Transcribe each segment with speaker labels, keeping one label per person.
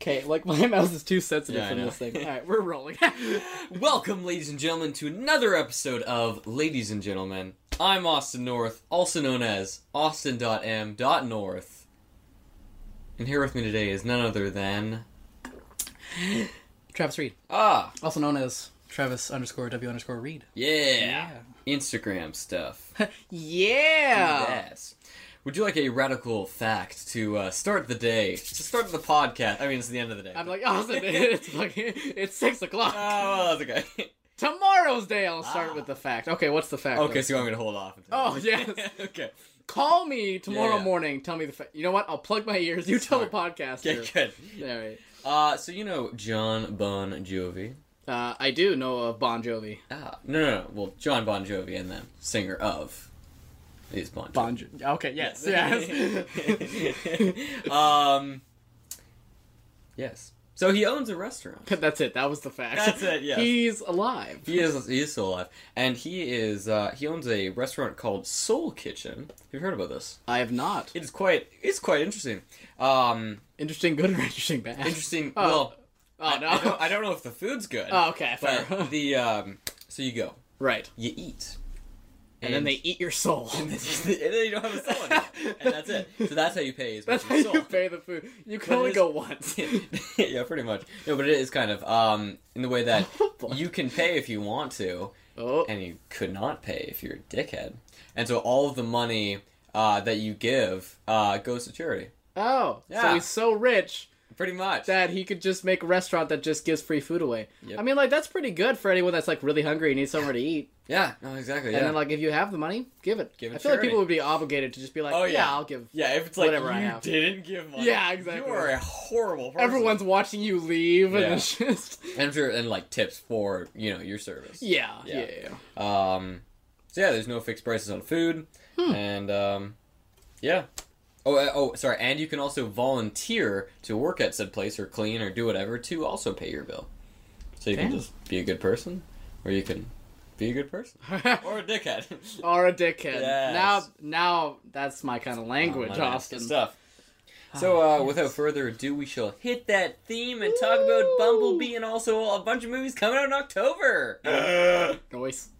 Speaker 1: Okay, like my mouse is too sensitive
Speaker 2: Yeah, I
Speaker 1: for
Speaker 2: know.
Speaker 1: this thing. All right, we're rolling.
Speaker 2: Welcome, ladies and gentlemen, to another episode of Ladies and Gentlemen. I'm Austin North, also known as Austin.m.north. And here with me today is none other than.
Speaker 1: Travis Reed,
Speaker 2: Ah,
Speaker 1: also known as Travis underscore W underscore Reed.
Speaker 2: yeah! Instagram stuff.
Speaker 1: yeah.
Speaker 2: Yes. Would you like a radical fact to uh, start the day? To start the podcast? I mean, it's the end of the day.
Speaker 1: I'm like, Austin, it's fucking, it's six o'clock.
Speaker 2: Oh, well, that's okay.
Speaker 1: Tomorrow's day, I'll start
Speaker 2: Ah.
Speaker 1: with the fact. Okay, what's the fact?
Speaker 2: Okay, so I'm going to hold off. Until
Speaker 1: Oh, yes.
Speaker 2: okay.
Speaker 1: Call me tomorrow
Speaker 2: Yeah, yeah.
Speaker 1: morning. Tell me the fact. You know what? I'll plug my ears. You tell the podcast.
Speaker 2: Okay, good.
Speaker 1: All right.
Speaker 2: Uh, so you know John Bon Jovi?
Speaker 1: Uh, I do know of Bon Jovi.
Speaker 2: Ah, no, no, no. Well, John Bon Jovi and then singer of is Bon Jovi.
Speaker 1: Bon Jovi. Okay, yes. yes.
Speaker 2: um, yes. So he owns a restaurant.
Speaker 1: That's it. That was the fact.
Speaker 2: That's it, yes.
Speaker 1: He's alive.
Speaker 2: He is he is still alive, and he is uh, he owns a restaurant called Soul Kitchen. Have you heard about this?
Speaker 1: I have not.
Speaker 2: It is quite it's quite interesting. Um,
Speaker 1: Interesting good or interesting bad?
Speaker 2: interesting.
Speaker 1: Oh,
Speaker 2: well,
Speaker 1: Oh, no.
Speaker 2: I, I don't, I don't know if the food's good.
Speaker 1: oh, okay. Fair.
Speaker 2: but the um, so you go,
Speaker 1: right.
Speaker 2: you eat,
Speaker 1: And, then they eat your soul.
Speaker 2: and then you don't have a soul anymore. And that's it. So that's how you pay is with
Speaker 1: That's how
Speaker 2: your soul.
Speaker 1: you pay the food. You can
Speaker 2: But
Speaker 1: only
Speaker 2: it is-
Speaker 1: go once.
Speaker 2: yeah, pretty much. No, but it is kind of um, in the way that
Speaker 1: Boy.
Speaker 2: you can pay if you want to,
Speaker 1: oh,
Speaker 2: and you could not pay if you're a dickhead. And so all of the money uh, that you give uh, goes to charity.
Speaker 1: oh. So
Speaker 2: Yeah.
Speaker 1: he's so rich
Speaker 2: Pretty much.
Speaker 1: that he could just make a restaurant that just gives free food away.
Speaker 2: Yep.
Speaker 1: I mean, like that's pretty good for anyone that's like really hungry and needs somewhere to eat.
Speaker 2: yeah, no, exactly.
Speaker 1: And
Speaker 2: Yeah.
Speaker 1: then like if you have the money, give it.
Speaker 2: Give it
Speaker 1: I feel like
Speaker 2: charity.
Speaker 1: people would be obligated to just be like,
Speaker 2: Oh,
Speaker 1: yeah.
Speaker 2: yeah.
Speaker 1: I'll give.
Speaker 2: yeah, if it's like
Speaker 1: Whatever
Speaker 2: you
Speaker 1: I have.
Speaker 2: didn't give money.
Speaker 1: Yeah, exactly.
Speaker 2: You are a horrible person.
Speaker 1: Everyone's watching you leave, and
Speaker 2: Yeah.
Speaker 1: it's just
Speaker 2: and, I'm sure- and like tips for you know your service.
Speaker 1: yeah, yeah,
Speaker 2: Yeah.
Speaker 1: yeah. yeah.
Speaker 2: Um, so yeah, there's no fixed prices on food,
Speaker 1: Hmm.
Speaker 2: and um, yeah. Oh, uh, oh, sorry. And you can also volunteer to work at said place or clean or do whatever to also pay your bill. So you
Speaker 1: Damn.
Speaker 2: can just be a good person, or you can be a good person or a dickhead.
Speaker 1: or a dickhead.
Speaker 2: Yes.
Speaker 1: Now, now that's my kind of language,
Speaker 2: Oh, my bad. Good
Speaker 1: Austin. Ah,
Speaker 2: stuff. So, uh,
Speaker 1: yes.
Speaker 2: without further ado, we shall hit that theme and talk
Speaker 1: Woo!
Speaker 2: about Bumblebee and also a bunch of movies coming out in October.
Speaker 1: Noise.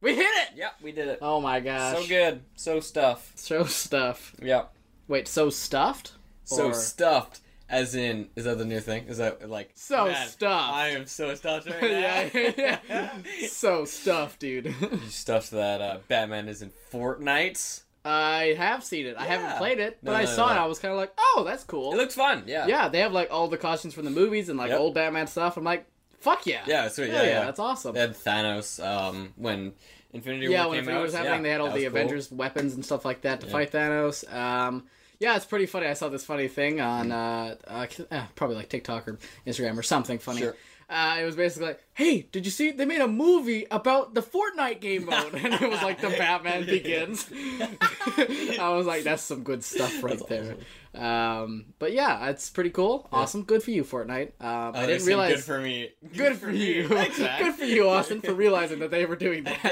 Speaker 1: We hit it!
Speaker 2: yep, we did it.
Speaker 1: Oh my gosh.
Speaker 2: So good, so stuff.
Speaker 1: So stuffed.
Speaker 2: Yep.
Speaker 1: Wait, so stuffed?
Speaker 2: So
Speaker 1: Or-
Speaker 2: stuffed, as in, is that the new thing? Is that like
Speaker 1: So
Speaker 2: Man,
Speaker 1: stuffed.
Speaker 2: I am so stuffed right now.
Speaker 1: yeah, yeah, yeah. So stuffed, dude.
Speaker 2: you stuffed that uh, Batman is in Fortnite.
Speaker 1: I have seen it. I haven't
Speaker 2: Yeah.
Speaker 1: played it, but
Speaker 2: No,
Speaker 1: I
Speaker 2: no,
Speaker 1: saw
Speaker 2: no.
Speaker 1: it. I was kind of like, oh, that's cool.
Speaker 2: It looked fun. Yeah.
Speaker 1: yeah, they have like all the costumes from the movies and like
Speaker 2: Yep.
Speaker 1: old Batman stuff. I'm like, fuck yeah.
Speaker 2: Yeah. Sweet.
Speaker 1: Hell
Speaker 2: Yeah. Yeah.
Speaker 1: that's awesome.
Speaker 2: They had Thanos um, when Infinity
Speaker 1: yeah,
Speaker 2: War
Speaker 1: when
Speaker 2: came
Speaker 1: Infinity
Speaker 2: out.
Speaker 1: was happening,
Speaker 2: yeah,
Speaker 1: they had all
Speaker 2: that
Speaker 1: the
Speaker 2: was cool.
Speaker 1: Avengers weapons and stuff like that to
Speaker 2: Yeah.
Speaker 1: fight Thanos. Um, yeah, it's pretty funny. I saw this funny thing on uh, uh, eh, probably like TikTok or Instagram or something funny.
Speaker 2: Sure.
Speaker 1: Uh, it was basically like, "Hey, did you see they made a movie about the Fortnite game mode?" and it was like the Batman Begins. I was like, "That's some good stuff right
Speaker 2: That's
Speaker 1: there." Um, but yeah, it's pretty cool. Awesome, good for you, Fortnite. Um,
Speaker 2: Oh,
Speaker 1: I
Speaker 2: they're
Speaker 1: didn't
Speaker 2: saying
Speaker 1: realize.
Speaker 2: Good for me.
Speaker 1: Good for you.
Speaker 2: Exactly.
Speaker 1: Good for you, Austin, for realizing that they were doing
Speaker 2: I
Speaker 1: that.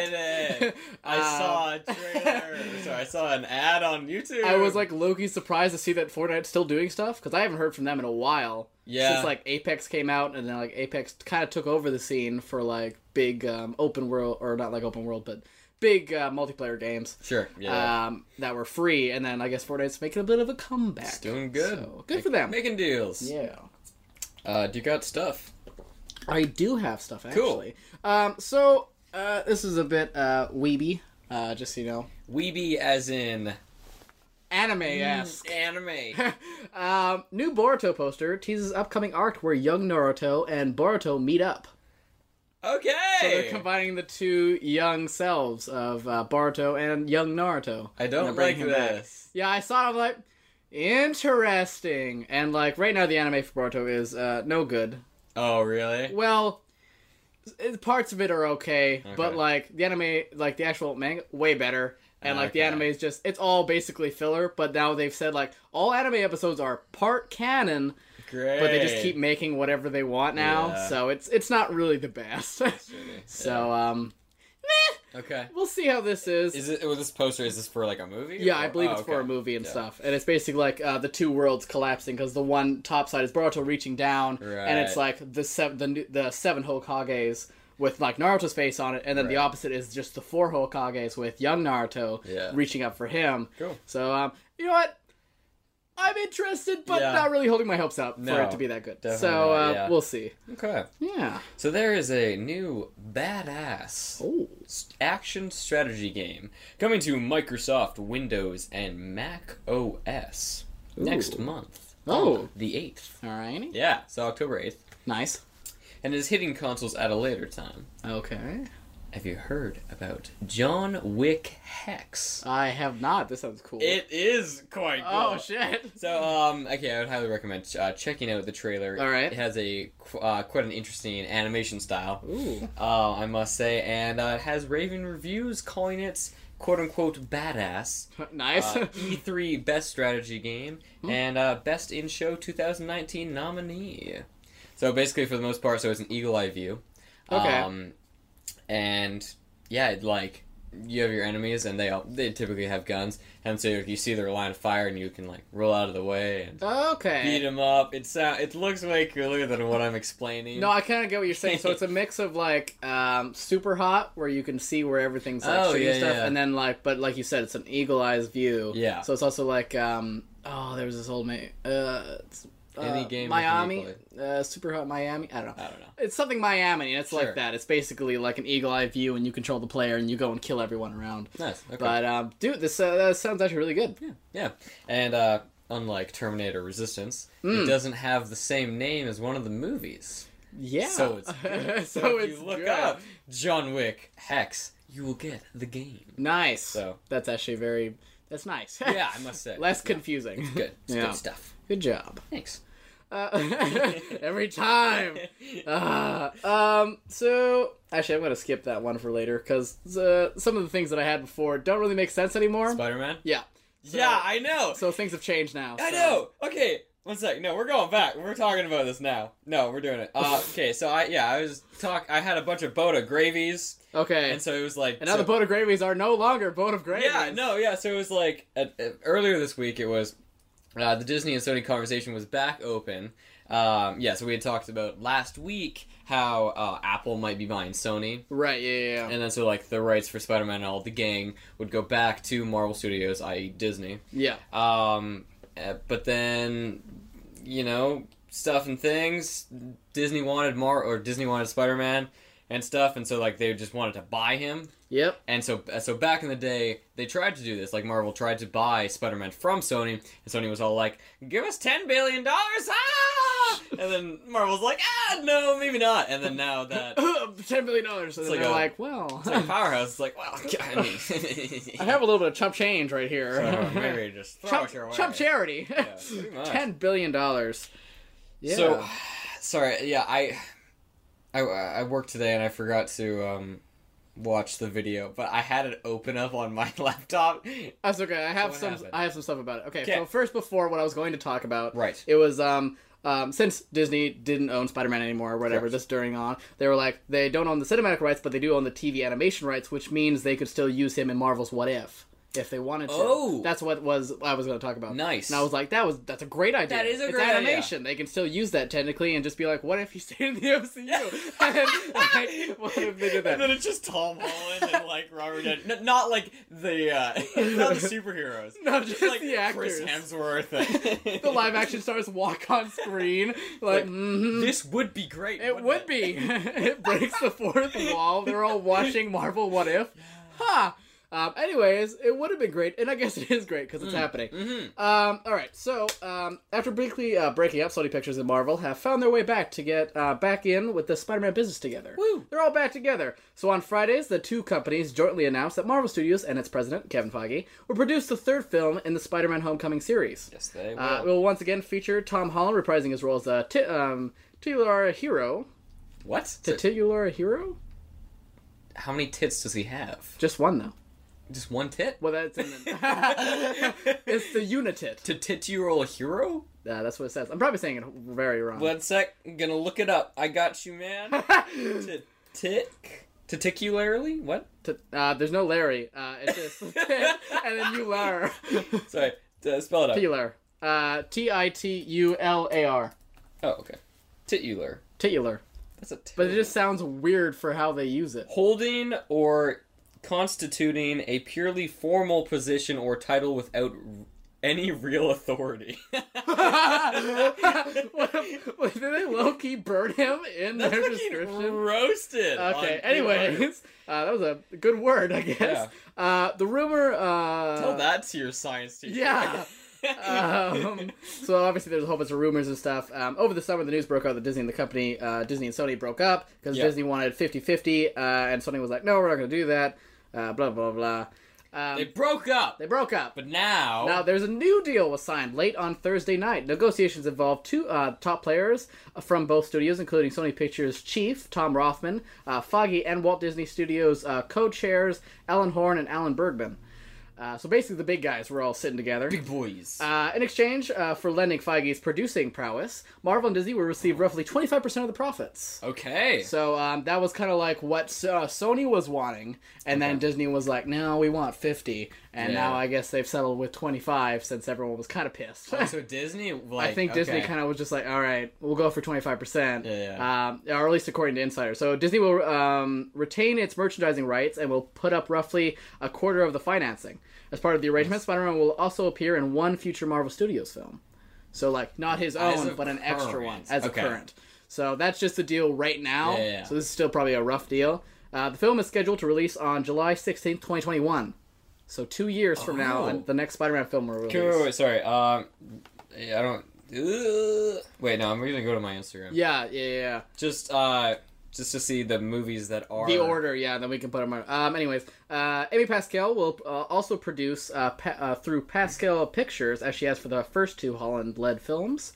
Speaker 2: did it. uh, I
Speaker 1: Um,
Speaker 2: saw a trailer. Sorry, I saw an ad on YouTube.
Speaker 1: I was like Loki surprised to see that Fortnite's still doing stuff because I haven't heard from them in a while.
Speaker 2: Yeah.
Speaker 1: Since like Apex came out and then like Apex kind of took over the scene for like big um, open world or not like open world but big uh, multiplayer games
Speaker 2: sure. Yeah.
Speaker 1: um, that were free and then I guess Fortnite's making a bit of a comeback.
Speaker 2: It's doing good.
Speaker 1: So, good for them.
Speaker 2: Making deals.
Speaker 1: uh, yeah.
Speaker 2: Uh, do you got stuff?
Speaker 1: I do have stuff
Speaker 2: Cool.
Speaker 1: actually. Um, so uh, this is a bit uh, weeby, uh, just so you know,
Speaker 2: Weeby as in
Speaker 1: anime esque.
Speaker 2: anime.
Speaker 1: Mm. um, new Boruto poster teases upcoming arc where young Naruto and Boruto meet up.
Speaker 2: Okay.
Speaker 1: So they're combining the two young selves of uh, Boruto and young Naruto.
Speaker 2: I
Speaker 1: They're
Speaker 2: don't like
Speaker 1: bringing him back.
Speaker 2: this.
Speaker 1: Yeah, I saw it. I'm like, interesting. And like right now, the anime for Boruto is uh, no good.
Speaker 2: Oh, really?
Speaker 1: Well, s- parts of it are okay,
Speaker 2: Okay.
Speaker 1: but like the anime, like the actual manga, way better. and like the
Speaker 2: Okay.
Speaker 1: anime is just it's all basically filler. But now they've said like all anime episodes are part canon,
Speaker 2: Great.
Speaker 1: but they just keep making whatever they want now.
Speaker 2: Yeah.
Speaker 1: So it's it's not really the best.
Speaker 2: Absolutely.
Speaker 1: so um,
Speaker 2: Okay.
Speaker 1: we'll see how this is.
Speaker 2: Is it? Well, this poster is this for like a movie?
Speaker 1: Yeah, I
Speaker 2: or-
Speaker 1: believe
Speaker 2: oh,
Speaker 1: it's for a
Speaker 2: okay.
Speaker 1: movie and
Speaker 2: Yeah.
Speaker 1: stuff. And it's basically like uh, the two worlds collapsing because the one top side is Boruto reaching down, and it's like the seven the, new- the seven Hokages with like Naruto's face on it, and then the
Speaker 2: Right.
Speaker 1: opposite is just the four Hokages with young Naruto
Speaker 2: Yeah.
Speaker 1: reaching up for him.
Speaker 2: Cool.
Speaker 1: So um, you know what? I'm interested, but
Speaker 2: Yeah.
Speaker 1: not really holding my hopes up for
Speaker 2: No,
Speaker 1: it to be that good.
Speaker 2: definitely
Speaker 1: So
Speaker 2: not,
Speaker 1: uh,
Speaker 2: yeah.
Speaker 1: we'll see.
Speaker 2: Okay.
Speaker 1: Yeah.
Speaker 2: So there is a new badass
Speaker 1: Oh.
Speaker 2: s- action strategy game coming to Microsoft Windows and Mac OS next
Speaker 1: Ooh.
Speaker 2: month.
Speaker 1: Oh.
Speaker 2: The 8th.
Speaker 1: All right.
Speaker 2: Yeah, so October 8th.
Speaker 1: Nice.
Speaker 2: And is hitting consoles at a later time.
Speaker 1: Okay.
Speaker 2: Have you heard about John Wick Hex?
Speaker 1: I have not. This sounds cool.
Speaker 2: It is quite
Speaker 1: oh shit.
Speaker 2: So, um, okay, I would highly recommend uh, checking out the trailer.
Speaker 1: All right.
Speaker 2: It has a qu- uh, quite an interesting animation style,
Speaker 1: Ooh.
Speaker 2: uh, I must say, and uh, it has raving reviews calling it "quote unquote" badass. Uh,
Speaker 1: Nice. Hmm.
Speaker 2: E3 best strategy game and uh, best in show 2019 nominee. So basically, for the most part, so it's an eagle eye view.
Speaker 1: Okay.
Speaker 2: Um, and yeah, it, like you have your enemies, and they all, they typically have guns, and so if you see their line of fire, and you can like roll out of the way and
Speaker 1: okay.
Speaker 2: beat them up. It sound it looks way cooler than what I'm explaining.
Speaker 1: No, I kind of get what you're saying. So it's a mix of like um, super hot, where you can see where everything's like
Speaker 2: Oh,
Speaker 1: shooting
Speaker 2: yeah,
Speaker 1: stuff,
Speaker 2: yeah.
Speaker 1: and then like, but like you said, it's an eagle eyes view.
Speaker 2: Yeah.
Speaker 1: So it's also like, um, oh, there was this old mate. Uh, it's, uh,
Speaker 2: Any game with an
Speaker 1: Miami,
Speaker 2: eagle
Speaker 1: uh, super hot Miami. I don't know.
Speaker 2: I don't know.
Speaker 1: It's something Miami, and it's
Speaker 2: Sure.
Speaker 1: like that. It's basically like an eagle eye view, and you control the player, and you go and kill everyone around.
Speaker 2: Nice. Okay.
Speaker 1: But um, dude, this uh, that sounds actually really good.
Speaker 2: Yeah, and uh, unlike Terminator Resistance,
Speaker 1: Hmm.
Speaker 2: it doesn't have the same name as one of the movies.
Speaker 1: Yeah.
Speaker 2: So it's good.
Speaker 1: so,
Speaker 2: if
Speaker 1: it's
Speaker 2: you look
Speaker 1: good.
Speaker 2: up John Wick Hex, you will get the game.
Speaker 1: Nice.
Speaker 2: So.
Speaker 1: that's actually very. That's nice.
Speaker 2: Yeah, I must say,
Speaker 1: Less
Speaker 2: it's not-
Speaker 1: confusing.
Speaker 2: Good, it's
Speaker 1: Yeah.
Speaker 2: good stuff.
Speaker 1: Good job.
Speaker 2: Thanks.
Speaker 1: Uh, every time. Ah, um. So actually, I'm gonna skip that one for later because some of the things that I had before don't really make sense anymore.
Speaker 2: Spider Man.
Speaker 1: yeah.
Speaker 2: yeah, I know.
Speaker 1: So things have changed now.
Speaker 2: I
Speaker 1: so-
Speaker 2: know. Okay, one sec. No, we're going back. We're talking about this now. No, we're doing it. Uh, okay, so I yeah, I was talk. I had a bunch of Boda gravies,
Speaker 1: Okay.
Speaker 2: and so it was like
Speaker 1: and now the
Speaker 2: so-
Speaker 1: boat of gravies are no longer boat of gravies.
Speaker 2: Yeah, no, yeah. So it was like at, at- earlier this week. It was uh, the Disney and Sony conversation was back open. Um, yeah, so we had talked about last week how uh, Apple might be buying Sony,
Speaker 1: Right. Yeah. Yeah. Yeah.
Speaker 2: and then so like the rights for Spider-Man and all the gang would go back to Marvel Studios, i.e., Disney.
Speaker 1: yeah.
Speaker 2: Um, uh, but then, you know, stuff and things. Disney wanted Mar or Disney wanted Spider-Man and stuff, and so like they just wanted to buy him.
Speaker 1: Yep.
Speaker 2: And so, uh, so back in the day, they tried to do this. Like Marvel tried to buy Spider-Man from Sony, and Sony was all like, "Give us ten billion dollars!" Ah! And then Marvel's like, "Ah, no, maybe not." And then now that it's
Speaker 1: Ten million dollars. And
Speaker 2: Uh, like
Speaker 1: they're
Speaker 2: a-
Speaker 1: like, well,
Speaker 2: like powerhouse is like, "Well, I mean,
Speaker 1: I have a little bit of chump change right here.
Speaker 2: so maybe just throw
Speaker 1: chump,
Speaker 2: it your way."
Speaker 1: chump charity.
Speaker 2: Yeah, pretty much.
Speaker 1: Ten billion dollars. Yeah.
Speaker 2: So, sorry, yeah, I, I, I worked today and I forgot to um, watch the video, but I had it open up on my laptop.
Speaker 1: That's okay. I have
Speaker 2: what
Speaker 1: some.
Speaker 2: happened?
Speaker 1: I have some stuff about it. Okay,
Speaker 2: Okay.
Speaker 1: So first, before what I was going to talk about,
Speaker 2: Right.
Speaker 1: It was um. Um, since Disney didn't own Spider-Man anymore or whatever,
Speaker 2: Correct.
Speaker 1: this during on, they were like they don't own the cinematic rights, but they do own the TV animation rights, which means they could still use him in Marvel's What If if they wanted to.
Speaker 2: Oh.
Speaker 1: that's what was I was going to talk about.
Speaker 2: Nice.
Speaker 1: And I was like, that was that's a great idea.
Speaker 2: That is a
Speaker 1: It's
Speaker 2: great idea.
Speaker 1: animation. They can still use that technically and just be like, what if he stayed in the MCU? and, like, what if they did that?
Speaker 2: And then it's just Tom Holland and like Robert Downey, N- not like the uh, not the superheroes,
Speaker 1: No, just
Speaker 2: like
Speaker 1: the actors.
Speaker 2: Chris Hemsworth. and-
Speaker 1: the live action stars walk on screen. Like,
Speaker 2: Like,
Speaker 1: mhm.
Speaker 2: This would be great.
Speaker 1: It
Speaker 2: wouldn't
Speaker 1: would be. it breaks the fourth wall. They're all watching Marvel What If. Ha! Um, anyways, it would have been great, and I guess it is great
Speaker 2: Mm.
Speaker 1: because it's happening.
Speaker 2: Mm-hmm.
Speaker 1: Um, all right, so um, after briefly uh, breaking up, Sony Pictures and Marvel have found their way back to get uh, back in with the Spider-Man business together.
Speaker 2: Woo.
Speaker 1: They're all back together. So on Fridays, the two companies jointly announced that Marvel Studios and its president Kevin Feige will produce the third film in the Spider-Man Homecoming series.
Speaker 2: Yes, they will.
Speaker 1: Uh, we'll once again feature Tom Holland reprising his role as a ti- um, titular hero.
Speaker 2: what?
Speaker 1: Titular hero?
Speaker 2: How many tits does he have?
Speaker 1: Just one though.
Speaker 2: Just one tit?
Speaker 1: Well, that's in the... it's the unitit.
Speaker 2: To tit your old hero?
Speaker 1: Uh, that's what it says. I'm probably saying it very wrong.
Speaker 2: One sec. I'm gonna look it up. I got you, man. to tick? Titicularly? What?
Speaker 1: T- uh, there's no Larry. Uh, it's just tit, and then you lar.
Speaker 2: Sorry. Uh, spell it out.
Speaker 1: Titular. Uh, T I T U L A R.
Speaker 2: Oh, okay. Titular.
Speaker 1: Titular.
Speaker 2: That's a tit.
Speaker 1: But it just sounds weird for how they use it.
Speaker 2: Holding or constituting a purely formal position or title without r- any real authority.
Speaker 1: what, what, did they low key burn him in
Speaker 2: That's
Speaker 1: their
Speaker 2: fucking
Speaker 1: description?
Speaker 2: roasted. on
Speaker 1: Okay.
Speaker 2: Twitter.
Speaker 1: Anyways, uh, that was a good word, I guess. Uh, the rumor. Uh,
Speaker 2: tell that to your science teacher.
Speaker 1: yeah. um, so obviously there's a whole bunch of rumors and stuff. Um, over the summer, the news broke out that Disney and the company, uh, Disney and Sony, broke up because
Speaker 2: Yeah.
Speaker 1: Disney wanted 50-50, uh, and Sony was like, "No, we're not going to do that." Uh, blah blah blah. Um,
Speaker 2: they
Speaker 1: they,
Speaker 2: broke up,
Speaker 1: broke up.
Speaker 2: but now,
Speaker 1: Now there's a new deal was signed late on Thursday night. Negotiations involved two uh, top players from both studios, including Sony Pictures chief Tom Rothman, uh, Foggy, and Walt Disney Studios uh, co-chairs Alan Horn and Alan Bergman. Uh, so basically, the big guys were all sitting together.
Speaker 2: big boys.
Speaker 1: Uh, in exchange uh, for lending Feige's producing prowess, Marvel and Disney will receive roughly 25% of the profits.
Speaker 2: okay.
Speaker 1: So um, that was kind of like what uh, Sony was wanting, and then Disney was like, "No, we want 50." And
Speaker 2: Yeah.
Speaker 1: now I guess they've settled with 25 since everyone was kind of pissed.
Speaker 2: Oh, so Disney, like,
Speaker 1: I think Disney kind of was just like, all right, we'll go for 25%.
Speaker 2: Yeah,
Speaker 1: Um, or at least according to Insider. So Disney will um, retain its merchandising rights and will put up roughly a quarter of the financing. As part of the arrangement, Spider Man will also appear in one future Marvel Studios film. So, like, not his
Speaker 2: As
Speaker 1: own,
Speaker 2: a
Speaker 1: but an extra one
Speaker 2: current.
Speaker 1: as
Speaker 2: Okay.
Speaker 1: a current. So that's just the deal right now.
Speaker 2: Yeah, yeah, yeah.
Speaker 1: So this is still probably a rough deal. Uh, the film is scheduled to release on July 16th, 2021. So two years from now,
Speaker 2: Oh.
Speaker 1: and the next Spider-Man film will release.
Speaker 2: Wait, wait, wait, sorry. Um, I don't. Ugh. wait, no, I'm gonna go to my Instagram.
Speaker 1: Yeah, yeah, yeah, yeah.
Speaker 2: Just, uh, just to see the movies that are
Speaker 1: The order, yeah. Then we can put them on. Um, anyways, uh, Amy Pascal will uh, also produce uh, pa- uh, through Pascal Pictures, as she has for the first two Holland-led films.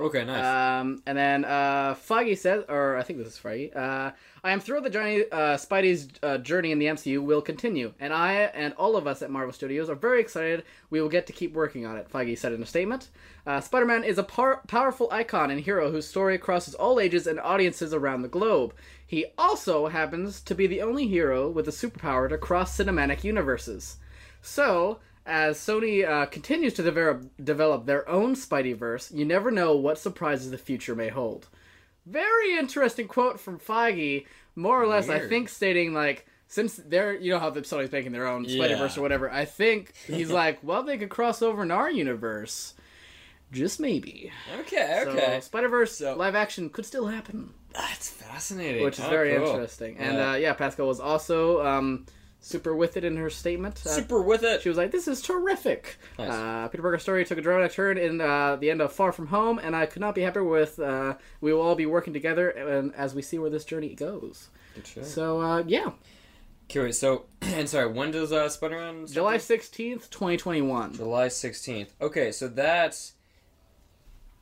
Speaker 2: Okay, nice.
Speaker 1: Um, and then uh, Foggy says, or I think this is Foggy. Uh, I am thrilled that Johnny uh, Spidey's uh, journey in the MCU will continue, and I and all of us at Marvel Studios are very excited. We will get to keep working on it. Foggy said in a statement. Uh, Spider-Man is a par- powerful icon and hero whose story crosses all ages and audiences around the globe. He also happens to be the only hero with the superpower to cross cinematic universes. So, as Sony uh, continues to develop, develop their own Spideyverse, you never know what surprises the future may hold. Very interesting quote from Feige, more or less, I
Speaker 2: Weird.
Speaker 1: think, stating like, since they're, you know how the Sony's making their own
Speaker 2: Yeah.
Speaker 1: Spideyverse or whatever, I think he's like, well, they could cross over in our universe. Just maybe.
Speaker 2: okay, okay.
Speaker 1: Uh, So, Spider-Verse
Speaker 2: So-
Speaker 1: live action could still happen
Speaker 2: That's fascinating.
Speaker 1: which is
Speaker 2: Oh,
Speaker 1: very
Speaker 2: cool.
Speaker 1: interesting. And
Speaker 2: Yeah.
Speaker 1: yeah. Uh, yeah, Pascal was also um, super with it in her statement. Uh,
Speaker 2: Super with it.
Speaker 1: she was like, "This is terrific."
Speaker 2: Nice.
Speaker 1: Uh, Peter Parker's story took a dramatic turn in uh, the end of Far From Home, and I could not be happier with. Uh, we will all be working together, and as we see where this journey goes.
Speaker 2: Good shit.
Speaker 1: So uh, yeah,
Speaker 2: Okay, wait, so and sorry, when does uh, Spider Man?
Speaker 1: July sixteenth, twenty twenty one.
Speaker 2: July sixteenth. Okay, so that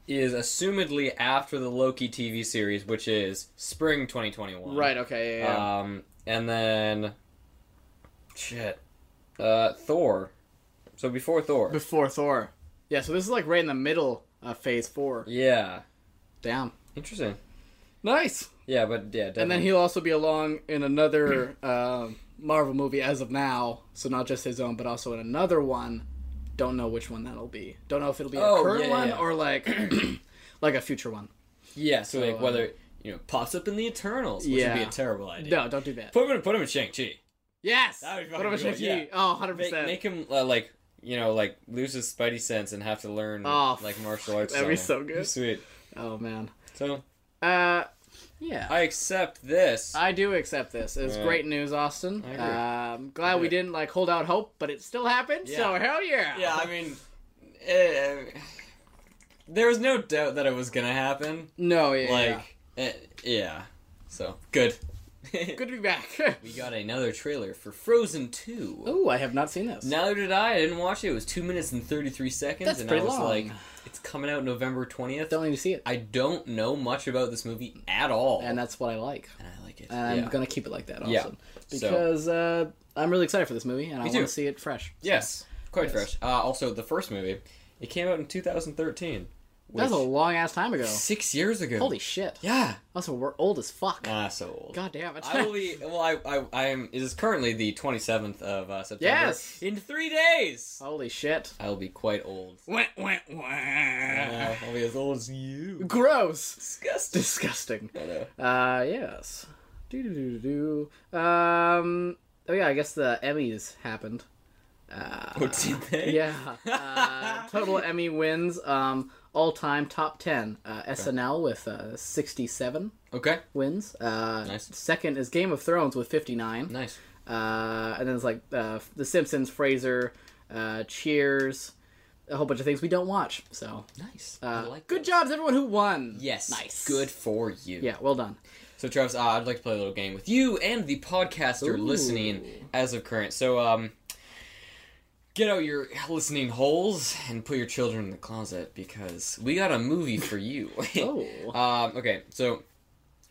Speaker 2: is assumedly after the Loki TV series, which is spring twenty twenty one.
Speaker 1: Right. Okay. Yeah. yeah.
Speaker 2: Um, and then shit, uh, Thor. So before Thor.
Speaker 1: Before Thor. Yeah. So this is like right in the middle of Phase Four.
Speaker 2: Yeah.
Speaker 1: Damn.
Speaker 2: Interesting.
Speaker 1: Nice.
Speaker 2: Yeah, but yeah, definitely.
Speaker 1: And then he'll also be along in another um, Marvel movie as of now. So not just his own, but also in another one. Don't know which one that'll be. Don't know if it'll be
Speaker 2: Oh,
Speaker 1: a current
Speaker 2: yeah,
Speaker 1: one
Speaker 2: yeah.
Speaker 1: or like like a future one.
Speaker 2: yeah, so, uh,
Speaker 1: So,
Speaker 2: like
Speaker 1: um,
Speaker 2: whether you know pops up in the Eternals, which would be
Speaker 1: Yeah.
Speaker 2: a terrible idea.
Speaker 1: No, don't do that.
Speaker 2: Put him, in, put him in Shang Chi.
Speaker 1: Yes.
Speaker 2: That'd be
Speaker 1: What about
Speaker 2: fucking
Speaker 1: Shang-Chi?
Speaker 2: good, yeah.
Speaker 1: Oh, 100
Speaker 2: Make,
Speaker 1: percent.
Speaker 2: make him uh, like you know like lose his spidey sense and have to learn
Speaker 1: Oh,
Speaker 2: like martial arts.
Speaker 1: that'd be
Speaker 2: on him.
Speaker 1: so good.
Speaker 2: Sweet.
Speaker 1: Oh man.
Speaker 2: So
Speaker 1: Uh, yeah.
Speaker 2: I accept this.
Speaker 1: I do accept this. It's
Speaker 2: Yeah.
Speaker 1: great news, Austin.
Speaker 2: I
Speaker 1: Um,
Speaker 2: agree.
Speaker 1: glad
Speaker 2: agree.
Speaker 1: we didn't like hold out hope, but it still happened.
Speaker 2: Yeah.
Speaker 1: So hell yeah.
Speaker 2: yeah, I mean, eh, there was no doubt that it was gonna happen.
Speaker 1: No. Yeah. yeah.
Speaker 2: Like, eh, yeah. So good.
Speaker 1: Good to be back.
Speaker 2: We got another trailer for Frozen Two.
Speaker 1: oh, I have not seen this.
Speaker 2: Neither did I. I didn't watch it. It was two minutes and thirty three seconds,
Speaker 1: That's
Speaker 2: and I
Speaker 1: pretty
Speaker 2: was
Speaker 1: long.
Speaker 2: like, "It's coming out November twentieth.
Speaker 1: Don't need to see it.
Speaker 2: I don't know much about this movie at all,
Speaker 1: and that's what I like.
Speaker 2: And I like it.
Speaker 1: And
Speaker 2: yeah.
Speaker 1: I'm gonna keep it like that,
Speaker 2: Yeah.
Speaker 1: Austin,
Speaker 2: So-
Speaker 1: because uh, I'm really excited for this movie, and I
Speaker 2: Me
Speaker 1: want
Speaker 2: too.
Speaker 1: to see it fresh.
Speaker 2: Yes,
Speaker 1: Yes.
Speaker 2: quite fresh. Uh, also, the first movie, it came out in 2013. Which,
Speaker 1: That's a long ass time ago.
Speaker 2: six years ago.
Speaker 1: Holy shit!
Speaker 2: yeah.
Speaker 1: Also, we're old as fuck.
Speaker 2: Ah, so old.
Speaker 1: God damn it!
Speaker 2: I will be. Well, I, I, I am. It is currently the 27th of uh, September.
Speaker 1: Yes. Oh.
Speaker 2: In three days.
Speaker 1: Holy shit!
Speaker 2: I will be quite old.
Speaker 1: Wah, wah, wah.
Speaker 2: Uh, I'll be as old as you.
Speaker 1: Gross.
Speaker 2: Disgusting.
Speaker 1: Disgusting.
Speaker 2: I know.
Speaker 1: Uh, yes. Do do do do. Um. Oh yeah, I guess the Emmys happened. Uh,
Speaker 2: Oh, did they?
Speaker 1: yeah. Uh, total Emmy wins. Um, all time top ten. Uh, SNL with uh, sixty seven
Speaker 2: Okay.
Speaker 1: wins. Uh,
Speaker 2: Nice.
Speaker 1: Second is Game of Thrones with fifty nine.
Speaker 2: Nice.
Speaker 1: Uh, and then it's like uh, The Simpsons, Frasier, uh, Cheers, a whole bunch of things we don't watch. So
Speaker 2: Nice.
Speaker 1: uh,
Speaker 2: I like
Speaker 1: good
Speaker 2: those.
Speaker 1: jobs everyone who won.
Speaker 2: Yes.
Speaker 1: nice.
Speaker 2: Good for you.
Speaker 1: Yeah, well done.
Speaker 2: So, Travis, uh, I'd like to play a little game with you and the
Speaker 1: Ooh.
Speaker 2: podcaster listening as of current. So, um, get out your listening holes and put your children in the closet because we got a movie for you.
Speaker 1: Oh.
Speaker 2: um, okay, so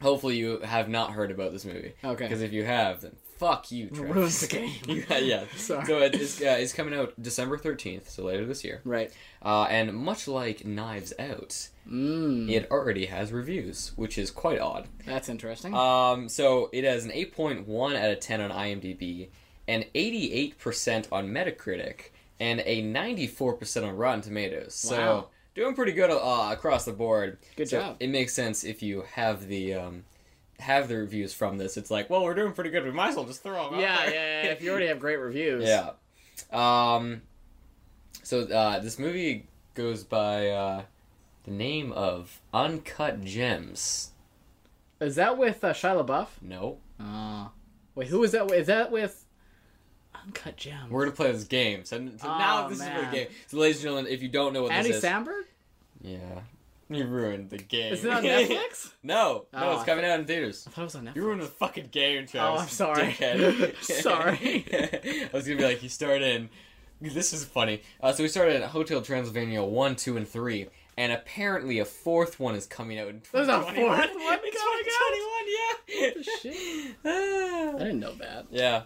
Speaker 2: hopefully you have not heard about this movie.
Speaker 1: Okay.
Speaker 2: Because if you have, then fuck you, Travis.
Speaker 1: Ruins the game.
Speaker 2: yeah, yeah.
Speaker 1: Sorry.
Speaker 2: So it is, uh, it's coming out December 13th, so later this year.
Speaker 1: Right.
Speaker 2: Uh, and much like Knives Out,
Speaker 1: Mm,
Speaker 2: it already has reviews, which is quite odd.
Speaker 1: that's interesting.
Speaker 2: Um, so it has an 8.1 out of 10 on IMDb, an 88% on Metacritic, and a 94% on Rotten Tomatoes. So
Speaker 1: Wow.
Speaker 2: doing pretty good uh, across the board.
Speaker 1: Good
Speaker 2: So
Speaker 1: job.
Speaker 2: It makes sense if you have the um, have the reviews from this. It's like, well, we're doing pretty good. We might as well just throw them.
Speaker 1: yeah,
Speaker 2: out
Speaker 1: yeah,
Speaker 2: there.
Speaker 1: yeah, If you already have great reviews.
Speaker 2: Yeah. Um, so uh, this movie goes by uh, the name of Uncut Gems.
Speaker 1: Is that with uh, Shia LaBeouf?
Speaker 2: No,
Speaker 1: Uh, wait, who is that? with? Is that with Uncut Gems?
Speaker 2: we're gonna play this game. So, so now
Speaker 1: Oh,
Speaker 2: this is
Speaker 1: man.
Speaker 2: for the game. So, ladies and gentlemen, if you don't know what
Speaker 1: Andy
Speaker 2: this is,
Speaker 1: Samberg?
Speaker 2: yeah, you ruined the game.
Speaker 1: Is it on Netflix?
Speaker 2: no, no,
Speaker 1: Oh,
Speaker 2: it's
Speaker 1: I
Speaker 2: coming out in theaters.
Speaker 1: I thought it was on Netflix.
Speaker 2: You ruined the fucking game, Travis.
Speaker 1: Oh, I'm sorry.
Speaker 2: dickhead.
Speaker 1: Sorry.
Speaker 2: I was gonna be like, you start in. This is funny. Uh, so we started at Hotel Transylvania one, two, and three, and apparently a fourth one is coming out. In
Speaker 1: There's a
Speaker 2: 2021.
Speaker 1: fourth one
Speaker 2: It's
Speaker 1: The
Speaker 2: 2021,
Speaker 1: shit? I
Speaker 2: yeah. Ah.
Speaker 1: didn't know that.
Speaker 2: yeah.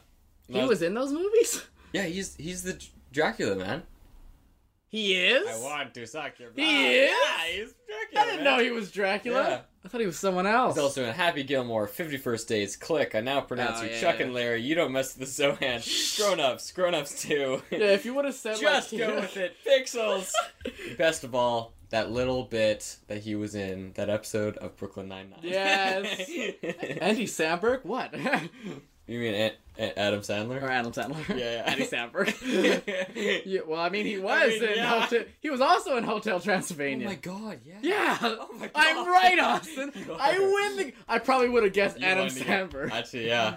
Speaker 1: He was in those movies?
Speaker 2: Yeah, he's he's the Dr- Dracula man.
Speaker 1: He is?
Speaker 2: want to suck your.
Speaker 1: He is?
Speaker 2: he's Dracula.
Speaker 1: I didn't know he was Dracula.
Speaker 2: Yeah.
Speaker 1: I thought he was someone else.
Speaker 2: He's also in Happy Gilmore, 51st Days, Click, I Now Pronounce
Speaker 1: Oh,
Speaker 2: You,
Speaker 1: yeah,
Speaker 2: Chuck
Speaker 1: yeah.
Speaker 2: and Larry, You Don't Mess with the Zohan, Grown Ups, Grown Ups 2.
Speaker 1: yeah, if you would have said
Speaker 2: Just
Speaker 1: like,
Speaker 2: go with it, Pixels! Best of all, that little bit that he was in that episode of Brooklyn Nine-Nine.
Speaker 1: Yes. Andy Samberg? What?
Speaker 2: you mean An- An- Adam
Speaker 1: or
Speaker 2: Sandler? Oh
Speaker 1: Adam Sandler.
Speaker 2: Yeah, yeah.
Speaker 1: Andy Samberg. yeah, well, I mean, he was
Speaker 2: mean,
Speaker 1: in
Speaker 2: yeah.
Speaker 1: Hotel. He was also in Hotel
Speaker 2: oh
Speaker 1: Transylvania.
Speaker 2: my god, yeah.
Speaker 1: Yeah.
Speaker 2: Oh my god.
Speaker 1: I'm right, Austin.
Speaker 2: You
Speaker 1: I
Speaker 2: are.
Speaker 1: win the. I probably would have guessed
Speaker 2: You
Speaker 1: Adam
Speaker 2: won the-
Speaker 1: Samberg.
Speaker 2: Actually, yeah.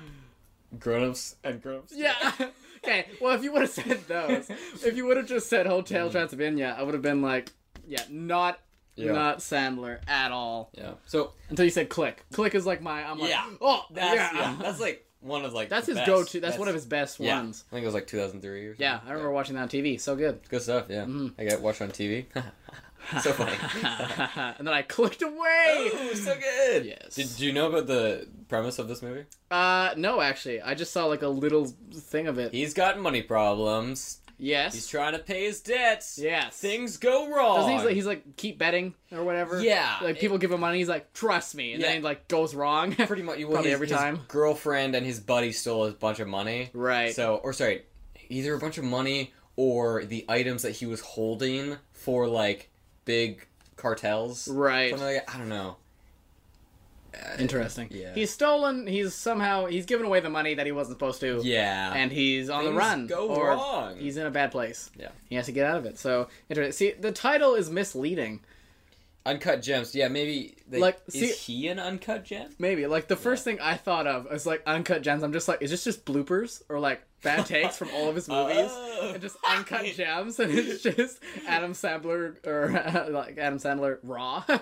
Speaker 2: Grown Ups and Grown Ups.
Speaker 1: Yeah. okay. Well, if you would have said those, if you would have just said Hotel Transylvania, I would have been like, yeah, not
Speaker 2: Mm-hmm. Yeah.
Speaker 1: not Sandler at all.
Speaker 2: Yeah. So,
Speaker 1: Until you said Click. Click is like my. I'm like,
Speaker 2: Yeah.
Speaker 1: oh,
Speaker 2: that's,
Speaker 1: yeah.
Speaker 2: yeah, that's like one of like
Speaker 1: That's
Speaker 2: the
Speaker 1: his
Speaker 2: best.
Speaker 1: go-to. That's, one of his best
Speaker 2: Yeah.
Speaker 1: ones.
Speaker 2: I think it was like 2003 or something.
Speaker 1: Yeah, I remember Mm-hmm. watching that on TV. So good.
Speaker 2: Good stuff, yeah. I got watched on TV. so funny.
Speaker 1: and then I clicked away.
Speaker 2: Ooh, so good.
Speaker 1: Yes.
Speaker 2: Did, do you know about the premise of this movie?
Speaker 1: Uh, no, actually, I just saw like a little thing of it.
Speaker 2: He's got money problems.
Speaker 1: yes.
Speaker 2: He's trying to pay his debts.
Speaker 1: yes.
Speaker 2: Things go wrong.
Speaker 1: Doesn't he- he's, like, he's like keep betting or whatever.
Speaker 2: Yeah.
Speaker 1: Like people give him money. He's like trust me, and
Speaker 2: Yeah.
Speaker 1: then he like goes wrong.
Speaker 2: pretty much well,
Speaker 1: Probably
Speaker 2: his-
Speaker 1: every
Speaker 2: his
Speaker 1: time.
Speaker 2: girlfriend and his buddy stole a bunch of money.
Speaker 1: right.
Speaker 2: So, or sorry, either a bunch of money or the items that he was holding for like big cartels.
Speaker 1: Right.
Speaker 2: Something like that. I don't know.
Speaker 1: Interesting.
Speaker 2: Yeah.
Speaker 1: He's stolen. He's somehow he's given away the money that he wasn't supposed to.
Speaker 2: Yeah.
Speaker 1: And he's on the
Speaker 2: Things
Speaker 1: run.
Speaker 2: go
Speaker 1: or
Speaker 2: wrong.
Speaker 1: He's in a bad place.
Speaker 2: Ah. Yeah.
Speaker 1: He has to get out of it. So interesting. See, the title is misleading.
Speaker 2: Uncut gems. Yeah, maybe. Like,
Speaker 1: Like,
Speaker 2: is
Speaker 1: see-
Speaker 2: he an uncut gem?
Speaker 1: Maybe like the first thing I thought of is like uncut gems. I'm just like, is this just bloopers or like bad takes from all of his movies?
Speaker 2: Oh.
Speaker 1: And just uncut gems, and it's just Adam Sandler or like Adam Sandler raw.
Speaker 2: yeah,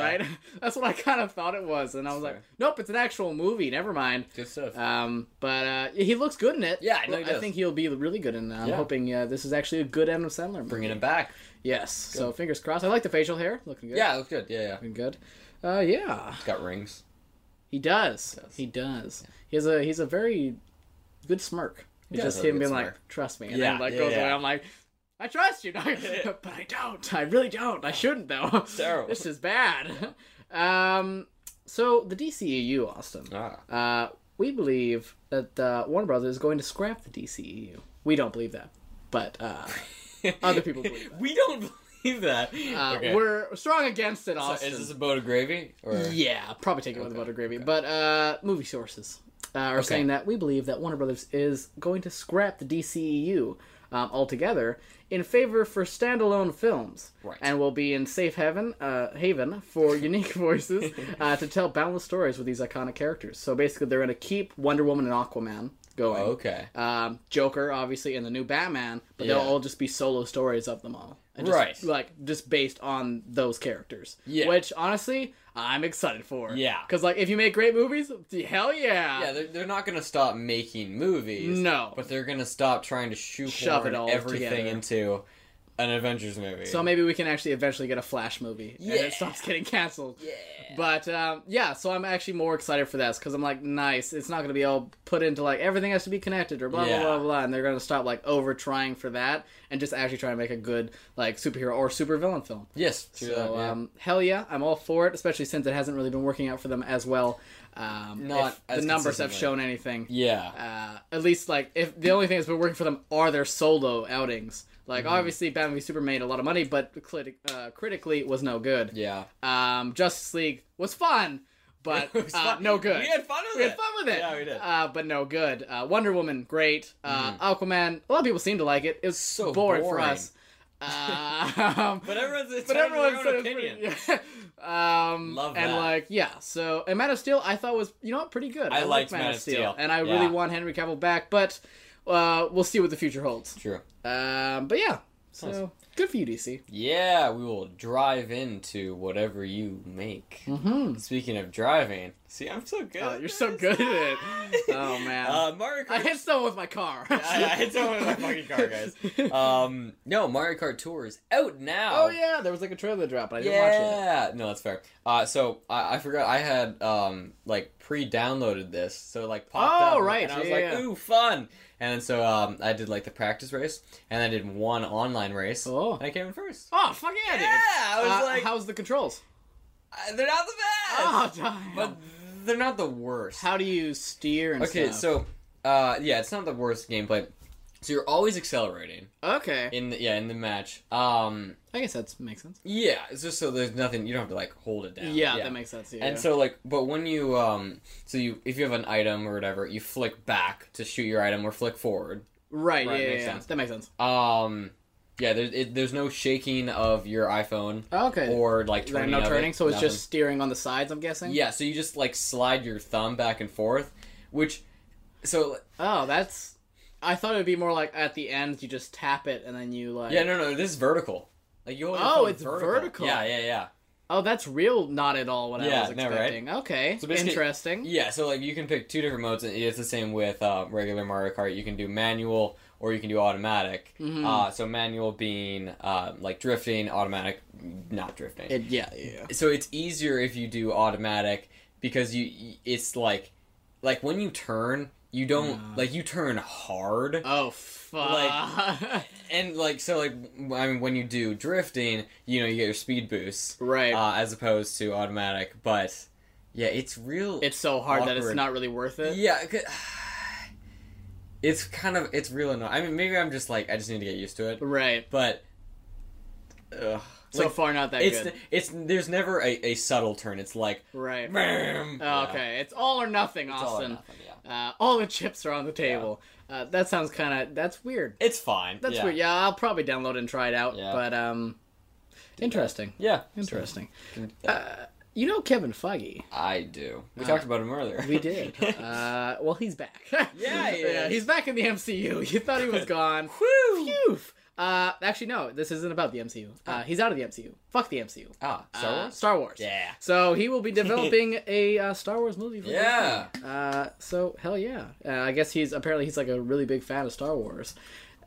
Speaker 1: right. That's what I kind of thought it was, and I was like,
Speaker 2: Fair.
Speaker 1: nope, it's an actual movie. Never mind.
Speaker 2: Good stuff.
Speaker 1: Um, but uh, he looks good in it.
Speaker 2: Yeah, I know he
Speaker 1: I
Speaker 2: does.
Speaker 1: think he'll be really good in. it. I'm
Speaker 2: Yeah.
Speaker 1: hoping uh, this is actually a good Adam Sandler. Movie.
Speaker 2: Bringing him back.
Speaker 1: Yes. So fingers crossed. I like the facial hair. Looking good.
Speaker 2: Yeah, it looked good. Yeah, yeah.
Speaker 1: Looking good. Uh, yeah.
Speaker 2: Got rings.
Speaker 1: He does.
Speaker 2: Does.
Speaker 1: He does. He has a he's a very good smirk. It's
Speaker 2: Yeah,
Speaker 1: just
Speaker 2: that'd
Speaker 1: him
Speaker 2: be
Speaker 1: being
Speaker 2: smart.
Speaker 1: like, "Trust me," and
Speaker 2: Yeah,
Speaker 1: then like
Speaker 2: yeah,
Speaker 1: goes
Speaker 2: yeah.
Speaker 1: away. I'm like, "I trust you," dog." but I don't. I really don't. I shouldn't though.
Speaker 2: terrible.
Speaker 1: this is bad. Um, so the DCEU, Austin.
Speaker 2: Ah.
Speaker 1: Uh, we believe that uh, Warner Brothers is going to scrap the DCEU. We don't believe that, but uh, other people believe that.
Speaker 2: we don't believe that.
Speaker 1: Uh,
Speaker 2: Okay.
Speaker 1: We're strong against it,
Speaker 2: So
Speaker 1: Austin.
Speaker 2: is this a boat of gravy? Or...
Speaker 1: Yeah, probably take it with a butter gravy. But uh, movie sources uh, are saying that we believe that Warner Brothers is going to scrap the DCEU um, altogether in favor for standalone films,
Speaker 2: Right.
Speaker 1: and will be in safe haven uh, haven for unique voices uh, to tell boundless stories with these iconic characters. So basically, they're going to keep Wonder Woman and Aquaman going.
Speaker 2: Okay.
Speaker 1: Um, Joker, obviously, and the new Batman, but they'll
Speaker 2: Yeah.
Speaker 1: all just be solo stories of them all, and just,
Speaker 2: Right.
Speaker 1: Like just based on those characters.
Speaker 2: Yeah.
Speaker 1: Which honestly, I'm excited for.
Speaker 2: Yeah.
Speaker 1: Because like, if you make great movies, d- hell yeah.
Speaker 2: Yeah, they're, they're not going to stop making movies.
Speaker 1: No.
Speaker 2: But they're going to stop trying to
Speaker 1: Shove
Speaker 2: shoehorn
Speaker 1: it all
Speaker 2: everything
Speaker 1: together.
Speaker 2: into an Avengers movie.
Speaker 1: so maybe we can actually eventually get a Flash movie, and
Speaker 2: Yeah.
Speaker 1: it stops getting canceled. Yeah. But um, yeah, so I'm actually more excited for this because I'm like, nice. It's not going to be all put into like everything has to be connected or blah
Speaker 2: Yeah.
Speaker 1: blah blah blah, and they're going to stop like over trying for that and just actually try to make a good like superhero or supervillain film.
Speaker 2: Yes. true that,
Speaker 1: So
Speaker 2: yeah.
Speaker 1: um, hell yeah, I'm all for it. Especially since it hasn't really been working out for them as well. Um,
Speaker 2: Not
Speaker 1: if
Speaker 2: as
Speaker 1: the numbers have
Speaker 2: consistently.
Speaker 1: shown anything.
Speaker 2: yeah.
Speaker 1: Uh, at least like if the only thing that's been working for them are their solo outings. Like
Speaker 2: Mm-hmm.
Speaker 1: obviously, Batman v Superman made a lot of money, but crit- uh, critically it was no good.
Speaker 2: yeah.
Speaker 1: Um, Justice League was fun, but
Speaker 2: It was
Speaker 1: uh,
Speaker 2: fun.
Speaker 1: no good.
Speaker 2: We had fun with
Speaker 1: We
Speaker 2: it.
Speaker 1: had fun with it.
Speaker 2: Yeah, we did. Mm-hmm.
Speaker 1: Uh, but no good. Uh, Wonder Woman, great. Uh, Aquaman, a lot of people seem to like it. It was
Speaker 2: So
Speaker 1: boring, for
Speaker 2: boring.
Speaker 1: us. Um,
Speaker 2: but everyone's it's
Speaker 1: but
Speaker 2: their
Speaker 1: everyone
Speaker 2: own
Speaker 1: said it's
Speaker 2: opinion.
Speaker 1: pretty- yeah. um,
Speaker 2: Love
Speaker 1: and
Speaker 2: that.
Speaker 1: like yeah. So and Man of Steel, I thought was you know what pretty good.
Speaker 2: I liked Man of Steel,
Speaker 1: and I
Speaker 2: yeah.
Speaker 1: really want Henry Cavill back, but uh, we'll see what the future holds.
Speaker 2: True.
Speaker 1: Um, but yeah, so
Speaker 2: Nice.
Speaker 1: good for you, DC.
Speaker 2: Yeah, we will drive into whatever you make.
Speaker 1: Mm-hmm.
Speaker 2: Speaking of driving, see, I'm so good.
Speaker 1: Oh,
Speaker 2: at
Speaker 1: you're so
Speaker 2: this.
Speaker 1: good at it. Oh man,
Speaker 2: Uh, Mario
Speaker 1: I
Speaker 2: Kart.
Speaker 1: hit someone with my car.
Speaker 2: I- I hit someone with my fucking car, guys. um, no, Mario Kart Tour is out now.
Speaker 1: Oh yeah, there was like a trailer drop. but I didn't watch it.
Speaker 2: Yeah, no, that's fair. Uh, so I, I forgot I had um like pre-downloaded this, so it, like popped
Speaker 1: Oh,
Speaker 2: up,
Speaker 1: right,
Speaker 2: and I was
Speaker 1: yeah,
Speaker 2: like,
Speaker 1: yeah.
Speaker 2: ooh, fun. And then so um I did like the practice race, and I did one online race,
Speaker 1: Oh.
Speaker 2: and I came in first.
Speaker 1: Oh fuck yeah, dude.
Speaker 2: Yeah, I was
Speaker 1: Uh,
Speaker 2: like,
Speaker 1: how's the controls?
Speaker 2: "Uh, they're not the best,
Speaker 1: Oh damn.
Speaker 2: but they're not the worst.
Speaker 1: How do you steer and
Speaker 2: okay,
Speaker 1: stuff?
Speaker 2: so uh yeah, it's not the worst gameplay. So you're always accelerating
Speaker 1: okay,
Speaker 2: in the yeah in the match. Um
Speaker 1: I guess that makes sense.
Speaker 2: yeah, it's just so there's nothing you don't have to like hold it
Speaker 1: Yeah,
Speaker 2: down.
Speaker 1: that makes sense. Yeah.
Speaker 2: And so like but when you um so you if you have an item or whatever, you flick back to shoot your item or flick forward.
Speaker 1: right,
Speaker 2: Right,
Speaker 1: yeah,
Speaker 2: makes
Speaker 1: yeah,
Speaker 2: sense.
Speaker 1: that makes sense.
Speaker 2: Um yeah, there's it, there's no shaking of your iPhone
Speaker 1: Okay,
Speaker 2: or like
Speaker 1: Like,
Speaker 2: turning
Speaker 1: no
Speaker 2: of it,
Speaker 1: turning, so it's
Speaker 2: nothing.
Speaker 1: just steering on the sides. I'm guessing.
Speaker 2: Yeah, so you just like slide your thumb back and forth, which so
Speaker 1: Oh, that's. I thought it would be more like at the end you just tap it and then you like.
Speaker 2: Yeah, no, no, this is vertical. Like you. hold your
Speaker 1: Oh,
Speaker 2: phone
Speaker 1: it's vertical.
Speaker 2: Yeah, yeah, yeah.
Speaker 1: Oh, that's real. Not at all what I
Speaker 2: Yeah,
Speaker 1: was
Speaker 2: no, right?
Speaker 1: expecting. Okay,
Speaker 2: So basically-
Speaker 1: interesting.
Speaker 2: Yeah, so like you can pick two different modes, and it's the same with uh, regular Mario Kart. You can do manual or you can do automatic.
Speaker 1: Mhm.
Speaker 2: Uh, so manual being uh, like drifting, automatic not drifting.
Speaker 1: It, yeah, yeah.
Speaker 2: so it's easier if you do automatic because you it's like like when you turn you don't
Speaker 1: Yeah.
Speaker 2: like you turn hard
Speaker 1: Oh fuck.
Speaker 2: and like so like I mean when you do drifting you know you get your speed boost
Speaker 1: right.
Speaker 2: uh, as opposed to automatic. But yeah, it's real.
Speaker 1: it's so hard that it's
Speaker 2: awkward.
Speaker 1: not really worth it.
Speaker 2: yeah. it could- It's kind of it's real annoying. I mean, maybe I'm just like I just need to get used to it.
Speaker 1: Right.
Speaker 2: But ugh,
Speaker 1: So
Speaker 2: like,
Speaker 1: far, not that
Speaker 2: it's
Speaker 1: good.
Speaker 2: it's there's never a, a subtle turn. It's like
Speaker 1: right.
Speaker 2: bam.
Speaker 1: Oh, okay, it's all or nothing,
Speaker 2: It's all or
Speaker 1: Austin.
Speaker 2: nothing, yeah.
Speaker 1: Uh, all the chips are on the table. Uh, that sounds kind of that's weird.
Speaker 2: It's fine.
Speaker 1: That's
Speaker 2: yeah.
Speaker 1: weird. Yeah, I'll probably download and try it out.
Speaker 2: Yeah.
Speaker 1: But um, interesting,
Speaker 2: Yeah.
Speaker 1: interesting. Uh,
Speaker 2: So,
Speaker 1: You know Kevin Feige.
Speaker 2: I do. We talked about him earlier.
Speaker 1: Uh, We did. uh, well, he's back.
Speaker 2: Yeah, he is.
Speaker 1: He's back in the MCU. You thought he was gone.
Speaker 2: Woo!
Speaker 1: Phew. Uh, actually, no. This isn't about the MCU. Uh, he's out of the MCU. Fuck the MCU.
Speaker 2: Ah, Oh. Star
Speaker 1: Uh,
Speaker 2: Wars?
Speaker 1: Star Wars.
Speaker 2: Yeah.
Speaker 1: So he will be developing a uh, Star Wars movie. For
Speaker 2: Yeah.
Speaker 1: Disney. Uh, so hell yeah. Uh, I guess he's apparently he's like a really big fan of Star Wars,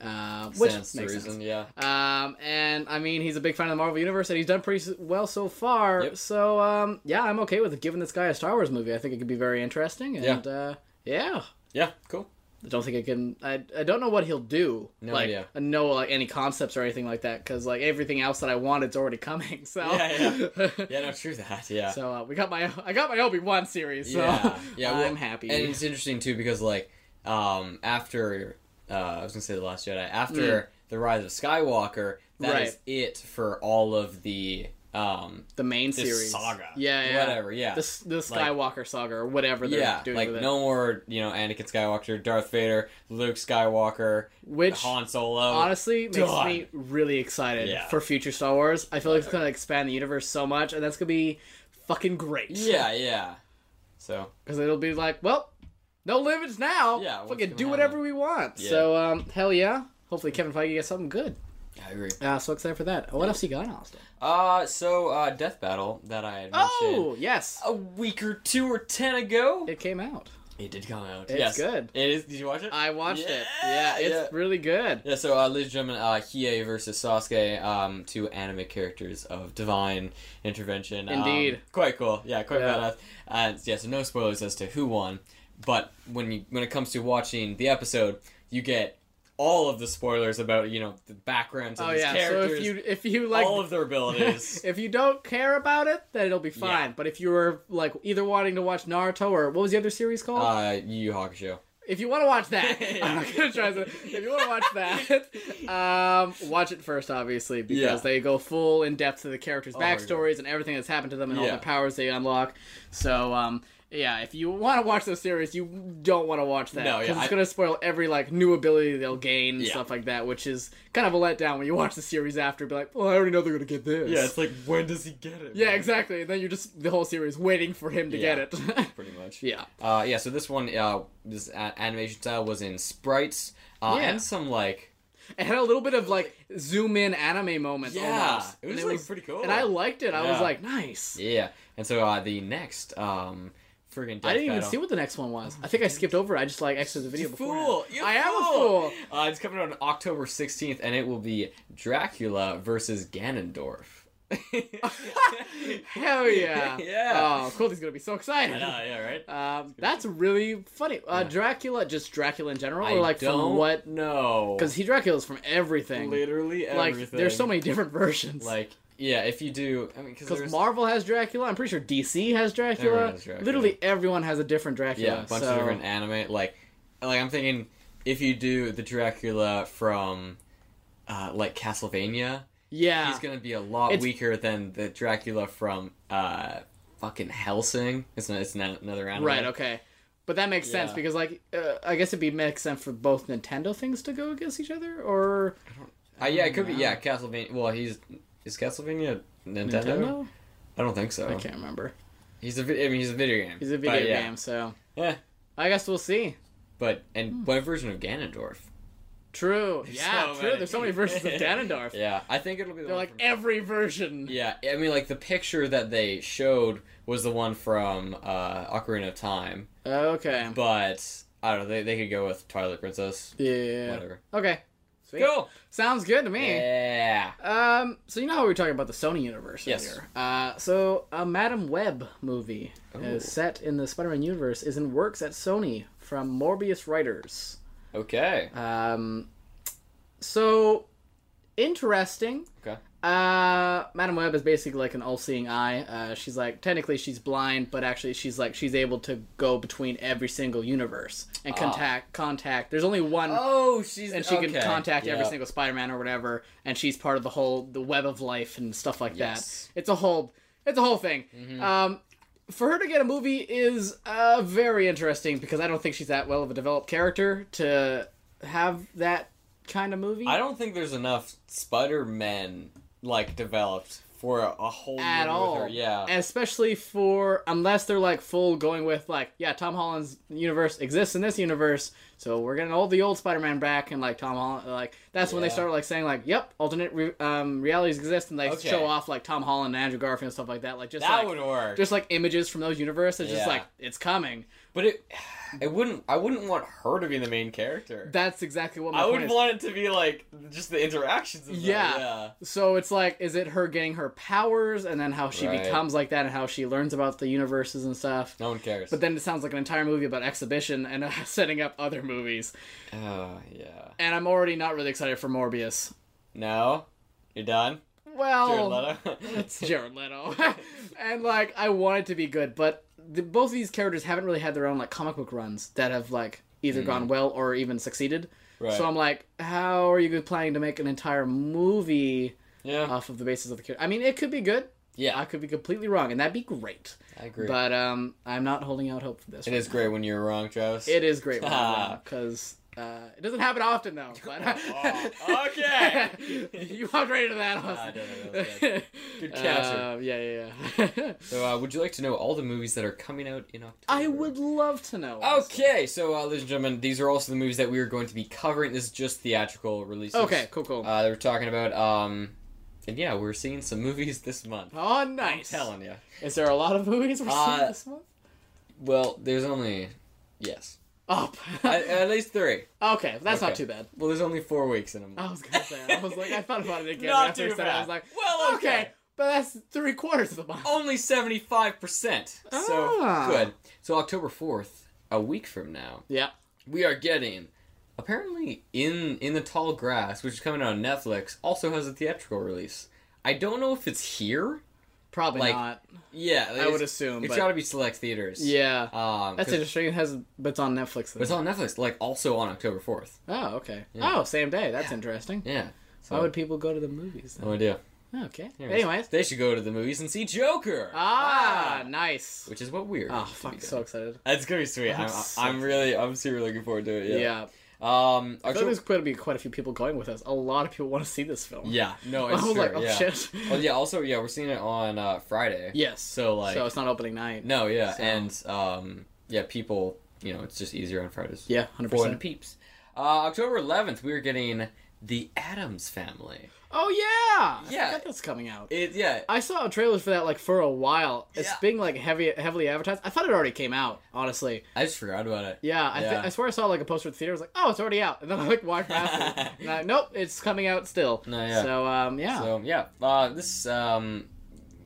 Speaker 1: uh, which
Speaker 2: Stands to
Speaker 1: makes
Speaker 2: reason.
Speaker 1: sense.
Speaker 2: Yeah.
Speaker 1: Um, and I mean he's a big fan of the Marvel universe, and he's done pretty s- well so far.
Speaker 2: Yep.
Speaker 1: So um, yeah, I'm okay with giving this guy a Star Wars movie. I think it could be very interesting. And,
Speaker 2: Yeah.
Speaker 1: Uh, yeah.
Speaker 2: Yeah. Cool.
Speaker 1: I don't think I can. I, I don't know what he'll do.
Speaker 2: No
Speaker 1: like,
Speaker 2: idea.
Speaker 1: I know like any concepts or anything like that because like everything else that I wanted's already coming. So
Speaker 2: Yeah, Yeah, no, true that. Yeah.
Speaker 1: So uh, we got my I got my Obi Wan series. So
Speaker 2: Yeah, yeah, well,
Speaker 1: I'm happy.
Speaker 2: And it's interesting too because like um after uh I was gonna say the Last Jedi after the Rise of Skywalker that is
Speaker 1: Mm. Right.
Speaker 2: it for all of the um
Speaker 1: the main
Speaker 2: this
Speaker 1: series
Speaker 2: saga
Speaker 1: Yeah, yeah.
Speaker 2: whatever yeah
Speaker 1: The, s- the Skywalker saga or whatever they're
Speaker 2: yeah
Speaker 1: doing
Speaker 2: like
Speaker 1: with it.
Speaker 2: no more you know Anakin Skywalker Darth Vader Luke Skywalker
Speaker 1: Which
Speaker 2: Han Solo
Speaker 1: honestly makes
Speaker 2: done.
Speaker 1: me really excited
Speaker 2: Yeah.
Speaker 1: for future Star Wars. I feel like it's gonna expand the universe so much, and that's gonna be fucking great.
Speaker 2: yeah yeah so
Speaker 1: because it'll be like, well, no limits now.
Speaker 2: Yeah, what's
Speaker 1: fucking
Speaker 2: gonna
Speaker 1: do
Speaker 2: happen?
Speaker 1: whatever we want.
Speaker 2: Yeah.
Speaker 1: So um, hell yeah. Hopefully Kevin Feige gets something good.
Speaker 2: I agree
Speaker 1: Uh, so excited for that. What else you got, Austin?
Speaker 2: uh so uh Death Battle that I had mentioned
Speaker 1: Oh yes,
Speaker 2: a week or two or ten ago
Speaker 1: it came out.
Speaker 2: It did come out.
Speaker 1: It's
Speaker 2: yes.
Speaker 1: good.
Speaker 2: It is. Did you watch it?
Speaker 1: I watched it. Yeah,
Speaker 2: Yeah,
Speaker 1: it's really good.
Speaker 2: yeah, so uh, ladies and gentlemen, uh, Hiei versus Sasuke, um, two anime characters of divine intervention. Um,
Speaker 1: Indeed.
Speaker 2: quite cool. Yeah, quite
Speaker 1: Yeah.
Speaker 2: badass. And yeah, so no spoilers as to who won, but when you when it comes to watching the episode, you get all of the spoilers about you know the backgrounds of
Speaker 1: Oh
Speaker 2: these
Speaker 1: yeah.
Speaker 2: characters,
Speaker 1: So if you if you like
Speaker 2: all of their abilities.
Speaker 1: if you don't care about it, then it'll be fine. But if you were like either wanting to watch Naruto or what was the other series called?
Speaker 2: uh, Yu Yu Hakusho.
Speaker 1: if you want to watch that,
Speaker 2: Yeah.
Speaker 1: I'm not gonna try to. If you want to watch that, um, watch it first, obviously, because
Speaker 2: Yeah.
Speaker 1: they go full in depth to the characters'
Speaker 2: my God.
Speaker 1: backstories and everything that's happened to them and all
Speaker 2: Yeah.
Speaker 1: the powers they unlock. So, um, yeah, if you want to watch those series, you don't want to watch that
Speaker 2: No, yeah,
Speaker 1: it's
Speaker 2: I-
Speaker 1: gonna spoil every like new ability they'll gain and
Speaker 2: Yeah.
Speaker 1: stuff like that, which is kind of a letdown when you watch the series after. Be like, well, I already know they're gonna get this.
Speaker 2: like when does he get it?
Speaker 1: Yeah, exactly. And then you're just the whole series waiting for him to
Speaker 2: Yeah.
Speaker 1: get it.
Speaker 2: Pretty much.
Speaker 1: yeah.
Speaker 2: Uh, yeah, so this one, uh, this a- animation style was in sprites uh,
Speaker 1: Yeah.
Speaker 2: and some like
Speaker 1: It had a little bit of like zoom in anime moments.
Speaker 2: Yeah,
Speaker 1: almost.
Speaker 2: it was,
Speaker 1: And
Speaker 2: like, pretty cool.
Speaker 1: and I liked it. I was
Speaker 2: Yeah.
Speaker 1: like, nice.
Speaker 2: yeah, and so uh, the next um friggin' Death
Speaker 1: I didn't even
Speaker 2: Battle-
Speaker 1: see what the next one was. I think I skipped over. it. I just like exited the video
Speaker 2: You
Speaker 1: before.
Speaker 2: fool! You
Speaker 1: I am a fool.
Speaker 2: Uh, it's coming out on October sixteenth, and it will be Dracula versus Ganondorf.
Speaker 1: Hell yeah!
Speaker 2: Yeah.
Speaker 1: Oh, Quilty's gonna be so excited.
Speaker 2: yeah, right.
Speaker 1: Um, that's really funny. Uh,
Speaker 2: Yeah.
Speaker 1: Dracula, just Dracula in general,
Speaker 2: I
Speaker 1: or like
Speaker 2: don't
Speaker 1: from what?
Speaker 2: know
Speaker 1: Because he Dracula's from everything.
Speaker 2: literally
Speaker 1: like,
Speaker 2: everything.
Speaker 1: there's so many different versions.
Speaker 2: like yeah. If you do, I mean,
Speaker 1: because
Speaker 2: because
Speaker 1: Marvel has Dracula. I'm pretty sure DC has Dracula.
Speaker 2: Everyone has Dracula.
Speaker 1: Literally everyone has a different Dracula.
Speaker 2: Yeah, a bunch
Speaker 1: so-
Speaker 2: of different anime. Like, like I'm thinking, if you do the Dracula from, uh, like Castlevania,
Speaker 1: Yeah.
Speaker 2: he's gonna be a lot
Speaker 1: It's-
Speaker 2: weaker than the Dracula from, uh, fucking Helsing. It's, not, it's not another anime.
Speaker 1: Right. Okay. But that makes sense
Speaker 2: Yeah.
Speaker 1: because, like, uh, I guess it'd be make sense for both Nintendo things to go against each other, or
Speaker 2: Uh, yeah, it could be.
Speaker 1: Wow.
Speaker 2: Yeah, Castlevania. Well, he's is Castlevania Nintendo.
Speaker 1: Nintendo.
Speaker 2: I don't think so.
Speaker 1: I can't remember.
Speaker 2: He's a. vi- I mean, he's a video game.
Speaker 1: He's a video
Speaker 2: but, Oh, yeah.
Speaker 1: game, so
Speaker 2: Yeah.
Speaker 1: I guess we'll see.
Speaker 2: But and
Speaker 1: Hmm.
Speaker 2: what version of Ganondorf?
Speaker 1: True. yeah.
Speaker 2: so
Speaker 1: true.
Speaker 2: many.
Speaker 1: There's so many versions of Ganondorf.
Speaker 2: Yeah, I think it'll be. The
Speaker 1: They're
Speaker 2: one
Speaker 1: like
Speaker 2: from-
Speaker 1: every version.
Speaker 2: Yeah, I mean, like the picture that they showed was the one from uh, Ocarina of Time,
Speaker 1: Okay.
Speaker 2: but I don't know. They, they could go with Twilight Princess,
Speaker 1: Yeah.
Speaker 2: whatever.
Speaker 1: Okay. Sweet.
Speaker 2: Cool.
Speaker 1: Sounds good to me.
Speaker 2: Yeah.
Speaker 1: Um, so you know how we were talking about the Sony universe
Speaker 2: Yes.
Speaker 1: earlier. Uh, so a Madam Web movie
Speaker 2: Ooh.
Speaker 1: is set in the Spider-Man universe is in works at Sony from Morbius writers.
Speaker 2: Okay.
Speaker 1: Um, so interesting.
Speaker 2: Okay.
Speaker 1: Uh, Madam Web is basically like an all-seeing eye. Uh, she's like technically she's blind, but actually she's like she's able to go between every single universe and
Speaker 2: Ah.
Speaker 1: contact contact. There's only one
Speaker 2: Oh, she's
Speaker 1: and she
Speaker 2: okay,
Speaker 1: can contact every
Speaker 2: yeah.
Speaker 1: single Spider-Man or whatever, and she's part of the whole the web of life and stuff like
Speaker 2: Yes.
Speaker 1: that. It's a whole it's a whole thing. Um, for her to get a movie is uh, very interesting because I don't think she's that well of a developed character to have that kind of movie
Speaker 2: I don't think there's enough Spider Men like developed for a, a whole
Speaker 1: at
Speaker 2: movie
Speaker 1: all.
Speaker 2: With her. Yeah.
Speaker 1: especially for unless they're like full going with like yeah, Tom Holland's universe exists in this universe, so we're getting all the old Spider-Man back and like Tom Holland like that's when they
Speaker 2: Yeah.
Speaker 1: start like saying like yep, alternate re- um, realities exist and they
Speaker 2: Okay.
Speaker 1: show off like Tom Holland and Andrew Garfield and stuff like that like just
Speaker 2: that
Speaker 1: like
Speaker 2: would work.
Speaker 1: just like images from those universes
Speaker 2: Yeah.
Speaker 1: just like it's coming.
Speaker 2: But it, it wouldn't. I wouldn't want her to be the main character.
Speaker 1: That's exactly what my
Speaker 2: I
Speaker 1: point
Speaker 2: would
Speaker 1: is.
Speaker 2: want it to be like just the interactions. Of them,
Speaker 1: Yeah.
Speaker 2: yeah.
Speaker 1: So it's like, is it her getting her powers and then how she
Speaker 2: Right.
Speaker 1: becomes like that and how she learns about the universes and stuff?
Speaker 2: No one cares.
Speaker 1: But then it sounds like an entire movie about exhibition and uh, setting up other movies.
Speaker 2: oh yeah.
Speaker 1: And I'm already not really excited for Morbius.
Speaker 2: No, you're done. Jared
Speaker 1: Well,
Speaker 2: Leto?
Speaker 1: it's Jared Leto. and like, I want it to be good, but the, both of these characters haven't really had their own like comic book runs that have like either gone well or even succeeded.
Speaker 2: Mm. right.
Speaker 1: So I'm like, how are you planning to make an entire movie
Speaker 2: yeah.
Speaker 1: off of the basis of the character? I mean, it could be good.
Speaker 2: yeah.
Speaker 1: uh, I could be completely wrong, and that'd be great.
Speaker 2: I agree.
Speaker 1: But um, I'm not holding out hope for this.
Speaker 2: it
Speaker 1: one.
Speaker 2: is great when you're wrong, Travis.
Speaker 1: It is great
Speaker 2: Ah.
Speaker 1: because uh, it doesn't happen often though. But
Speaker 2: Oh, okay.
Speaker 1: you walked right into that.
Speaker 2: Ah,
Speaker 1: Austin.
Speaker 2: I don't know, that was good. Good capture.
Speaker 1: Uh, yeah, yeah, yeah.
Speaker 2: So, uh, would you like to know all the movies that are coming out in October?
Speaker 1: I would love to know. Austin.
Speaker 2: Okay, so uh, ladies and gentlemen, these are also the movies that we are going to be covering. This is just theatrical releases.
Speaker 1: Okay. Cool. Cool.
Speaker 2: Uh, they were talking about, um, and yeah, we're seeing some movies this month.
Speaker 1: oh, nice.
Speaker 2: I'm telling you.
Speaker 1: Is there a lot of movies we're
Speaker 2: Uh,
Speaker 1: seeing this month?
Speaker 2: Well, there's only, yes,
Speaker 1: Up.
Speaker 2: at, at least three.
Speaker 1: okay, that's not
Speaker 2: uh, okay.
Speaker 1: too bad.
Speaker 2: Well, there's only four weeks in a month.
Speaker 1: I was gonna say. I was like, I thought about it again
Speaker 2: Not
Speaker 1: after you
Speaker 2: too
Speaker 1: said it. I was
Speaker 2: bad.
Speaker 1: like,
Speaker 2: Well,
Speaker 1: okay.
Speaker 2: okay. Oh.
Speaker 1: but that's three quarters of the month.
Speaker 2: Only seventy five percent. So
Speaker 1: Ah.
Speaker 2: good. So October fourth, a week from now,
Speaker 1: Yeah.
Speaker 2: we are getting apparently in in the tall grass which is coming out on netflix also has a theatrical release i don't know if it's here
Speaker 1: Probably
Speaker 2: Like,
Speaker 1: not.
Speaker 2: yeah
Speaker 1: I would assume.
Speaker 2: it's
Speaker 1: but
Speaker 2: got to be select theaters
Speaker 1: yeah.
Speaker 2: um
Speaker 1: That's
Speaker 2: 'cause-
Speaker 1: interesting. It has, but it's on Netflix.
Speaker 2: but it's on netflix like also on october 4th
Speaker 1: oh, okay.
Speaker 2: Yeah.
Speaker 1: Oh, same day. That's interesting.
Speaker 2: yeah Oh. so
Speaker 1: Why would people go to the movies? Then?
Speaker 2: no idea
Speaker 1: Okay.
Speaker 2: Anyways,
Speaker 1: Anyways.
Speaker 2: they should go to the movies and see joker
Speaker 1: Ah,
Speaker 2: Ah.
Speaker 1: nice.
Speaker 2: which is what we're
Speaker 1: Oh,
Speaker 2: to be
Speaker 1: fuck!
Speaker 2: doing.
Speaker 1: So excited.
Speaker 2: that's gonna be sweet
Speaker 1: I'm
Speaker 2: i'm,
Speaker 1: so
Speaker 2: I'm really i'm super looking forward to it
Speaker 1: Yeah.
Speaker 2: yeah, um
Speaker 1: I thought
Speaker 2: October-
Speaker 1: there's going to be quite a few people going with us. A lot of people want to see this film.
Speaker 2: yeah no
Speaker 1: I
Speaker 2: it's
Speaker 1: was
Speaker 2: true,
Speaker 1: like, oh
Speaker 2: yeah.
Speaker 1: shit.
Speaker 2: Well, yeah also yeah we're seeing it on uh friday
Speaker 1: Yes.
Speaker 2: so like
Speaker 1: so it's not opening night.
Speaker 2: No, yeah,
Speaker 1: So-
Speaker 2: and um, yeah, people, you know, it's just easier on Fridays.
Speaker 1: Yeah, hundred
Speaker 2: for the
Speaker 1: percent.
Speaker 2: peeps. Uh, October 11th, we are getting the Adams Family.
Speaker 1: Oh yeah.
Speaker 2: Yeah.
Speaker 1: I forgot that's coming out.
Speaker 2: It yeah,
Speaker 1: I saw trailers for that like for a while. It's
Speaker 2: Yeah.
Speaker 1: being like heavy, heavily advertised. I thought it already came out. Honestly,
Speaker 2: I just forgot about it.
Speaker 1: yeah. I, thi-
Speaker 2: Yeah.
Speaker 1: I swear I saw like a poster at the theater. I was like, oh, it's already out. And then I like walked past it. And I, nope, it's coming out still.
Speaker 2: No, yeah.
Speaker 1: So um, yeah.
Speaker 2: So yeah, uh, this um,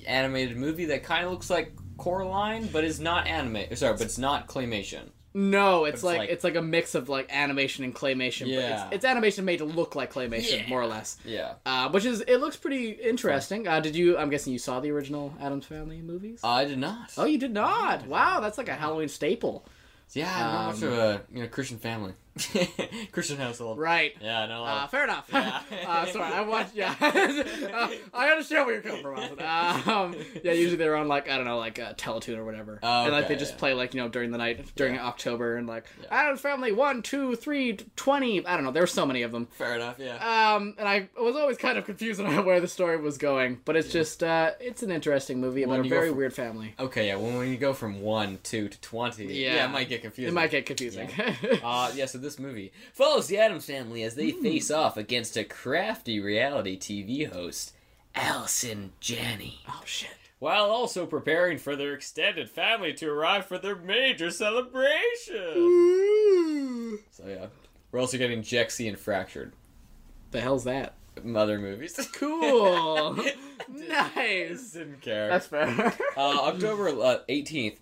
Speaker 2: animated movie that kind of looks like Coraline, but is not anime. Sorry, but it's not claymation.
Speaker 1: no, it's,
Speaker 2: it's
Speaker 1: like,
Speaker 2: like-
Speaker 1: it's like a mix of like animation and claymation. But
Speaker 2: Yeah.
Speaker 1: it's, it's animation made to look like claymation,
Speaker 2: Yeah.
Speaker 1: more or less.
Speaker 2: Yeah,
Speaker 1: Uh, which is it looks pretty interesting. Uh, did you? I'm guessing you saw the original Adams Family movies.
Speaker 2: I did not.
Speaker 1: oh, you did not. Wow, that's like a Halloween staple.
Speaker 2: yeah, I'm not much
Speaker 1: um,
Speaker 2: of a you know Christian family, Christian household.
Speaker 1: Right.
Speaker 2: Yeah, not a lot.
Speaker 1: Uh, fair enough.
Speaker 2: Oh. Yeah.
Speaker 1: uh, sorry, I watched. Yeah, Uh, I understand where you're coming from. Austin. Um, yeah, usually they're on like I don't know, like uh, Teletoon or whatever,
Speaker 2: Oh,
Speaker 1: and like they
Speaker 2: okay,
Speaker 1: just
Speaker 2: yeah.
Speaker 1: play like you know during the night during October and like
Speaker 2: Yeah.
Speaker 1: Adam's Family one, two, three, twenty. I don't know. There were so many of them.
Speaker 2: fair enough. Yeah.
Speaker 1: Um, and I was always kind of confused on where the story was going, but it's just uh, it's an interesting movie
Speaker 2: When
Speaker 1: about a
Speaker 2: you go
Speaker 1: very
Speaker 2: from-
Speaker 1: weird family.
Speaker 2: Okay, yeah. When, when you go from one, two to twenty,
Speaker 1: uh, Yeah.
Speaker 2: yeah, it might get confusing.
Speaker 1: It might get confusing.
Speaker 2: Uh, yeah, so this movie follows the Adams family as they face off against a crafty reality TV host, Allison Janney,
Speaker 1: oh shit.
Speaker 2: while also preparing for their extended family to arrive for their major celebration. So, yeah. We're also getting Jexy and Fractured.
Speaker 1: The hell's that?
Speaker 2: Mother movies.
Speaker 1: Cool. nice.
Speaker 2: Didn't care.
Speaker 1: That's fair.
Speaker 2: uh, October uh, 18th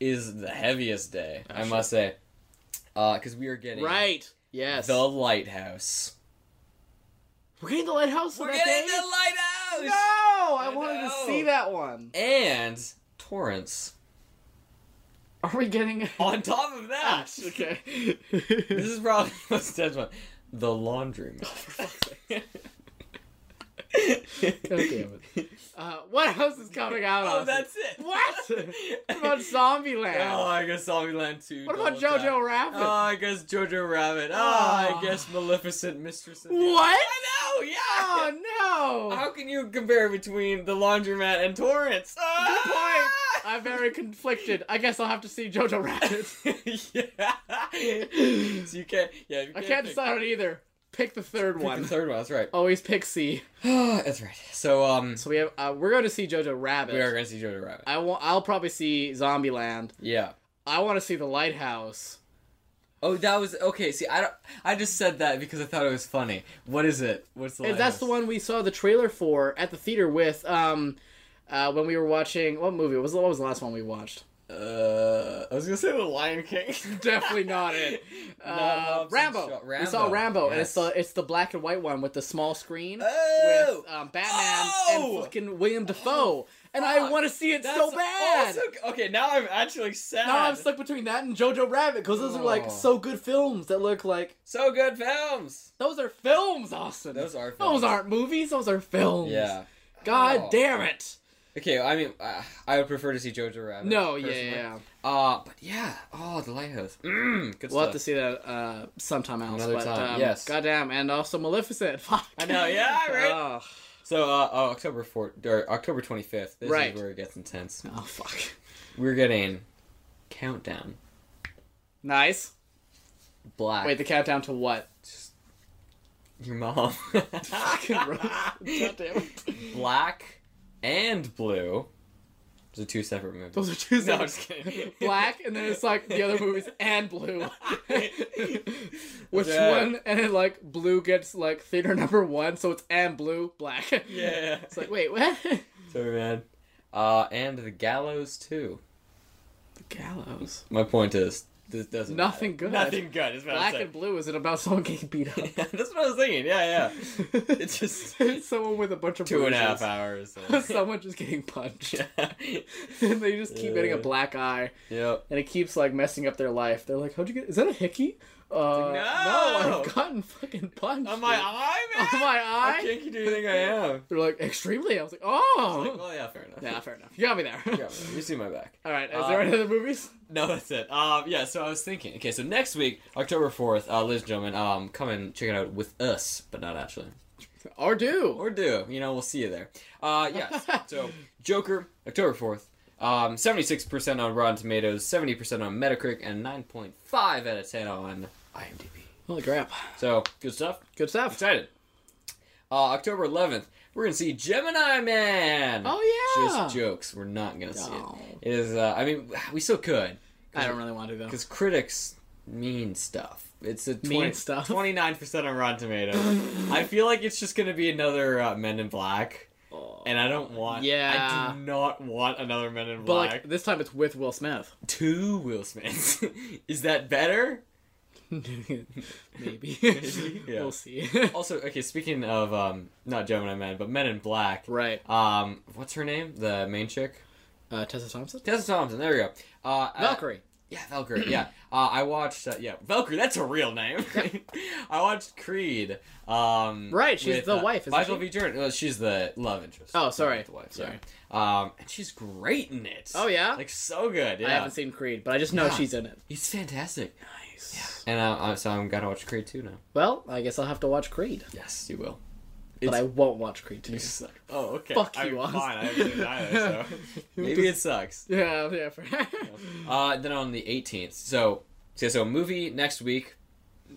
Speaker 2: is the heaviest day, I
Speaker 1: Oh, shit.
Speaker 2: must say. Because we are getting
Speaker 1: Right. Yes.
Speaker 2: The Lighthouse.
Speaker 1: We're getting the lighthouse. on that day?
Speaker 2: Lighthouse!
Speaker 1: No, I
Speaker 2: I
Speaker 1: wanted to
Speaker 2: know.
Speaker 1: see that one.
Speaker 2: and Torrance.
Speaker 1: Are we getting?
Speaker 2: On top of that,
Speaker 1: Gosh. Ah, Okay.
Speaker 2: this is probably the most intense one. The laundromat.
Speaker 1: God damn it. Uh, what else is coming out?
Speaker 2: oh,
Speaker 1: Austin?
Speaker 2: that's it.
Speaker 1: What? What about
Speaker 2: Oh,
Speaker 1: Zombieland?
Speaker 2: I guess Zombieland too.
Speaker 1: what about
Speaker 2: Double
Speaker 1: Jojo
Speaker 2: Tap.
Speaker 1: Rabbit?
Speaker 2: Oh, I guess Jojo Rabbit. Oh,
Speaker 1: Ah.
Speaker 2: I guess Maleficent, Mistress. Of
Speaker 1: What?
Speaker 2: I know. Yeah.
Speaker 1: oh no!
Speaker 2: How can you compare between the laundromat and Torrance? Ah!
Speaker 1: point. I'm very conflicted. I guess I'll have to see Jojo Rabbit.
Speaker 2: yeah. So you can't. Yeah. You can't
Speaker 1: I can't
Speaker 2: pick-
Speaker 1: decide on either. Pick the third
Speaker 2: pick the
Speaker 1: one.
Speaker 2: third one. That's right.
Speaker 1: Always pick C.
Speaker 2: that's right. So um,
Speaker 1: So we have uh, we're going to see Jojo Rabbit.
Speaker 2: we are gonna see Jojo Rabbit.
Speaker 1: I will I'll probably see Zombieland.
Speaker 2: Yeah.
Speaker 1: I want to see the lighthouse.
Speaker 2: Oh, that was okay. See, I don't, I just said that because I thought it was funny. What is it? What's the?
Speaker 1: And that's the
Speaker 2: lighthouse?
Speaker 1: one we saw the trailer for at the theater with um, uh, when we were watching what movie was what was the last one we watched?
Speaker 2: Uh, I was gonna say the Lion King.
Speaker 1: Definitely not it.
Speaker 2: Not
Speaker 1: Uh,
Speaker 2: Hobbs and
Speaker 1: Rambo.
Speaker 2: Shaw-
Speaker 1: We saw Rambo, and it's
Speaker 2: yes.
Speaker 1: the it's the black and white one with the small screen
Speaker 2: Oh!
Speaker 1: with um, Batman
Speaker 2: Oh!
Speaker 1: and fucking William Dafoe, and I
Speaker 2: fuck.
Speaker 1: want to see it
Speaker 2: That's
Speaker 1: so bad.
Speaker 2: also- okay, now I'm actually sad.
Speaker 1: now I'm stuck between that and Jojo Rabbit because those are
Speaker 2: Oh.
Speaker 1: like so good films that look like
Speaker 2: So good films.
Speaker 1: those are films, Austin.
Speaker 2: Those are films.
Speaker 1: Those aren't movies. Those are films.
Speaker 2: Yeah.
Speaker 1: God
Speaker 2: Oh.
Speaker 1: damn it.
Speaker 2: Okay, I mean, uh, I would prefer to see Jojo Rabbit.
Speaker 1: No. Yeah.
Speaker 2: personally.
Speaker 1: Yeah. yeah.
Speaker 2: Uh, but yeah. Oh, the lighthouse. Mmm. Good
Speaker 1: We'll
Speaker 2: stuff.
Speaker 1: have to see that uh, sometime else.
Speaker 2: Another
Speaker 1: but,
Speaker 2: time,
Speaker 1: Um,
Speaker 2: yes.
Speaker 1: Goddamn, and also Maleficent. Fuck.
Speaker 2: I know, yeah, right?
Speaker 1: Ugh.
Speaker 2: So uh, oh, October fourth or October twenty fifth. This
Speaker 1: Right.
Speaker 2: is where it gets intense.
Speaker 1: Oh fuck.
Speaker 2: We're getting countdown.
Speaker 1: Nice.
Speaker 2: Black.
Speaker 1: Wait, the countdown to what?
Speaker 2: your mom.
Speaker 1: Fucking Rose. Goddamn.
Speaker 2: Black and blue. Those are two separate movies.
Speaker 1: Those are two
Speaker 2: No, I'm
Speaker 1: separate-
Speaker 2: just kidding.
Speaker 1: Black, and then it's like the other movies and blue. Which
Speaker 2: Yeah.
Speaker 1: one? And then like blue gets like theater number one, so it's and blue, black.
Speaker 2: Yeah.
Speaker 1: It's like wait, what? The
Speaker 2: Sorry, man. Uh, and the gallows too.
Speaker 1: gallows.
Speaker 2: My point is, this doesn't
Speaker 1: Nothing
Speaker 2: matter.
Speaker 1: good.
Speaker 2: Nothing good. Is what
Speaker 1: Black
Speaker 2: I'm
Speaker 1: and
Speaker 2: saying.
Speaker 1: blue isn't about someone getting beat up.
Speaker 2: That's what I was thinking. Yeah, yeah. It's just
Speaker 1: someone with a bunch of
Speaker 2: two and a
Speaker 1: bruises.
Speaker 2: half hours. so-
Speaker 1: Someone just getting punched.
Speaker 2: Yeah.
Speaker 1: and they just keep getting a
Speaker 2: Yeah.
Speaker 1: black eye,
Speaker 2: yep.
Speaker 1: and it keeps like messing up their life. They're like, "How'd you get? Is that a hickey?" Uh,
Speaker 2: like,
Speaker 1: no,
Speaker 2: "No!"
Speaker 1: I've gotten fucking punched.
Speaker 2: On my eye, man.
Speaker 1: On my
Speaker 2: How
Speaker 1: eye?
Speaker 2: kinky do you think I am?
Speaker 1: They're like, "Extremely." I was like,
Speaker 2: Like,
Speaker 1: "Oh."
Speaker 2: well, yeah, fair enough.
Speaker 1: Yeah, fair enough. You got me there.
Speaker 2: Yeah, man, you see my back.
Speaker 1: All right. Is
Speaker 2: Uh,
Speaker 1: there any other movies?
Speaker 2: No, that's it. Um, yeah. So I was thinking. Okay, so next week, October fourth, uh, ladies and gentlemen, um, come and check it out with us, but not actually.
Speaker 1: Or do?
Speaker 2: Or do you know? We'll see you there. Uh, yes. so Joker, October fourth. Um, seventy-six percent on Rotten Tomatoes, seventy percent on Metacritic, and nine point five out of ten on IMDb.
Speaker 1: Holy crap!
Speaker 2: So good stuff.
Speaker 1: Good stuff.
Speaker 2: Excited. Uh, October eleventh, we're gonna see Gemini Man.
Speaker 1: Oh yeah.
Speaker 2: Just jokes. We're not gonna see
Speaker 1: No.
Speaker 2: it. It is. Uh, I mean, we still could.
Speaker 1: I don't really want to though.
Speaker 2: Because critics mean stuff. It's a 20,
Speaker 1: Mean stuff?
Speaker 2: Twenty nine percent on Rotten Tomatoes. I feel like it's just gonna be another uh, Men in Black,
Speaker 1: Oh.
Speaker 2: and I don't want. I
Speaker 1: Yeah.
Speaker 2: do not want another Men in
Speaker 1: But
Speaker 2: Black.
Speaker 1: like this time, it's with Will Smith.
Speaker 2: Two Will Smiths. Is that better?
Speaker 1: Maybe.
Speaker 2: Maybe, yeah.
Speaker 1: We'll see.
Speaker 2: Also, okay. Speaking of um, not Gemini Man, but Men in Black.
Speaker 1: right.
Speaker 2: Um, what's her name? The main chick,
Speaker 1: Uh, Tessa Thompson.
Speaker 2: Tessa Thompson. There we go. Uh, uh,
Speaker 1: Valkyrie.
Speaker 2: Yeah, Valkyrie. yeah, uh, I watched. Uh, yeah, Valkyrie. That's a real name. I watched Creed. Um,
Speaker 1: Right, she's the wife, isn't
Speaker 2: Michael
Speaker 1: she?
Speaker 2: B. Jordan. Well, she's the love interest.
Speaker 1: Oh, sorry.
Speaker 2: Not the wife. Sorry. Um, and she's great in it.
Speaker 1: Oh, yeah?
Speaker 2: like so good. Yeah,
Speaker 1: I haven't seen Creed, but I just know
Speaker 2: Yeah.
Speaker 1: she's in it.
Speaker 2: he's fantastic.
Speaker 1: Nice.
Speaker 2: And uh, uh, so I'm gonna watch Creed too now.
Speaker 1: Well, I guess I'll have to watch Creed,
Speaker 2: Yes, you will.
Speaker 1: but
Speaker 2: It's-
Speaker 1: I won't watch Creed
Speaker 2: You
Speaker 1: two.
Speaker 2: suck. Oh, okay.
Speaker 1: Fuck
Speaker 2: I'm
Speaker 1: you, Oz.
Speaker 2: Fine. I haven't seen it either. So maybe it sucks.
Speaker 1: Yeah, yeah. For...
Speaker 2: Uh, then on the 18th. So, so, so movie next week.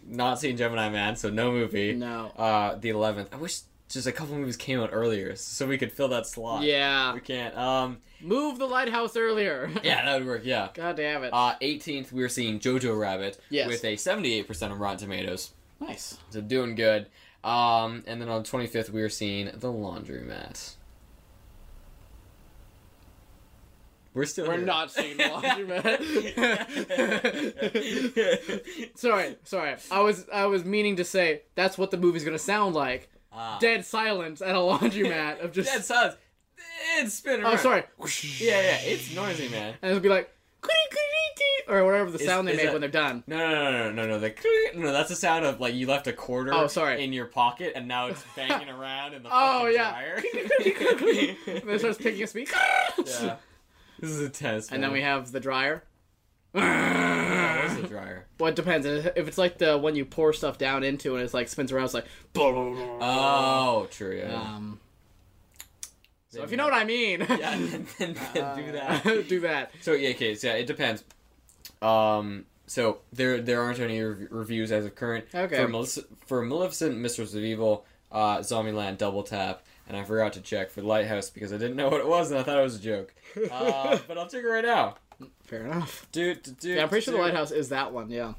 Speaker 2: Not seeing Gemini Man, so no movie.
Speaker 1: no.
Speaker 2: Uh, the 11th. I wish just a couple movies came out earlier so we could fill that slot.
Speaker 1: Yeah.
Speaker 2: We can't. Um,
Speaker 1: Move the lighthouse earlier.
Speaker 2: yeah, that would work. Yeah.
Speaker 1: God damn it.
Speaker 2: Uh, 18th, we were seeing Jojo Rabbit
Speaker 1: Yes.
Speaker 2: with a 78% on Rotten Tomatoes.
Speaker 1: nice.
Speaker 2: So doing good. Um, and then on the 25th, we were seeing The Laundromat. We're still
Speaker 1: We're
Speaker 2: here.
Speaker 1: not seeing the laundromat. sorry, sorry. I was I was meaning to say that's what the movie's gonna sound like.
Speaker 2: Ah.
Speaker 1: Dead silence at a laundromat of just.
Speaker 2: Dead silence. It's spinning
Speaker 1: oh,
Speaker 2: around.
Speaker 1: sorry.
Speaker 2: Yeah, yeah, it's noisy, man.
Speaker 1: And it'll be like. "Kuri-kuri-ti," Or whatever the
Speaker 2: Is-
Speaker 1: sound they
Speaker 2: is
Speaker 1: make
Speaker 2: that-
Speaker 1: when they're done.
Speaker 2: No, no, no, no, no, no. The clink- no, that's the sound of like you left a quarter.
Speaker 1: Oh, sorry.
Speaker 2: In your pocket, and now it's banging around in the
Speaker 1: Oh,
Speaker 2: fucking
Speaker 1: yeah.
Speaker 2: dryer.
Speaker 1: And then it starts picking a speak.
Speaker 2: yeah. This is a test.
Speaker 1: And then we have the dryer.
Speaker 2: Where's the dryer?
Speaker 1: Well, it depends. If it's like the one you pour stuff down into and it's like spins around, it's like.
Speaker 2: Oh, true. Yeah.
Speaker 1: Um, so if you know what I mean,
Speaker 2: Yeah, then, then, then do that.
Speaker 1: do that.
Speaker 2: Uh, So yeah, okay, so yeah, it depends. Um, so there there aren't any rev- reviews as of current.
Speaker 1: Okay.
Speaker 2: For, Malefic- for Maleficent, Mistress of Evil, uh, Zombieland, Double Tap, and I forgot to check for Lighthouse because I didn't know what it was and I thought it was a joke. Uh, but I'll check it right now.
Speaker 1: Fair enough.
Speaker 2: Dude, dude, dude.
Speaker 1: Yeah, I'm pretty sure the
Speaker 2: dude. Oh.
Speaker 1: lighthouse is that one. Yeah,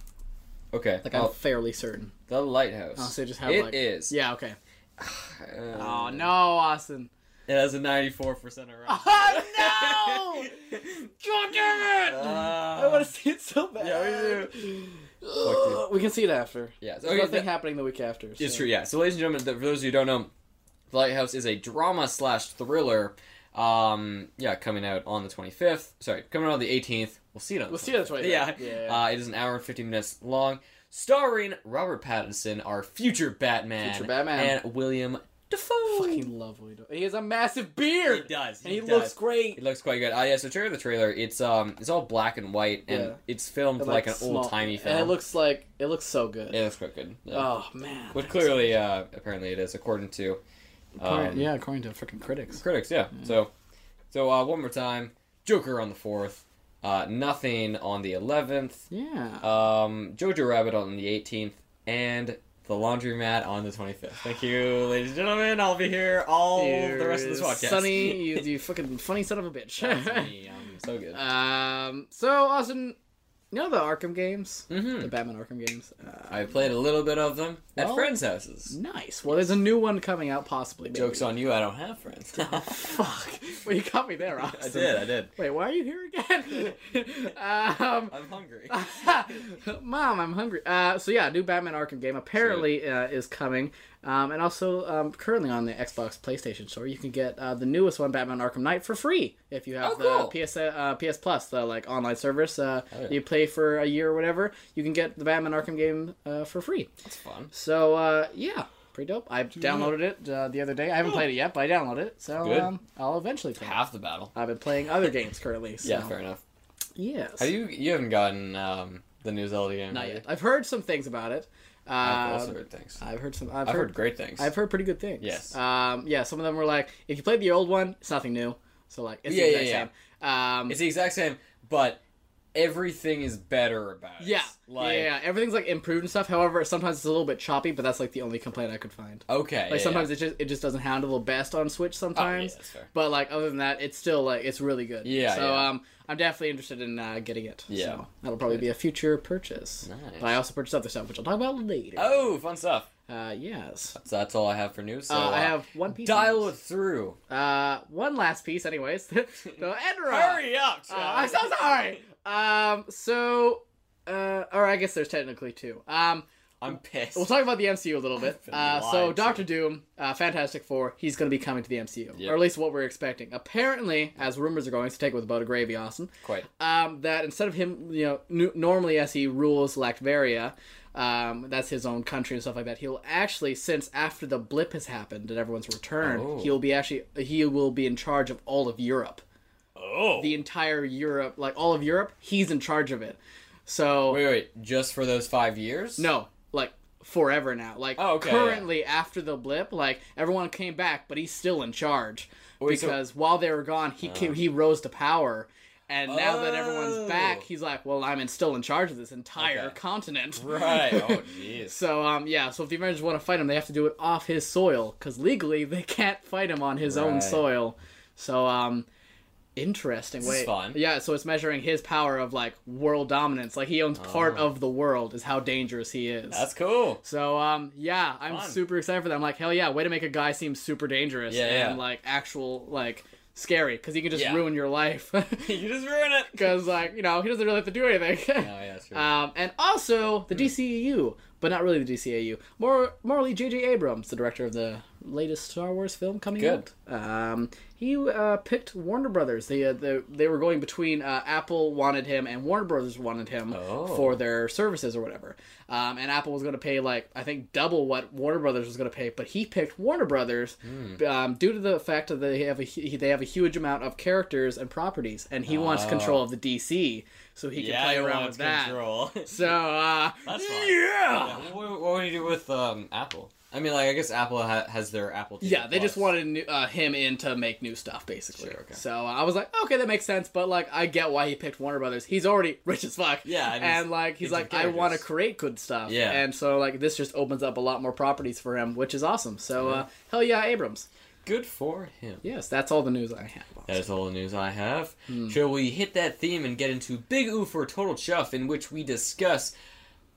Speaker 2: Okay.
Speaker 1: like I'm
Speaker 2: I'll-
Speaker 1: fairly certain.
Speaker 2: the lighthouse.
Speaker 1: Oh, so they just have
Speaker 2: It
Speaker 1: like
Speaker 2: is.
Speaker 1: Yeah. Okay.
Speaker 2: Uh,
Speaker 1: Oh no, Austin.
Speaker 2: It has a 94% around.
Speaker 1: Oh,
Speaker 2: no!
Speaker 1: God damn
Speaker 2: Uh,
Speaker 1: it! I want to see it so bad.
Speaker 2: yeah, we
Speaker 1: Ugh, we can see it after.
Speaker 2: Yeah, so-
Speaker 1: There's
Speaker 2: okay,
Speaker 1: nothing
Speaker 2: that-
Speaker 1: happening the week after.
Speaker 2: It's
Speaker 1: so-
Speaker 2: true, yeah. So, ladies and gentlemen, th- for those of you who don't know, The Lighthouse is a drama slash thriller. Um, yeah, coming out on the 25th. Sorry, coming out on the 18th. We'll see it on
Speaker 1: We'll see it on the 25th,
Speaker 2: Yeah.
Speaker 1: yeah.
Speaker 2: Uh, it is an hour and 15 minutes long, starring Robert Pattinson, our future Batman.
Speaker 1: Future Batman.
Speaker 2: And William Defoe.
Speaker 1: Fucking love Widow. He has a massive
Speaker 2: he
Speaker 1: beard.
Speaker 2: does.
Speaker 1: and he,
Speaker 2: does.
Speaker 1: looks
Speaker 2: It
Speaker 1: great.
Speaker 2: looks quite good. Ah, yeah. So check out the trailer. It's um, it's all black and white, and
Speaker 1: Yeah.
Speaker 2: it's filmed
Speaker 1: And,
Speaker 2: like, an
Speaker 1: small-
Speaker 2: old timey film.
Speaker 1: And it looks like it looks so good.
Speaker 2: Yeah, it looks quite good. Yeah.
Speaker 1: Oh man.
Speaker 2: But clearly, uh, apparently, it is according to
Speaker 1: According-
Speaker 2: um,
Speaker 1: yeah, Mm. according to freaking critics.
Speaker 2: critics. Yeah. So, so uh, one more time, Joker on the fourth, uh, nothing on the eleventh,
Speaker 1: Yeah.
Speaker 2: um, Jojo Rabbit on the eighteenth, and the Laundromat on the twenty fifth. Thank you, ladies and gentlemen. I'll be here all the rest of this
Speaker 1: You're
Speaker 2: podcast.
Speaker 1: Sunny, you, you fucking funny son of a bitch.
Speaker 2: That's me. I'm so good.
Speaker 1: um. So Austin, you know the Arkham games,
Speaker 2: hmm
Speaker 1: the Batman Arkham games. Uh,
Speaker 2: I played a little bit of them at
Speaker 1: Well-
Speaker 2: friends' houses.
Speaker 1: nice. Well, there's a new one coming out possibly. maybe. Oh,
Speaker 2: Jokes on you, I don't have friends.
Speaker 1: Fuck. Well, you caught me there, Austin.
Speaker 2: I did, I did.
Speaker 1: Wait, why are you here again? um,
Speaker 2: I'm hungry.
Speaker 1: Mom, I'm hungry. Uh, so yeah, new Batman Arkham game apparently uh, is coming, um, and also um, currently on the Xbox PlayStation Store, you can get uh, the newest one, Batman Arkham Knight, for free if you have
Speaker 2: Oh, cool.
Speaker 1: the PS uh, PS Plus, the like online service. Uh,
Speaker 2: Oh, yeah.
Speaker 1: You play for a year or whatever, you can get the Batman Arkham game uh, for free.
Speaker 2: That's fun.
Speaker 1: So uh, yeah, pretty dope. I downloaded it uh, the other day. I haven't played it yet, but I downloaded it, so
Speaker 2: Good.
Speaker 1: um, I'll eventually play. it.
Speaker 2: Half the battle.
Speaker 1: I've been playing other games currently. So.
Speaker 2: Yeah, fair enough.
Speaker 1: Yes.
Speaker 2: Have you you haven't gotten um, the new Zelda game?
Speaker 1: Not
Speaker 2: have
Speaker 1: yet.
Speaker 2: you?
Speaker 1: I've heard some things about it. Um,
Speaker 2: I've also heard things. I've,
Speaker 1: I've heard some. I've,
Speaker 2: heard,
Speaker 1: heard.
Speaker 2: great things.
Speaker 1: I've heard pretty good things.
Speaker 2: Yes.
Speaker 1: Um. Yeah. Some of them were like, if you played the old one, it's nothing new. So like, it's
Speaker 2: Yeah,
Speaker 1: the
Speaker 2: yeah,
Speaker 1: exact same. Um.
Speaker 2: it's the exact same, but everything is better about it.
Speaker 1: yeah.
Speaker 2: Like
Speaker 1: yeah, yeah. Everything's like improved and stuff. However, sometimes it's a little bit choppy, but that's like the only complaint I could find.
Speaker 2: okay.
Speaker 1: Like
Speaker 2: yeah,
Speaker 1: sometimes
Speaker 2: yeah.
Speaker 1: it just it just doesn't handle the best on Switch
Speaker 2: Oh, yeah,
Speaker 1: sometimes.
Speaker 2: that's fair.
Speaker 1: But like other than that, it's still like it's really good.
Speaker 2: Yeah,
Speaker 1: So
Speaker 2: yeah.
Speaker 1: um, I'm definitely interested in uh, getting it.
Speaker 2: Yeah.
Speaker 1: So that'll probably be a future purchase.
Speaker 2: Nice.
Speaker 1: But I also purchased other stuff, which I'll talk about later.
Speaker 2: Oh, fun stuff.
Speaker 1: Uh, yes.
Speaker 2: So that's all I have for news. So
Speaker 1: uh, I
Speaker 2: uh,
Speaker 1: have one piece.
Speaker 2: dial
Speaker 1: of
Speaker 2: it through.
Speaker 1: news. Uh, one last piece, anyways. the Enron.
Speaker 2: up!
Speaker 1: Uh, I'm so sorry. Um, so, uh, or I guess there's technically two. Um,
Speaker 2: I'm pissed.
Speaker 1: we'll talk about the MCU a little bit.
Speaker 2: I've been
Speaker 1: Uh, so
Speaker 2: lied to.
Speaker 1: Doctor Doom, uh, Fantastic Four, he's going to be coming to the MCU,
Speaker 2: Yep.
Speaker 1: or at least what we're expecting. Apparently, as rumors are going, so take it with a boat of gravy, Austin
Speaker 2: Quite.
Speaker 1: um, that instead of him, you know, n- normally as he rules Lactveria, um, that's his own country and stuff like that. He'll actually, since after the blip has happened and everyone's returned,
Speaker 2: Oh.
Speaker 1: he'll be actually he will be in charge of all of Europe,
Speaker 2: Oh.
Speaker 1: the entire Europe, like all of Europe. He's in charge of it. So
Speaker 2: Wait, wait. Just for those five years?
Speaker 1: no, like forever now. Like
Speaker 2: Oh, okay,
Speaker 1: currently after the blip, like everyone came back, but he's still in charge
Speaker 2: Wait, so-
Speaker 1: because while they were gone, he
Speaker 2: Uh.
Speaker 1: came, he rose to power. And now that everyone's
Speaker 2: Oh.
Speaker 1: back, he's like, "Well, I'm in, still in charge of this entire
Speaker 2: Okay.
Speaker 1: continent."
Speaker 2: Right. Oh, jeez.
Speaker 1: so, um, yeah. So if the Avengers want to fight him, they have to do it off his soil because legally they can't fight him on his own
Speaker 2: Right.
Speaker 1: soil. So, um, interesting.
Speaker 2: is
Speaker 1: Wait,
Speaker 2: fun.
Speaker 1: yeah. So it's measuring his power of like world dominance. Like he owns part of the world. Is how dangerous he is.
Speaker 2: Oh. That's cool.
Speaker 1: So um yeah, I'm
Speaker 2: Fun.
Speaker 1: super excited for that. I'm like, hell yeah, way to make a guy seem super dangerous
Speaker 2: Yeah, yeah.
Speaker 1: and like actual like scary because he can just
Speaker 2: Yeah.
Speaker 1: ruin your life
Speaker 2: you just ruin it.
Speaker 1: because like you know he doesn't really have to do anything.
Speaker 2: Oh yeah, sure.
Speaker 1: um, and also the
Speaker 2: Hmm.
Speaker 1: DCAU, but not really the DCAU. More morally, J.J. Abrams, the director of the latest Star Wars film coming
Speaker 2: Good.
Speaker 1: out. Um, he uh, picked Warner Brothers. They uh, they, they were going between uh, Apple wanted him and Warner Brothers wanted him
Speaker 2: Oh.
Speaker 1: for their services or whatever. Um, and Apple was going to pay like I think double what Warner Brothers was going to pay, but he picked Warner Brothers
Speaker 2: Hmm.
Speaker 1: um, due to the fact that they have a hu- they have a huge amount of characters and properties, and he wants
Speaker 2: Oh.
Speaker 1: control of the DC so he can play around with that.
Speaker 2: control.
Speaker 1: So, uh,
Speaker 2: That's fine.
Speaker 1: yeah.
Speaker 2: Yeah, what, what would you do with um, Apple? I mean, like I guess Apple ha- has their Apple. TV
Speaker 1: Yeah, they just
Speaker 2: Plus.
Speaker 1: wanted new, uh, him in to make new stuff, basically.
Speaker 2: Sure, okay.
Speaker 1: So uh, I was like, okay, that makes sense, but like, I get why he picked Warner Brothers. He's already rich as fuck.
Speaker 2: Yeah, and
Speaker 1: and,
Speaker 2: he's-
Speaker 1: like,
Speaker 2: he's
Speaker 1: he's
Speaker 2: in
Speaker 1: like, I want to
Speaker 2: characters.
Speaker 1: create good stuff.
Speaker 2: Yeah.
Speaker 1: and so like, this just opens up a lot more properties for him, which is awesome. So uh, hell yeah, Abrams.
Speaker 2: Good for him.
Speaker 1: Yes, that's all the news I have.
Speaker 2: That is all the news I have. Shall we hit that theme and get into Big Oof or Total Chuff, in which we discuss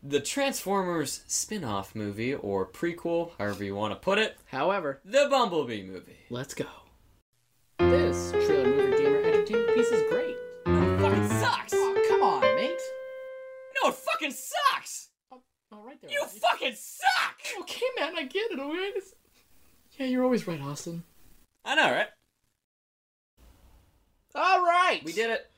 Speaker 2: the Transformers spin off movie or prequel, however you want to put it,
Speaker 1: However,
Speaker 2: the Bumblebee movie.
Speaker 1: let's go. This trailer movie gamer entertainment piece is great.
Speaker 2: No, it fucking sucks! No,
Speaker 1: Oh, come on, mate.
Speaker 2: it fucking sucks!
Speaker 1: All Oh, right there.
Speaker 2: You
Speaker 1: Austin.
Speaker 2: fucking suck!
Speaker 1: okay, man, I get it. All right. It's- Yeah, you're always right, Austin.
Speaker 2: I know, right?
Speaker 1: All right.
Speaker 2: We did it.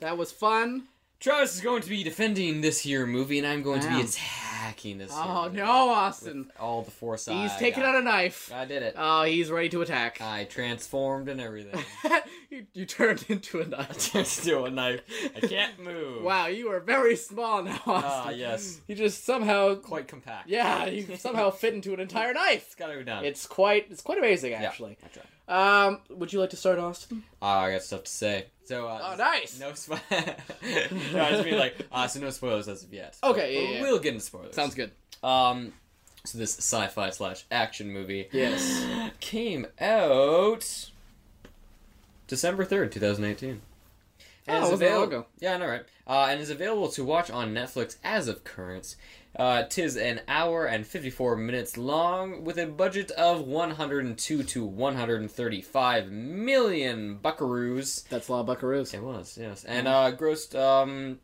Speaker 1: That was fun.
Speaker 2: Travis is going to be defending this here movie, and I'm going to
Speaker 1: Wow.
Speaker 2: be attacking this.
Speaker 1: Oh
Speaker 2: here movie
Speaker 1: no, Austin.
Speaker 2: with All the force I
Speaker 1: He's taking
Speaker 2: got.
Speaker 1: out a knife.
Speaker 2: I did it. Uh,
Speaker 1: Oh, he's ready to attack.
Speaker 2: I transformed and everything.
Speaker 1: you, you turned into a knife.
Speaker 2: Still a knife. I can't move.
Speaker 1: Wow, you are very small now, Austin.
Speaker 2: Ah, yes.
Speaker 1: You just somehow,
Speaker 2: Quite compact.
Speaker 1: yeah, you somehow fit into an entire knife.
Speaker 2: It's gotta be done.
Speaker 1: It's quite, it's quite amazing,
Speaker 2: Yeah,
Speaker 1: actually.
Speaker 2: I tried.
Speaker 1: Um, would you like to start, Austin?
Speaker 2: Ah, I got stuff to say. So, uh,
Speaker 1: Oh, nice.
Speaker 2: No spo- no, I just mean like, uh, so no spoilers as of yet.
Speaker 1: Okay, yeah,
Speaker 2: But
Speaker 1: yeah.
Speaker 2: We'll get into spoilers.
Speaker 1: Sounds good.
Speaker 2: Um, so this sci-fi slash action movie.
Speaker 1: Yes.
Speaker 2: came out December 3rd, 2018.
Speaker 1: Oh, it wasn't that long
Speaker 2: avail-
Speaker 1: ago.
Speaker 2: Yeah, I know, right? Uh, and is available to watch on Netflix as of current. Uh, tis an hour and 54 minutes long with a budget of 102 to 135 million buckaroos.
Speaker 1: That's a lot of buckaroos.
Speaker 2: It was, yes. And uh, grossed um,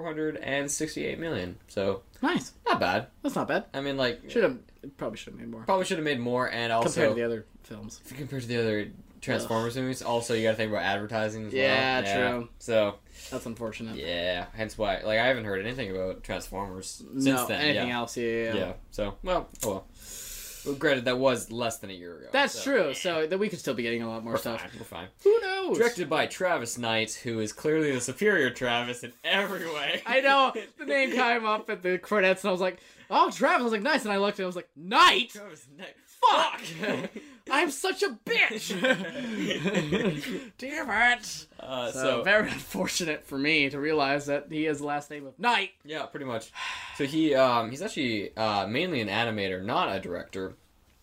Speaker 2: 468 million. So,
Speaker 1: Nice.
Speaker 2: not bad.
Speaker 1: That's not bad.
Speaker 2: I mean, like,
Speaker 1: Should have, probably should have made more
Speaker 2: probably should have made more and also.
Speaker 1: compared to the other films.
Speaker 2: If you compare to the other Transformers movies, also you gotta think about advertising as
Speaker 1: Yeah,
Speaker 2: well.
Speaker 1: true.
Speaker 2: So
Speaker 1: That's unfortunate.
Speaker 2: yeah, hence why like I haven't heard anything about Transformers since
Speaker 1: no,
Speaker 2: then.
Speaker 1: anything
Speaker 2: yeah.
Speaker 1: else? Yeah, yeah,
Speaker 2: Yeah.
Speaker 1: yeah.
Speaker 2: So well, oh well. Well, Granted, that was less than a year ago.
Speaker 1: That's
Speaker 2: so
Speaker 1: true. So that we could still be getting a lot more
Speaker 2: We're
Speaker 1: stuff.
Speaker 2: fine. We're fine.
Speaker 1: Who knows?
Speaker 2: Directed by Travis Knight, who is clearly the superior Travis in every way.
Speaker 1: I know the name came up at the credits, and I was like, "Oh, Travis." I was like, "Nice," and I looked, and I was like, "Night."
Speaker 2: Travis Knight.
Speaker 1: Fuck! I'm such a bitch. Damn it!
Speaker 2: Uh,
Speaker 1: So,
Speaker 2: so
Speaker 1: very unfortunate for me to realize that he has the last name of Night.
Speaker 2: Yeah, pretty much. So he um, he's actually uh, mainly an animator, not a director.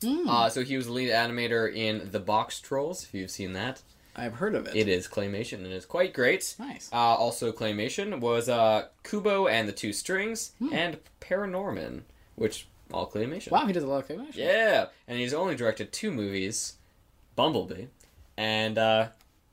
Speaker 1: Hmm.
Speaker 2: Uh, so he was the lead animator in The Box Trolls, if you've seen that.
Speaker 1: I've heard of it.
Speaker 2: It is claymation and is quite great.
Speaker 1: Nice.
Speaker 2: Uh, also, claymation was uh, Kubo and the Two Strings and Paranorman, which all claymation.
Speaker 1: Hmm. Wow, he does a lot of claymation.
Speaker 2: Yeah, and he's only directed two movies, Bumblebee, and uh,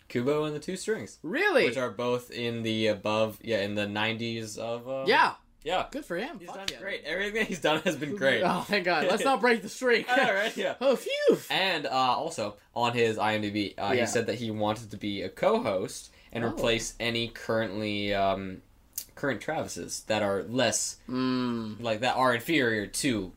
Speaker 2: Kubo and the Two Strings,
Speaker 1: Really?
Speaker 2: which are both in the above, yeah, in the '90s of. Uh,
Speaker 1: yeah.
Speaker 2: yeah.
Speaker 1: Good for him.
Speaker 2: He's
Speaker 1: Fuck
Speaker 2: done
Speaker 1: yeah.
Speaker 2: great. Everything he's done has been great.
Speaker 1: Oh, thank God. Let's not break the streak.
Speaker 2: All right, yeah.
Speaker 1: Oh, phew.
Speaker 2: And uh, also on his IMDb, uh,
Speaker 1: Yeah.
Speaker 2: he said that he wanted to be a co-host and
Speaker 1: Oh.
Speaker 2: replace any currently um, current Travises that are less
Speaker 1: Mm,
Speaker 2: like that are inferior to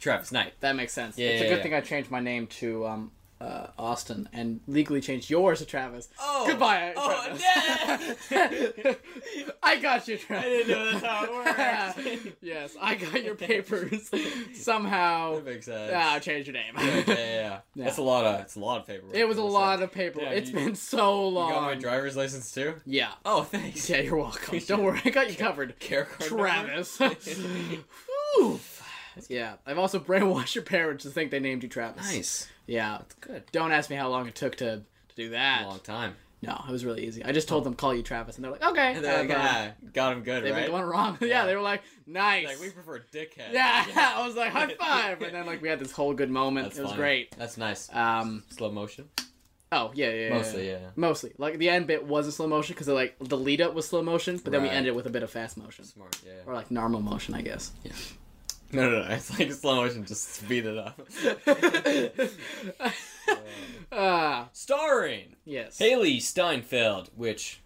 Speaker 2: Travis Knight.
Speaker 1: that makes sense.
Speaker 2: Yeah,
Speaker 1: it's a
Speaker 2: yeah,
Speaker 1: good
Speaker 2: yeah.
Speaker 1: thing I changed my name to um, uh, Austin and legally changed yours to Travis.
Speaker 2: Oh.
Speaker 1: Goodbye,
Speaker 2: Oh,
Speaker 1: Travis. I got you, Travis.
Speaker 2: that's
Speaker 1: how it
Speaker 2: worked.
Speaker 1: yes, I got your papers somehow.
Speaker 2: that makes sense.
Speaker 1: Ah, change your name.
Speaker 2: yeah, yeah, yeah.
Speaker 1: Yeah.
Speaker 2: That's a lot of. It's a lot of paperwork.
Speaker 1: It was a
Speaker 2: It's
Speaker 1: lot
Speaker 2: like-
Speaker 1: of paper.
Speaker 2: Yeah,
Speaker 1: it's
Speaker 2: you-
Speaker 1: been so long.
Speaker 2: You got my driver's license too.
Speaker 1: yeah.
Speaker 2: Oh, thanks.
Speaker 1: Yeah, you're welcome. Don't worry, I got you covered.
Speaker 2: Care card number?
Speaker 1: Travis. Whew. Yeah, I've also brainwashed your parents to think they named you Travis.
Speaker 2: Nice.
Speaker 1: Yeah.
Speaker 2: Good.
Speaker 1: Don't ask me how long it took to, to do that.
Speaker 2: Long time.
Speaker 1: No, it was really easy. I just told them call you Travis, and they're like, okay.
Speaker 2: And they're like,
Speaker 1: um,
Speaker 2: ah, got him good,
Speaker 1: they've
Speaker 2: right?
Speaker 1: been going wrong. yeah,
Speaker 2: Yeah.
Speaker 1: they were like, nice.
Speaker 2: Like we prefer dickhead.
Speaker 1: yeah, I was like, high five, and then like we had this whole good moment.
Speaker 2: That's
Speaker 1: it was
Speaker 2: funny.
Speaker 1: great.
Speaker 2: That's nice.
Speaker 1: Um,
Speaker 2: Slow motion.
Speaker 1: oh yeah, yeah, yeah,
Speaker 2: Mostly, yeah.
Speaker 1: Mostly, like the end bit was in slow motion because like the lead up was slow motion, but then we
Speaker 2: Right.
Speaker 1: ended it with a bit of fast motion
Speaker 2: Smart. Yeah.
Speaker 1: or like normal motion, I guess.
Speaker 2: No, no, no. It's like slow motion. Just speed it up.
Speaker 1: Ah,
Speaker 2: Starring
Speaker 1: yes.
Speaker 2: Haley Steinfeld, which.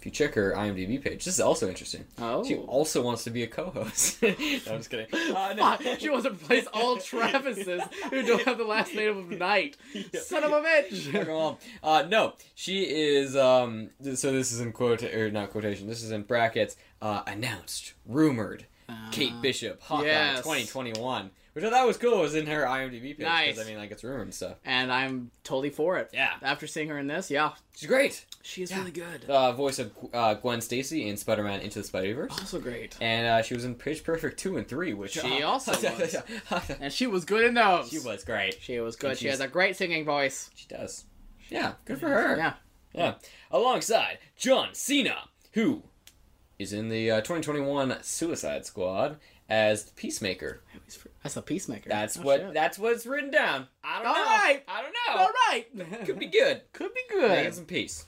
Speaker 2: If you check her IMDb page, this is also interesting.
Speaker 1: Oh.
Speaker 2: She also wants to be a co-host. no, I'm just kidding. Uh, no.
Speaker 1: Fuck, she wants to replace all Travises who don't have the last name of Knight. Son of a
Speaker 2: Fuck
Speaker 1: bitch!
Speaker 2: 'em all. Uh, no, she is. Um, th- so this is in quote or not quotation. This is in brackets. Uh, announced, rumored. Kate Bishop, Hawkeye,
Speaker 1: Uh-huh. yes.
Speaker 2: 2021. which I thought was cool. Was in her IMDb page.
Speaker 1: Nice.
Speaker 2: Because I mean, like it's rumored and stuff.
Speaker 1: and I'm totally for it.
Speaker 2: Yeah.
Speaker 1: After seeing her in this, yeah,
Speaker 2: She's great.
Speaker 1: she is
Speaker 2: Yeah.
Speaker 1: really good.
Speaker 2: Uh, voice of uh, Gwen Stacy in Spider-Man Into the Spider-Verse.
Speaker 1: Also great.
Speaker 2: And uh, she was in Pitch Perfect 2 and 3, which
Speaker 1: She
Speaker 2: uh,
Speaker 1: also was. And she was good in those.
Speaker 2: she was great.
Speaker 1: She was good.
Speaker 2: And
Speaker 1: She has
Speaker 2: she's-
Speaker 1: a great singing voice.
Speaker 2: She does. Yeah, good for her.
Speaker 1: Yeah.
Speaker 2: Yeah. Alongside John Cena, who is in the uh, 2021 Suicide Squad as the Peacemaker.
Speaker 1: That's a peacemaker.
Speaker 2: That's
Speaker 1: Oh,
Speaker 2: what
Speaker 1: shit.
Speaker 2: that's what's written down. I don't
Speaker 1: All
Speaker 2: know.
Speaker 1: right.
Speaker 2: I don't know.
Speaker 1: All right.
Speaker 2: Could be good.
Speaker 1: Could be
Speaker 2: Make it
Speaker 1: good.
Speaker 2: some peace.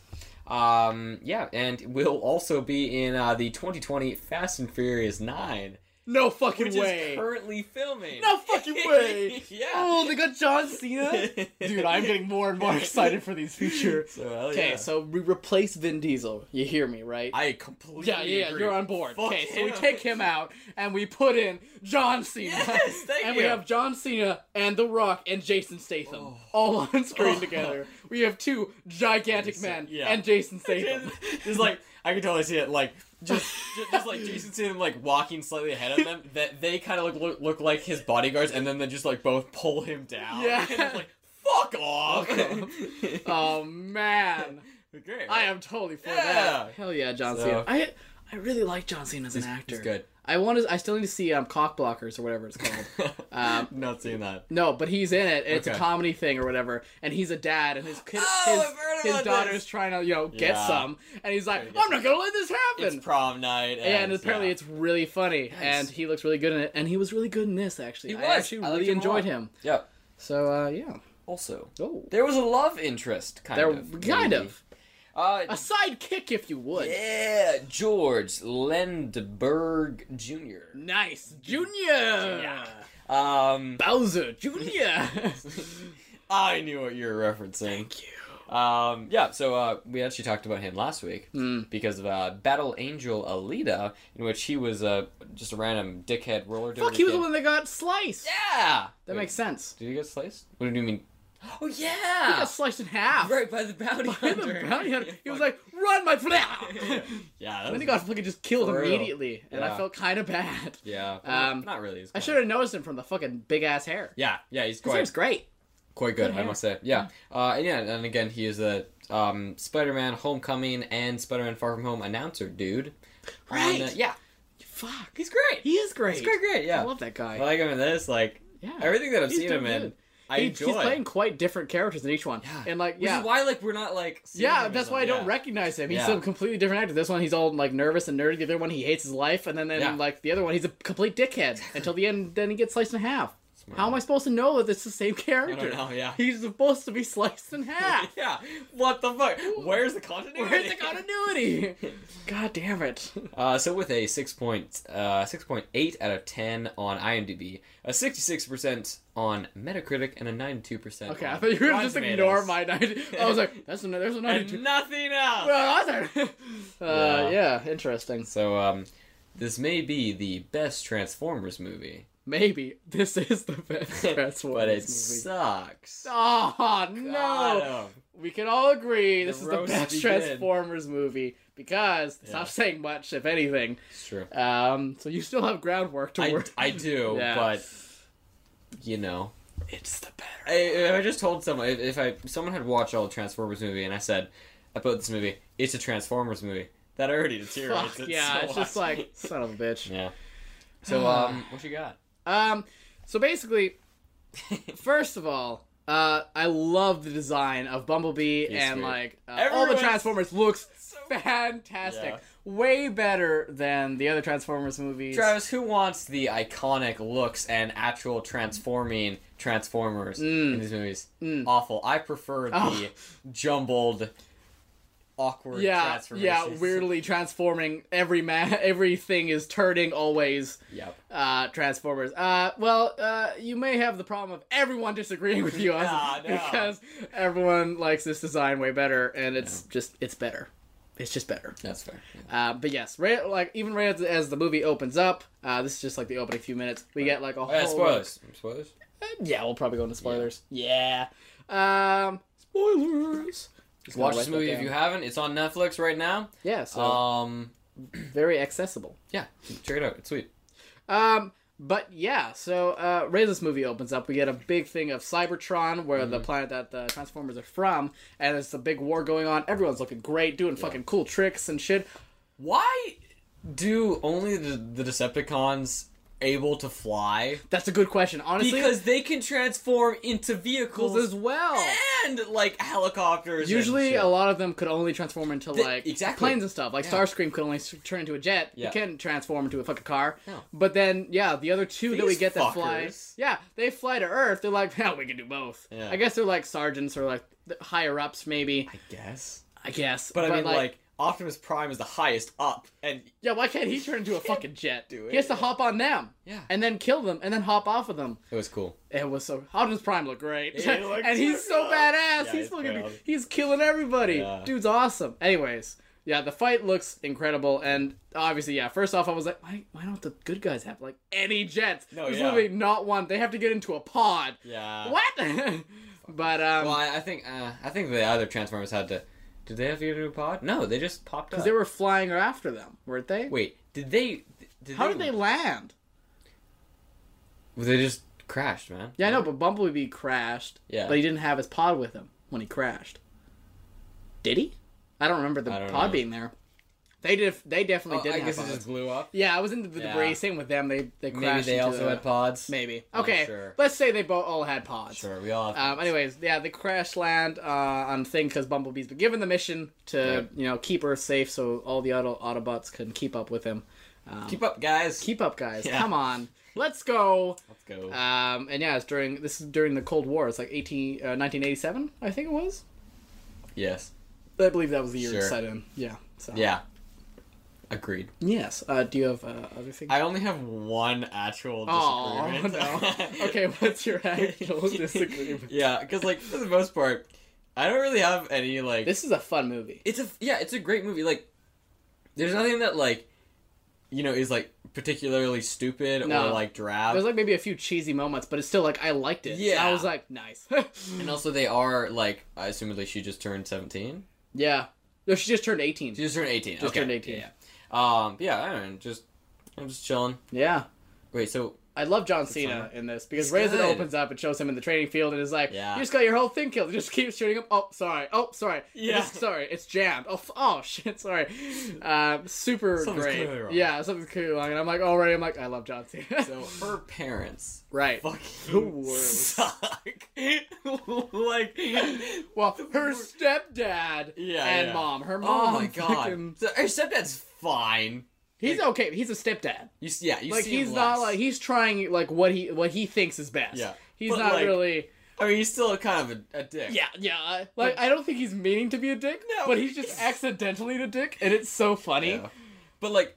Speaker 2: Um, yeah, and will also be in uh, the 2020 Fast and Furious 9,
Speaker 1: No fucking
Speaker 2: which
Speaker 1: way.
Speaker 2: is currently filming.
Speaker 1: No fucking way.
Speaker 2: yeah.
Speaker 1: Oh, they got John Cena. Dude, I'm getting more and more excited for these future.
Speaker 2: So, hell
Speaker 1: Okay,
Speaker 2: yeah.
Speaker 1: so we replace Vin Diesel. You hear me, right?
Speaker 2: I completely
Speaker 1: yeah, yeah, yeah,
Speaker 2: agree.
Speaker 1: you're on board.
Speaker 2: Fuck
Speaker 1: okay, so we
Speaker 2: him.
Speaker 1: take him out and we put in John Cena.
Speaker 2: Yes, thank
Speaker 1: and
Speaker 2: you.
Speaker 1: we have John Cena and The Rock and Jason Statham all on screen
Speaker 2: Oh.
Speaker 1: together. We have two gigantic
Speaker 2: Jason-
Speaker 1: men
Speaker 2: yeah.
Speaker 1: and Jason Statham.
Speaker 2: Just like I can totally see it, like just just, just like Jason seeing him like walking slightly ahead of them. That they kind of look, look look like his bodyguards, and then they just like both pull him down.
Speaker 1: Yeah.
Speaker 2: and it's like fuck off.
Speaker 1: Fuck oh man,
Speaker 2: Great.
Speaker 1: I am totally for
Speaker 2: Yeah.
Speaker 1: that. Hell yeah, John
Speaker 2: So-
Speaker 1: Cena. I I really like John Cena as an actor.
Speaker 2: It's good.
Speaker 1: I want to. I still need to see um, Cock Blockers or whatever it's called. Um,
Speaker 2: Not seeing that.
Speaker 1: No, but he's in it. And It's a
Speaker 2: Okay.
Speaker 1: comedy thing or whatever, and he's a dad, and his kid,
Speaker 2: Oh, I've heard
Speaker 1: his, his
Speaker 2: about
Speaker 1: daughter's
Speaker 2: this.
Speaker 1: trying to you know get
Speaker 2: Yeah.
Speaker 1: some, and he's like,
Speaker 2: Trying to get
Speaker 1: I'm not gonna let this
Speaker 2: It's
Speaker 1: happen.
Speaker 2: prom night,
Speaker 1: and apparently,
Speaker 2: yeah.
Speaker 1: it's really funny,
Speaker 2: Nice.
Speaker 1: and he looks really good in it, and he was really good in this actually.
Speaker 2: He
Speaker 1: I
Speaker 2: was.
Speaker 1: actually
Speaker 2: I liked
Speaker 1: really
Speaker 2: him a
Speaker 1: enjoyed
Speaker 2: lot.
Speaker 1: him.
Speaker 2: yep.
Speaker 1: So uh, yeah,
Speaker 2: Also,
Speaker 1: oh,
Speaker 2: there was a love interest kind
Speaker 1: there
Speaker 2: of
Speaker 1: kind
Speaker 2: maybe.
Speaker 1: of
Speaker 2: Uh,
Speaker 1: a sidekick if you would.
Speaker 2: yeah, George Lindbergh Jr.
Speaker 1: Nice, Junior
Speaker 2: Um,
Speaker 1: Bowser Junior.
Speaker 2: I knew what you were referencing.
Speaker 1: Thank you.
Speaker 2: Um, yeah, so uh, we actually talked about him last week
Speaker 1: Mm.
Speaker 2: because of uh, Battle Angel Alita, in which he was uh, just a random dickhead roller.
Speaker 1: Fuck,
Speaker 2: derby
Speaker 1: he was the
Speaker 2: kid.
Speaker 1: one that got sliced.
Speaker 2: Yeah,
Speaker 1: That
Speaker 2: Wait,
Speaker 1: makes sense.
Speaker 2: Did he get sliced? What do you mean? Oh
Speaker 1: He
Speaker 2: yeah,
Speaker 1: got sliced in half.
Speaker 2: right by the bounty
Speaker 1: Him and
Speaker 2: hunter.
Speaker 1: Bounty Hunter, He was
Speaker 2: fuck.
Speaker 1: like, "Run, my friend!"
Speaker 2: yeah,
Speaker 1: And
Speaker 2: that
Speaker 1: then
Speaker 2: was,
Speaker 1: he got fucking just killed
Speaker 2: For real.
Speaker 1: immediately, and I
Speaker 2: Yeah.
Speaker 1: felt kind of bad.
Speaker 2: yeah.
Speaker 1: Um,
Speaker 2: not really. it's
Speaker 1: I
Speaker 2: quite-
Speaker 1: should have noticed him from the fucking big ass hair.
Speaker 2: Yeah, yeah, he's
Speaker 1: His
Speaker 2: quite
Speaker 1: hair's great.
Speaker 2: quite good,
Speaker 1: Good
Speaker 2: I
Speaker 1: hair.
Speaker 2: must say. Yeah. Uh, and yeah, and again, he is a um, Spider-Man Homecoming and Spider-Man Far From Home announcer dude.
Speaker 1: Right.
Speaker 2: And, uh, yeah,
Speaker 1: Fuck,
Speaker 2: he's great.
Speaker 1: he is great.
Speaker 2: He's great, great.
Speaker 1: I
Speaker 2: Yeah.
Speaker 1: love that
Speaker 2: I
Speaker 1: guy.
Speaker 2: like him in this. Like
Speaker 1: yeah,
Speaker 2: everything that I've
Speaker 1: He's
Speaker 2: seen
Speaker 1: doing
Speaker 2: him in,
Speaker 1: good.
Speaker 2: I
Speaker 1: He-
Speaker 2: enjoy.
Speaker 1: He's playing quite different characters in each one,
Speaker 2: Yeah.
Speaker 1: and like,
Speaker 2: Which
Speaker 1: yeah,
Speaker 2: is why like we're not like. seeing him
Speaker 1: yeah.
Speaker 2: as,
Speaker 1: That's why
Speaker 2: like,
Speaker 1: I don't
Speaker 2: yeah.
Speaker 1: recognize him. He's
Speaker 2: Yeah.
Speaker 1: a completely different actor. This one, he's all like nervous and nerdy. The other one, he hates his life, and then, then
Speaker 2: Yeah.
Speaker 1: like the other one, he's a complete dickhead until the end. Then he gets sliced in half.
Speaker 2: Smart.
Speaker 1: How am I supposed to know that it's the same
Speaker 2: I
Speaker 1: character?
Speaker 2: don't know. Yeah.
Speaker 1: He's supposed to be sliced in half.
Speaker 2: yeah. What the fuck? Where's the continuity?
Speaker 1: Where's the continuity? God damn it.
Speaker 2: Uh, so with a 6 point, uh, 6.8 out of 10 on IMDb, a 66% on Metacritic, and a 92%
Speaker 1: Okay,
Speaker 2: on
Speaker 1: I thought you were gonna
Speaker 2: Rotten
Speaker 1: just
Speaker 2: Tomatoes.
Speaker 1: ignore my 90. I was like, that's a, there's a 92.
Speaker 2: And nothing else!
Speaker 1: Well, that's a- uh, yeah. interesting.
Speaker 2: So, um, this may be the best Transformers movie,
Speaker 1: Maybe this is the best Transformers
Speaker 2: but it
Speaker 1: movie.
Speaker 2: sucks.
Speaker 1: Oh, no.
Speaker 2: God, oh.
Speaker 1: We can all agree
Speaker 2: The
Speaker 1: this is the
Speaker 2: roast
Speaker 1: best
Speaker 2: begin.
Speaker 1: Transformers movie because it's
Speaker 2: Yeah.
Speaker 1: not saying much, if anything.
Speaker 2: It's true.
Speaker 1: Um, so you still have groundwork to
Speaker 2: I,
Speaker 1: work.
Speaker 2: I do,
Speaker 1: Yeah.
Speaker 2: but, you know.
Speaker 1: It's the better.
Speaker 2: I, if I just told someone, if, if I someone had watched all the Transformers movie and I said, about this movie, it's a Transformers movie, that already deteriorates
Speaker 1: Fuck
Speaker 2: it
Speaker 1: yeah,
Speaker 2: so
Speaker 1: it's just
Speaker 2: much.
Speaker 1: like son of a bitch.
Speaker 2: Yeah. So um, what you got?
Speaker 1: Um, so basically, first of all, uh, I love the design of Bumblebee
Speaker 2: He's
Speaker 1: and
Speaker 2: sweet.
Speaker 1: like uh, all the
Speaker 2: Everyone's-
Speaker 1: Transformers looks fantastic.
Speaker 2: Yeah.
Speaker 1: Way better than the other Transformers movies.
Speaker 2: Travis, who wants the iconic looks and actual transforming Transformers in these movies?
Speaker 1: Mm.
Speaker 2: Awful. I prefer the
Speaker 1: Oh.
Speaker 2: jumbled, awkward
Speaker 1: yeah, yeah,
Speaker 2: transformations.
Speaker 1: weirdly transforming every man, everything is turning always.
Speaker 2: Yep.
Speaker 1: Uh, Transformers. Uh, well, uh, you may have the problem of everyone disagreeing with you on
Speaker 2: Nah, Ah, no.
Speaker 1: because everyone likes this design way better, and it's just it's better. It's just better.
Speaker 2: That's fair.
Speaker 1: Uh, but yes, right, like even right as, as the movie opens up, uh, this is just like the opening few minutes. We get like a whole Uh,
Speaker 2: Oh, yeah, spoilers. Spoilers.
Speaker 1: Yeah, we'll probably go into spoilers. Yeah. Um, spoilers. Just
Speaker 2: Watch this movie if you haven't. It's on Netflix right now.
Speaker 1: Yeah, so
Speaker 2: Um,
Speaker 1: very accessible.
Speaker 2: yeah, check it out. It's sweet.
Speaker 1: Um, But yeah, so uh, Ray's movie opens up. We get a big thing of Cybertron, where
Speaker 2: Mm-hmm.
Speaker 1: the planet that the Transformers are from, and it's a big war going on. Everyone's looking great, doing fucking cool tricks and shit.
Speaker 2: Why do only the, the Decepticons able to fly?
Speaker 1: That's a good question, honestly.
Speaker 2: Because they can transform into vehicles
Speaker 1: as well.
Speaker 2: and like helicopters.
Speaker 1: Usually,
Speaker 2: and
Speaker 1: a
Speaker 2: shit.
Speaker 1: lot of them could only transform into like
Speaker 2: exactly.
Speaker 1: planes and stuff. Like Starscream could only s- turn into a jet.
Speaker 2: Yeah.
Speaker 1: He couldn't transform into a fucking car.
Speaker 2: No.
Speaker 1: But then, yeah, the other two that we
Speaker 2: These
Speaker 1: get that fly,
Speaker 2: fuckers.
Speaker 1: yeah, they fly to Earth. They're like, yeah, we can do both.
Speaker 2: Yeah.
Speaker 1: I guess they're like sergeants or like th- higher ups, maybe.
Speaker 2: I guess.
Speaker 1: I guess.
Speaker 2: But, I mean, like, Optimus Prime is the highest up, and
Speaker 1: yeah, why can't he turn into a fucking jet?
Speaker 2: do
Speaker 1: he has
Speaker 2: it,
Speaker 1: to
Speaker 2: yeah.
Speaker 1: hop on them.
Speaker 2: Yeah.
Speaker 1: And then kill them, and then hop off of them.
Speaker 2: it was cool.
Speaker 1: It was so. Optimus Prime looked great,
Speaker 2: He looked
Speaker 1: and he's so
Speaker 2: so good.
Speaker 1: badass.
Speaker 2: Yeah,
Speaker 1: he's
Speaker 2: he's
Speaker 1: fucking.
Speaker 2: proud.
Speaker 1: He's killing everybody.
Speaker 2: Yeah.
Speaker 1: Dude's awesome. Anyways, yeah, the fight looks incredible, and obviously, yeah. First off, I was like, why, why don't the good guys have like any jets?
Speaker 2: No,
Speaker 1: There's
Speaker 2: yeah.
Speaker 1: literally not one. They have to get into a pod.
Speaker 2: Yeah.
Speaker 1: What? but um,
Speaker 2: Well, I, I think uh, I think the other Transformers had to. Did they have to get a new pod? No, they just popped up.
Speaker 1: they were flying after them, weren't they?
Speaker 2: Wait, did they? Did
Speaker 1: How did they land?
Speaker 2: They just crashed, man.
Speaker 1: Yeah, I know, but Bumblebee crashed.
Speaker 2: Yeah.
Speaker 1: But he didn't have his pod with him when he crashed. Did he? I don't remember the
Speaker 2: I don't
Speaker 1: pod
Speaker 2: know.
Speaker 1: being there. They def- they definitely
Speaker 2: Oh,
Speaker 1: didn't
Speaker 2: I guess
Speaker 1: have
Speaker 2: it
Speaker 1: pods.
Speaker 2: just blew up.
Speaker 1: Yeah, I was into the
Speaker 2: Yeah.
Speaker 1: debris. Same with them. They they crashed.
Speaker 2: Maybe they
Speaker 1: into
Speaker 2: also
Speaker 1: the-
Speaker 2: had pods.
Speaker 1: Maybe.
Speaker 2: Not
Speaker 1: Okay.
Speaker 2: sure.
Speaker 1: Let's say they both all had pods.
Speaker 2: Sure, we all. Have
Speaker 1: Um, anyways, yeah, they crash land uh, on thing because Bumblebee's been given the mission to
Speaker 2: Yep.
Speaker 1: you know keep Earth safe so all the auto Autobots can keep up with him. Um,
Speaker 2: keep up, guys.
Speaker 1: Keep up, guys!
Speaker 2: Yeah.
Speaker 1: Come on, let's go!
Speaker 2: Let's go.
Speaker 1: Um, and yeah, it's during this is during the Cold War. It's like 18, uh, 1987, I think it was.
Speaker 2: yes.
Speaker 1: I believe that was the year it
Speaker 2: Sure.
Speaker 1: set in. Yeah. So.
Speaker 2: Yeah. Agreed.
Speaker 1: Yes. Uh, do you have uh, other things?
Speaker 2: I only have one actual
Speaker 1: Oh,
Speaker 2: disagreement.
Speaker 1: no. Okay, what's your actual disagreement?
Speaker 2: Yeah, because like for the most part, I don't really have any like.
Speaker 1: This is a fun movie.
Speaker 2: it's a yeah, it's a great movie. Like, there's nothing that like, you know, is like particularly stupid
Speaker 1: No.
Speaker 2: or like drab.
Speaker 1: There's like maybe a few cheesy moments, but it's still like I liked it.
Speaker 2: Uh, Yeah.
Speaker 1: I was like, nice.
Speaker 2: and also, they are like, I assumedly she just turned seventeen.
Speaker 1: yeah. No, she just turned 18.
Speaker 2: She just turned eighteen.
Speaker 1: Just
Speaker 2: okay.
Speaker 1: turned 18.
Speaker 2: Yeah. yeah. Um. Yeah. I don't know. Just I'm just chilling.
Speaker 1: yeah.
Speaker 2: Wait. So
Speaker 1: I love John
Speaker 2: fun.
Speaker 1: Cena in this because
Speaker 2: It's
Speaker 1: Raisin
Speaker 2: good.
Speaker 1: opens up and shows him in the training field and is like,
Speaker 2: Yeah.
Speaker 1: "You just got your whole thing killed." He just keeps shooting him. Oh, sorry. Oh, sorry.
Speaker 2: Yeah.
Speaker 1: It's- sorry. It's jammed. Oh, f- oh shit. Sorry. Um, super
Speaker 2: Something's
Speaker 1: great.
Speaker 2: clearly wrong.
Speaker 1: Yeah, something's clearly wrong. And I'm like, already, I'm like, I love John Cena.
Speaker 2: so her parents
Speaker 1: right.
Speaker 2: fucking
Speaker 1: The worst.
Speaker 2: suck. like
Speaker 1: Well, her stepdad
Speaker 2: Yeah,
Speaker 1: and
Speaker 2: yeah.
Speaker 1: mom. Her mom.
Speaker 2: Oh my
Speaker 1: fucking-
Speaker 2: god. So her stepdad's fine.
Speaker 1: he's okay. He's a stepdad.
Speaker 2: You s- yeah, you
Speaker 1: Like
Speaker 2: see him
Speaker 1: he's not
Speaker 2: less.
Speaker 1: like he's trying like what he what he thinks is best.
Speaker 2: Yeah.
Speaker 1: He's
Speaker 2: But,
Speaker 1: not
Speaker 2: like-
Speaker 1: really.
Speaker 2: I mean, he's still kind of a, a dick.
Speaker 1: Yeah, yeah. I- Like I don't think he's meaning to be a dick,
Speaker 2: No.
Speaker 1: but he's just accidentally a dick, and it's so funny.
Speaker 2: Yeah. But like,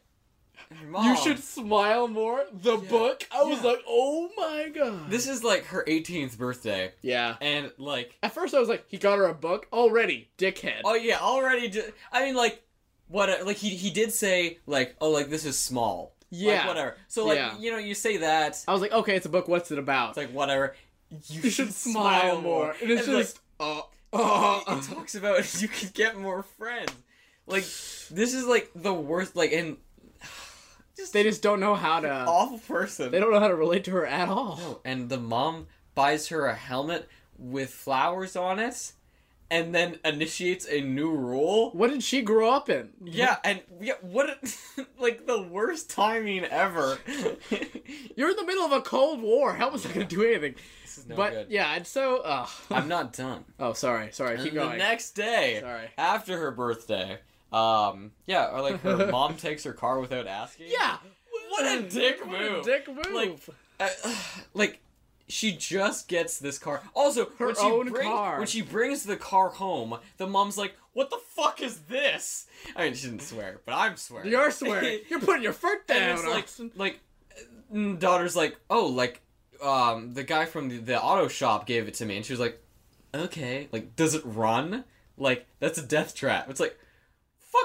Speaker 2: her mom,
Speaker 1: You should smile more. The
Speaker 2: Yeah.
Speaker 1: book. I was
Speaker 2: Yeah.
Speaker 1: like, oh my god.
Speaker 2: This is like her 18th birthday,
Speaker 1: yeah.
Speaker 2: and like,
Speaker 1: At first, I was like, he got her a book already, dickhead.
Speaker 2: oh yeah, already. Di- I mean, like, what? uh, Like he he did say like, oh, like this is small.
Speaker 1: Yeah.
Speaker 2: Like, whatever. So like,
Speaker 1: Yeah.
Speaker 2: you know, you say that. It's
Speaker 1: I was like, okay, it's a book. What's it about?
Speaker 2: like whatever.
Speaker 1: you should smile more. And it's
Speaker 2: like, uh,
Speaker 1: just, oh,
Speaker 2: it talks about you could get more friends. Like this is like the worst. Like and just
Speaker 1: they just don't know how to.
Speaker 2: awful person.
Speaker 1: They don't know how to relate to her at all.
Speaker 2: Oh, and the mom buys her a helmet with flowers on it, and then initiates a new rule.
Speaker 1: What did she grow up in?
Speaker 2: Yeah, and yeah, what a, like the worst timing ever.
Speaker 1: You're in the middle of a cold war. How was that going to do anything?
Speaker 2: this is no
Speaker 1: but
Speaker 2: good.
Speaker 1: yeah, and so. Uh,
Speaker 2: I'm not done.
Speaker 1: oh, sorry, sorry. Keep
Speaker 2: And the
Speaker 1: going.
Speaker 2: next day,
Speaker 1: Sorry.
Speaker 2: after her birthday, um, yeah, or like her mom takes her car without asking.
Speaker 1: Yeah.
Speaker 2: What a dick
Speaker 1: What
Speaker 2: move.
Speaker 1: a dick move.
Speaker 2: Like, uh, like she just gets this car. Also,
Speaker 1: Her
Speaker 2: when she
Speaker 1: own
Speaker 2: brings,
Speaker 1: car.
Speaker 2: When she brings the car home, the mom's like, "What the fuck is this?" I mean, she didn't swear, but I'm swearing.
Speaker 1: You're swearing. You're putting your foot
Speaker 2: and
Speaker 1: down.
Speaker 2: it's like,
Speaker 1: Austin.
Speaker 2: like, mm, daughter's like, "Oh, like, um, the guy from the, the auto shop gave it to me," and she was like, "Okay." Like, does it run? Like, that's a death trap. It's like.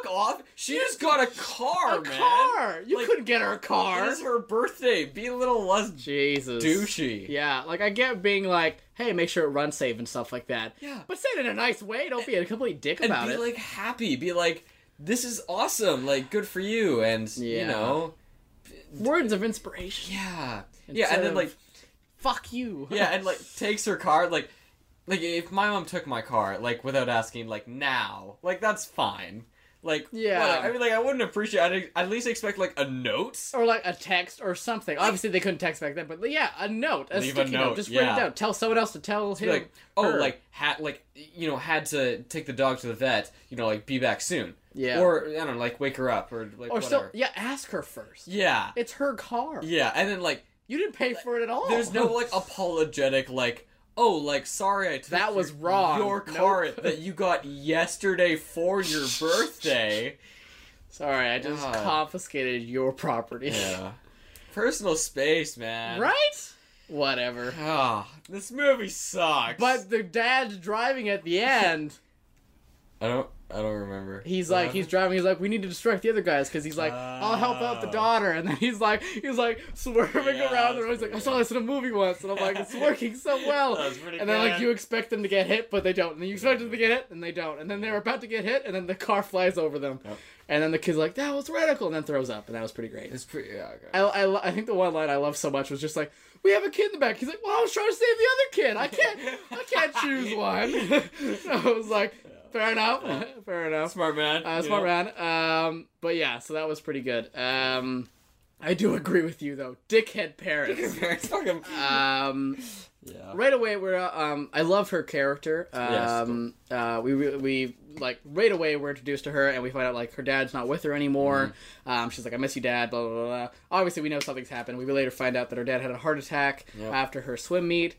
Speaker 2: Fuck off! She just got a car,
Speaker 1: a
Speaker 2: man.
Speaker 1: car. You
Speaker 2: Like,
Speaker 1: couldn't get her a car.
Speaker 2: It is her birthday. Be a little less
Speaker 1: Jesus.
Speaker 2: douchey.
Speaker 1: Yeah, like I get being like, hey, make sure it runs safe and stuff like that.
Speaker 2: Yeah.
Speaker 1: But say it in a nice way. Don't be a complete dick
Speaker 2: and
Speaker 1: about
Speaker 2: be
Speaker 1: it.
Speaker 2: like happy be like this is awesome like good for you and
Speaker 1: Yeah.
Speaker 2: you know
Speaker 1: words of inspiration.
Speaker 2: Yeah. yeah, and
Speaker 1: Instead
Speaker 2: then
Speaker 1: of-
Speaker 2: like
Speaker 1: Fuck you.
Speaker 2: yeah, and like takes her car like like if my mom took my car like without asking like now like that's fine like
Speaker 1: Yeah.
Speaker 2: whatever. I mean like I wouldn't appreciate I'd at least expect like a note
Speaker 1: or like a text or something. Obviously, they couldn't text back then, but yeah, a note, a
Speaker 2: Leave a
Speaker 1: sticky note.
Speaker 2: note,
Speaker 1: Just write
Speaker 2: yeah.
Speaker 1: it down. Tell someone else to tell
Speaker 2: Be
Speaker 1: him.
Speaker 2: like oh
Speaker 1: her.
Speaker 2: like had like you know had to take the dog to the vet you know like be back soon
Speaker 1: Yeah.
Speaker 2: or I don't know like wake her up or like
Speaker 1: or
Speaker 2: whatever
Speaker 1: still, yeah, ask her first.
Speaker 2: yeah
Speaker 1: It's her car.
Speaker 2: yeah and then like
Speaker 1: You didn't pay for it at all.
Speaker 2: There's no like apologetic like oh like sorry I took
Speaker 1: That was
Speaker 2: your-
Speaker 1: wrong.
Speaker 2: your
Speaker 1: Nope.
Speaker 2: car that you got yesterday for your birthday.
Speaker 1: Sorry, I just
Speaker 2: God.
Speaker 1: confiscated your property.
Speaker 2: yeah. Personal space, man.
Speaker 1: right? Whatever.
Speaker 2: Ah, this movie sucks.
Speaker 1: But the dad's driving at the end.
Speaker 2: I don't I don't remember.
Speaker 1: He's like, he's driving. He's like, we need to distract the other guys because he's like, I'll help out the
Speaker 2: Ah.
Speaker 1: daughter. And then he's like, he's like swerving
Speaker 2: Yeah,
Speaker 1: around.
Speaker 2: that's
Speaker 1: And he's like,
Speaker 2: pretty
Speaker 1: I saw this in a movie once, and I'm like, it's working so well.
Speaker 2: That was pretty
Speaker 1: and then like
Speaker 2: good.
Speaker 1: you expect them to get hit, but they don't. And then you expect them to get hit, and they don't. And then they're about to get hit, and then the car flies over them.
Speaker 2: Yep.
Speaker 1: And then the kid's like, that was radical, and then throws up, and that was pretty great.
Speaker 2: It's pretty yeah, okay.
Speaker 1: I, I, lo- I think the one line I love so much was just like, "We have a kid in the back." He's like, "Well, I was trying to save the other kid. I can't, I can't choose one." so I was like, "Fair enough, fair enough,
Speaker 2: Smart man.
Speaker 1: uh, smart man." Um, but yeah, so that was pretty good. Um, I do agree with you though, dickhead parents.
Speaker 2: Parents fucking
Speaker 1: Um,
Speaker 2: Yeah.
Speaker 1: right away, we're uh, um, I love her character. Um, uh, we re- we like right away we're introduced to her and we find out like her dad's not with her anymore.
Speaker 2: Mm-hmm.
Speaker 1: Um, she's like, I miss you, dad. Blah blah blah. blah. Obviously, we know something's happened. We later find out that her dad had a heart attack
Speaker 2: Yep.
Speaker 1: after her swim meet.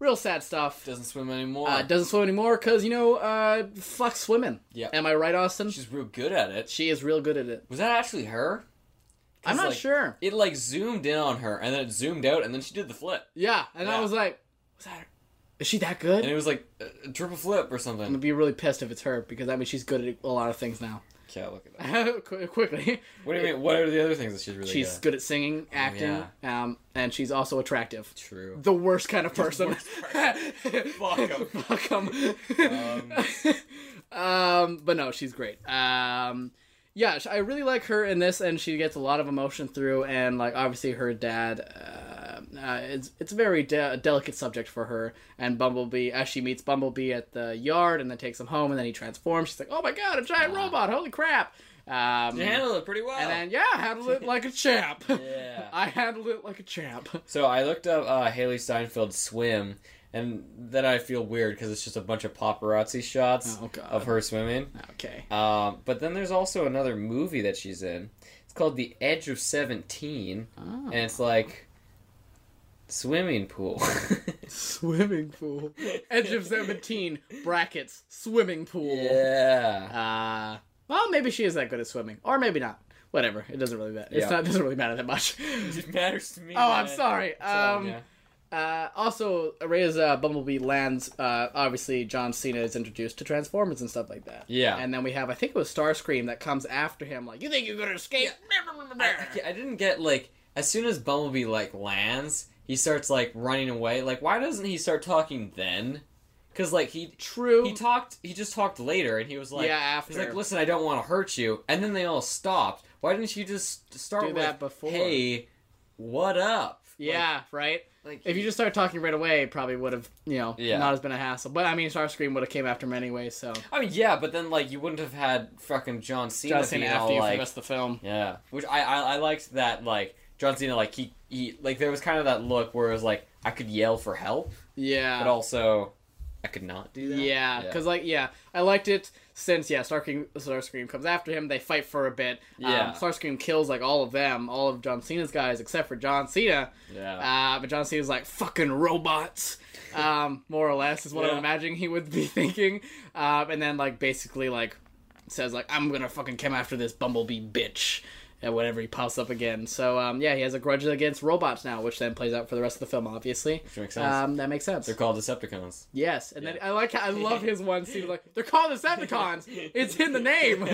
Speaker 1: Real sad stuff.
Speaker 2: Doesn't swim anymore.
Speaker 1: Uh, doesn't swim anymore because you know, uh, fuck swimming.
Speaker 2: Yep.
Speaker 1: Am I right, Austin?
Speaker 2: She's real good at it.
Speaker 1: she is real good at it.
Speaker 2: Was that actually her?
Speaker 1: I'm
Speaker 2: 'Cause,
Speaker 1: not
Speaker 2: like,
Speaker 1: sure.
Speaker 2: It like zoomed in on her and then it zoomed out and then she did the flip.
Speaker 1: Yeah, and I
Speaker 2: Yeah.
Speaker 1: was like, was that? Her? Is she that good?
Speaker 2: And it was like a, a triple flip or
Speaker 1: I'm
Speaker 2: something.
Speaker 1: gonna be really pissed if it's her because I mean she's good at a lot of things now.
Speaker 2: Can't look at that.
Speaker 1: Qu- quickly.
Speaker 2: What do you mean? What are the other things that she's really
Speaker 1: She's
Speaker 2: good
Speaker 1: good at singing, acting, um, and she's also attractive.
Speaker 2: at? True.
Speaker 1: The worst kind of person.
Speaker 2: Fuck 'em.
Speaker 1: Fuck
Speaker 2: Um,
Speaker 1: 'em. Um. but no, she's great. Um, yeah, sh- I really like her in this, and she gets a lot of emotion through, and like obviously her dad. Uh, uh, it's it's a very de- delicate subject for her and Bumblebee as she meets Bumblebee at the yard and then takes him home and then he transforms. She's like, oh my god, a giant robot! Holy crap! Um,
Speaker 2: You handled it pretty well.
Speaker 1: and then yeah, handle it like a champ.
Speaker 2: Yeah.
Speaker 1: I handled it like a champ.
Speaker 2: so I looked up uh, Haley Steinfeld swim, and then I feel weird because it's just a bunch of paparazzi shots
Speaker 1: Oh, God.
Speaker 2: of her swimming.
Speaker 1: Okay.
Speaker 2: Um, but then there's also another movie that she's in. It's called The Edge of Seventeen,
Speaker 1: Oh.
Speaker 2: and it's like swimming pool.
Speaker 1: Swimming pool. Edge of seventeen brackets swimming pool.
Speaker 2: yeah.
Speaker 1: Uh, well, maybe she is that good at swimming, or maybe not. Whatever. It doesn't really matter. It's
Speaker 2: Yeah.
Speaker 1: not doesn't really matter that much.
Speaker 2: It matters to me.
Speaker 1: Oh, I'm
Speaker 2: man.
Speaker 1: sorry.
Speaker 2: It's all,
Speaker 1: Um,
Speaker 2: yeah.
Speaker 1: uh, also, Reyes uh, Bumblebee lands. Uh, obviously, John Cena is introduced to Transformers and stuff like that.
Speaker 2: Yeah.
Speaker 1: And then we have, I think it was Starscream that comes after him, like, "You think you're gonna escape?"
Speaker 2: I, I didn't get like as soon as Bumblebee like lands, he starts like running away. Like why doesn't he start talking then? Cuz like he
Speaker 1: True.
Speaker 2: he talked he just talked later and he was like
Speaker 1: yeah. After.
Speaker 2: he's like listen, I don't want to hurt you. And then they all stopped. Why didn't you just start
Speaker 1: Do
Speaker 2: with
Speaker 1: that before.
Speaker 2: hey, what up?
Speaker 1: Yeah, right.
Speaker 2: Like, like
Speaker 1: If you just started talking right away, it probably would have, you know,
Speaker 2: Yeah.
Speaker 1: not as been a hassle. But I mean, Starscream would have came after him anyway, so
Speaker 2: I mean, yeah, but then like you wouldn't have had fucking John Cena
Speaker 1: John Cena
Speaker 2: being
Speaker 1: after
Speaker 2: all,
Speaker 1: you for the
Speaker 2: like
Speaker 1: rest of the film.
Speaker 2: Yeah, which I, I I liked that like John Cena like he, he like there was kind of that look where it was like I could yell for help,
Speaker 1: Yeah,
Speaker 2: but also I could not do that.
Speaker 1: yeah, because like yeah, I liked it since yeah, Starscream Starscream comes after him. They fight for a bit.
Speaker 2: Yeah.
Speaker 1: um, Starscream kills like all of them, all of John Cena's guys except for John Cena.
Speaker 2: yeah,
Speaker 1: Uh, but John Cena's like fucking robots, um, more or less is what I'm
Speaker 2: Yeah.
Speaker 1: imagining he would be thinking. Um, and then like basically like says like I'm gonna fucking come after this bumblebee bitch, and whenever he pops up again. So um, yeah, he has a grudge against robots now, which then plays out for the rest of the film, obviously.
Speaker 2: which makes sense.
Speaker 1: Um, that makes sense.
Speaker 2: They're called Decepticons.
Speaker 1: yes, and then I like how, I love his one scene like they're called Decepticons. it's in the name.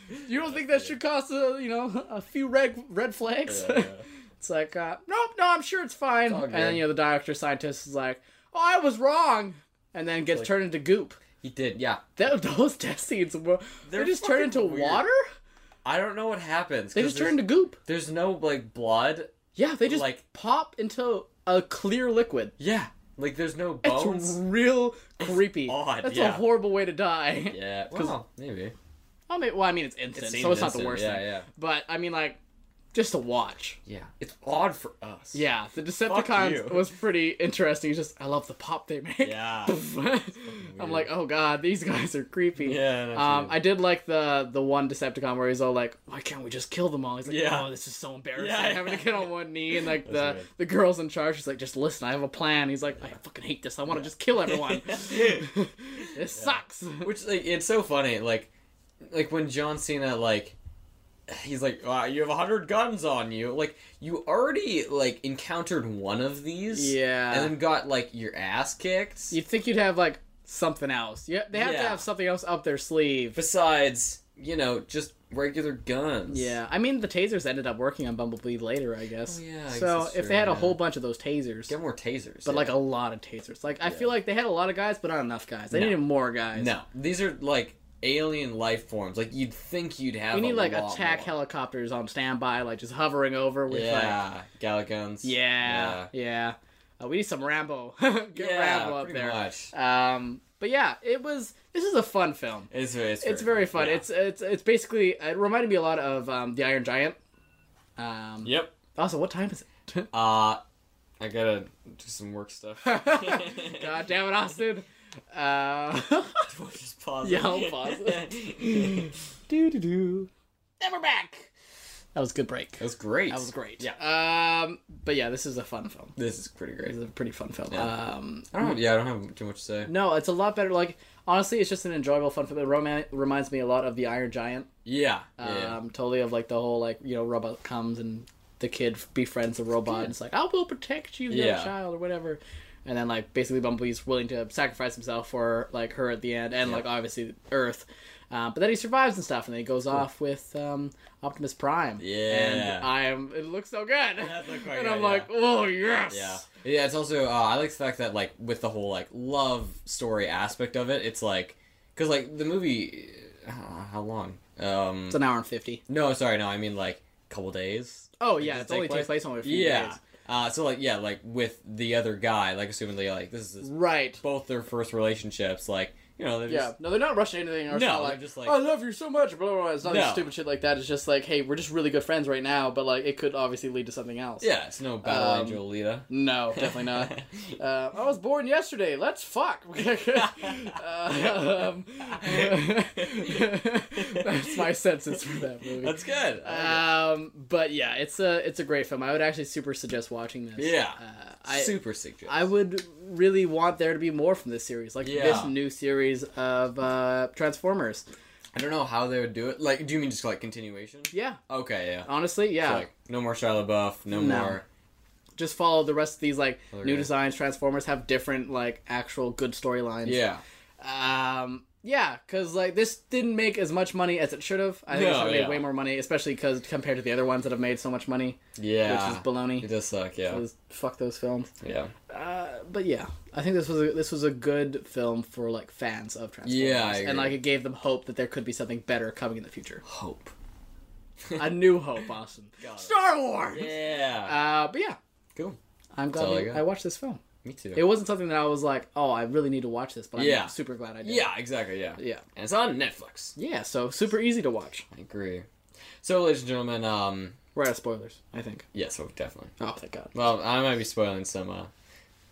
Speaker 1: you don't think that should cost a, you know a few red red flags?
Speaker 2: Yeah.
Speaker 1: It's like, uh, nope, no, I'm sure it's fine.
Speaker 2: all
Speaker 1: and then,
Speaker 2: good.
Speaker 1: you know, the doctor scientist is like, oh, I was wrong. And then gets
Speaker 2: Like-
Speaker 1: turned into goop.
Speaker 2: he did, yeah.
Speaker 1: That, those test scenes were. They
Speaker 2: They're
Speaker 1: just turned into
Speaker 2: fucking weird.
Speaker 1: water?
Speaker 2: I don't know what happens.
Speaker 1: They
Speaker 2: 'cause
Speaker 1: just
Speaker 2: there's-
Speaker 1: turn to goop.
Speaker 2: There's no like blood.
Speaker 1: Yeah, they just
Speaker 2: Like-
Speaker 1: pop into a clear liquid.
Speaker 2: Yeah, like there's no
Speaker 1: It's
Speaker 2: bones.
Speaker 1: real creepy.
Speaker 2: odd,
Speaker 1: That's a
Speaker 2: yeah.
Speaker 1: horrible way to die.
Speaker 2: Yeah,
Speaker 1: 'Cause-
Speaker 2: well, maybe.
Speaker 1: I mean, well, I mean, it's instant,
Speaker 2: seems
Speaker 1: so it's not the
Speaker 2: instant,
Speaker 1: worst
Speaker 2: yeah,
Speaker 1: thing.
Speaker 2: yeah.
Speaker 1: But I mean, like, just to watch.
Speaker 2: Yeah, it's odd for us.
Speaker 1: Yeah, the
Speaker 2: you.
Speaker 1: Decepticons was pretty interesting. It's Just I love the pop they make.
Speaker 2: Yeah.
Speaker 1: I'm like, oh god, these guys are creepy.
Speaker 2: Yeah, that's
Speaker 1: Um,
Speaker 2: weird.
Speaker 1: I did like the the one Decepticon where he's all like, "Why can't we just kill them all?" He's like,
Speaker 2: Yeah.
Speaker 1: "Oh, this is so embarrassing,
Speaker 2: Yeah, yeah,
Speaker 1: having to get on one knee." And like the
Speaker 2: That's weird.
Speaker 1: the girls in charge, she's like, "Just listen, I have a plan." He's like, "I fucking hate this. I want to just kill everyone. this sucks."
Speaker 2: Which like it's so funny, like like when John Cena like he's like, wow, you have a hundred guns on you. Like you already like encountered one of these,
Speaker 1: Yeah.
Speaker 2: and then got like your ass kicked.
Speaker 1: You'd think you'd have like something else. Yeah, they have to
Speaker 2: Yeah.
Speaker 1: have something else up their sleeve.
Speaker 2: Besides, you know, just regular guns.
Speaker 1: Yeah, I mean the tasers ended up working on Bumblebee later, I guess.
Speaker 2: Oh, yeah, I guess
Speaker 1: so
Speaker 2: that's
Speaker 1: if
Speaker 2: true,
Speaker 1: they had a
Speaker 2: yeah.
Speaker 1: whole bunch of those tasers,
Speaker 2: get more tasers.
Speaker 1: but
Speaker 2: yeah.
Speaker 1: like a lot of tasers, like I feel like they had a lot of guys, but not enough guys. They
Speaker 2: No.
Speaker 1: needed more guys.
Speaker 2: no, these are like alien life forms. Like you'd think you'd have.
Speaker 1: we need
Speaker 2: a
Speaker 1: like
Speaker 2: lot
Speaker 1: attack
Speaker 2: more.
Speaker 1: helicopters on standby, like just hovering over with like,
Speaker 2: Yeah, Gala guns.
Speaker 1: yeah, yeah. Uh, we need some Rambo. Get
Speaker 2: Yeah,
Speaker 1: Rambo up
Speaker 2: pretty
Speaker 1: there.
Speaker 2: much.
Speaker 1: Um, but yeah, it was. This is a fun film.
Speaker 2: It's very, it's,
Speaker 1: It's very fun.
Speaker 2: yeah.
Speaker 1: It's it's it's basically it reminded me a lot of um, the Iron Giant. Um,
Speaker 2: yep.
Speaker 1: Also, what time is it?
Speaker 2: Uh, I gotta do some work stuff.
Speaker 1: God damn it, Austin. Uh,
Speaker 2: We'll just pause.
Speaker 1: Yeah, I'll pause
Speaker 2: it.
Speaker 1: do do do. And we're back. That was a good break.
Speaker 2: That was great.
Speaker 1: That was great.
Speaker 2: Yeah.
Speaker 1: Um, but yeah, this is a fun film.
Speaker 2: This is pretty
Speaker 1: This
Speaker 2: great.
Speaker 1: is a pretty fun film.
Speaker 2: Yeah.
Speaker 1: Um,
Speaker 2: I don't. Have, yeah, I don't have too much to say.
Speaker 1: no, it's a lot better. Like honestly, it's just an enjoyable fun film. It roman- reminds me a lot of the Iron Giant.
Speaker 2: Yeah.
Speaker 1: Um,
Speaker 2: Yeah.
Speaker 1: totally of like the whole like you know robot comes and the kid befriends the robot. and It's like I will protect you, little
Speaker 2: Yeah.
Speaker 1: child, or whatever. And then like basically Bumblebee's willing to sacrifice himself for like her at the end, and like obviously Earth. Uh, but then he survives and stuff, and then he goes off with um, Optimus Prime.
Speaker 2: Yeah.
Speaker 1: and I am. It looks so good,
Speaker 2: does look quite
Speaker 1: and
Speaker 2: good,
Speaker 1: I'm
Speaker 2: yeah.
Speaker 1: like, oh yes,
Speaker 2: yeah. Yeah. It's also. Uh, I like the fact that like with the whole like love story aspect of it, it's like because like the movie. Uh, how long? Um.
Speaker 1: It's an hour and fifty.
Speaker 2: No, sorry. No, I mean like couple days.
Speaker 1: Oh yeah,
Speaker 2: does it
Speaker 1: it only
Speaker 2: take
Speaker 1: takes place only a few
Speaker 2: Yeah.
Speaker 1: days.
Speaker 2: Uh, so like yeah, like with the other guy, like assumingly like this is his
Speaker 1: Right.
Speaker 2: both their first relationships, like you know, they're
Speaker 1: Yeah,
Speaker 2: just
Speaker 1: no, they're not rushing anything. Or
Speaker 2: No,
Speaker 1: no, like,
Speaker 2: they're just like-
Speaker 1: I love you so much. Blah blah. blah. It's not
Speaker 2: No.
Speaker 1: just stupid shit like that. It's just like, hey, we're just really good friends right now, but like it could obviously lead to something else.
Speaker 2: yeah, it's no battle
Speaker 1: Um,
Speaker 2: angel Lita.
Speaker 1: No, definitely not. uh, I was born yesterday. Let's fuck. um, that's my senses for that movie.
Speaker 2: That's good. I like
Speaker 1: um, but yeah, it's a it's a great film. I would actually super suggest watching this.
Speaker 2: Yeah.
Speaker 1: uh,
Speaker 2: it.
Speaker 1: I
Speaker 2: super secret.
Speaker 1: I would really want there to be more from this series, like
Speaker 2: Yeah.
Speaker 1: this new series of uh, Transformers.
Speaker 2: I don't know how they would do it. Like, do you mean just like continuation?
Speaker 1: Yeah,
Speaker 2: Okay, yeah.
Speaker 1: Honestly, yeah.
Speaker 2: So, like, no more Shia LaBeouf. No,
Speaker 1: No.
Speaker 2: more.
Speaker 1: just follow the rest of these like
Speaker 2: Other
Speaker 1: new
Speaker 2: guy.
Speaker 1: designs. Transformers have different like actual good storylines.
Speaker 2: Yeah.
Speaker 1: Um. Yeah, because like this didn't make as much money as it should have. I think it
Speaker 2: No,
Speaker 1: should have made
Speaker 2: yeah.
Speaker 1: way more money, especially because compared to the other ones that have made so much money,
Speaker 2: Yeah.
Speaker 1: which is baloney.
Speaker 2: it does suck. Yeah.
Speaker 1: Those- Fuck those films.
Speaker 2: yeah.
Speaker 1: Uh, but yeah, I think this was a, this was a good film for like fans of Transformers.
Speaker 2: Yeah, I
Speaker 1: and
Speaker 2: agree.
Speaker 1: like it gave them hope that there could be something better coming in the future.
Speaker 2: Hope.
Speaker 1: a new hope, Austin.
Speaker 2: Got it.
Speaker 1: Star Wars.
Speaker 2: Yeah.
Speaker 1: Uh, but yeah,
Speaker 2: cool.
Speaker 1: I'm glad
Speaker 2: all I
Speaker 1: we-
Speaker 2: got.
Speaker 1: I watched this film.
Speaker 2: Me too.
Speaker 1: It wasn't something that I was like, oh, I really need to watch this, but I'm
Speaker 2: Yeah.
Speaker 1: super glad I did.
Speaker 2: yeah. Exactly. Yeah.
Speaker 1: Yeah.
Speaker 2: And it's on Netflix.
Speaker 1: Yeah, so super easy to watch.
Speaker 2: I agree. So, ladies and gentlemen, um,
Speaker 1: We're out of spoilers, I think.
Speaker 2: yes, oh, definitely.
Speaker 1: Oh, thank God.
Speaker 2: Well, I might be spoiling some uh,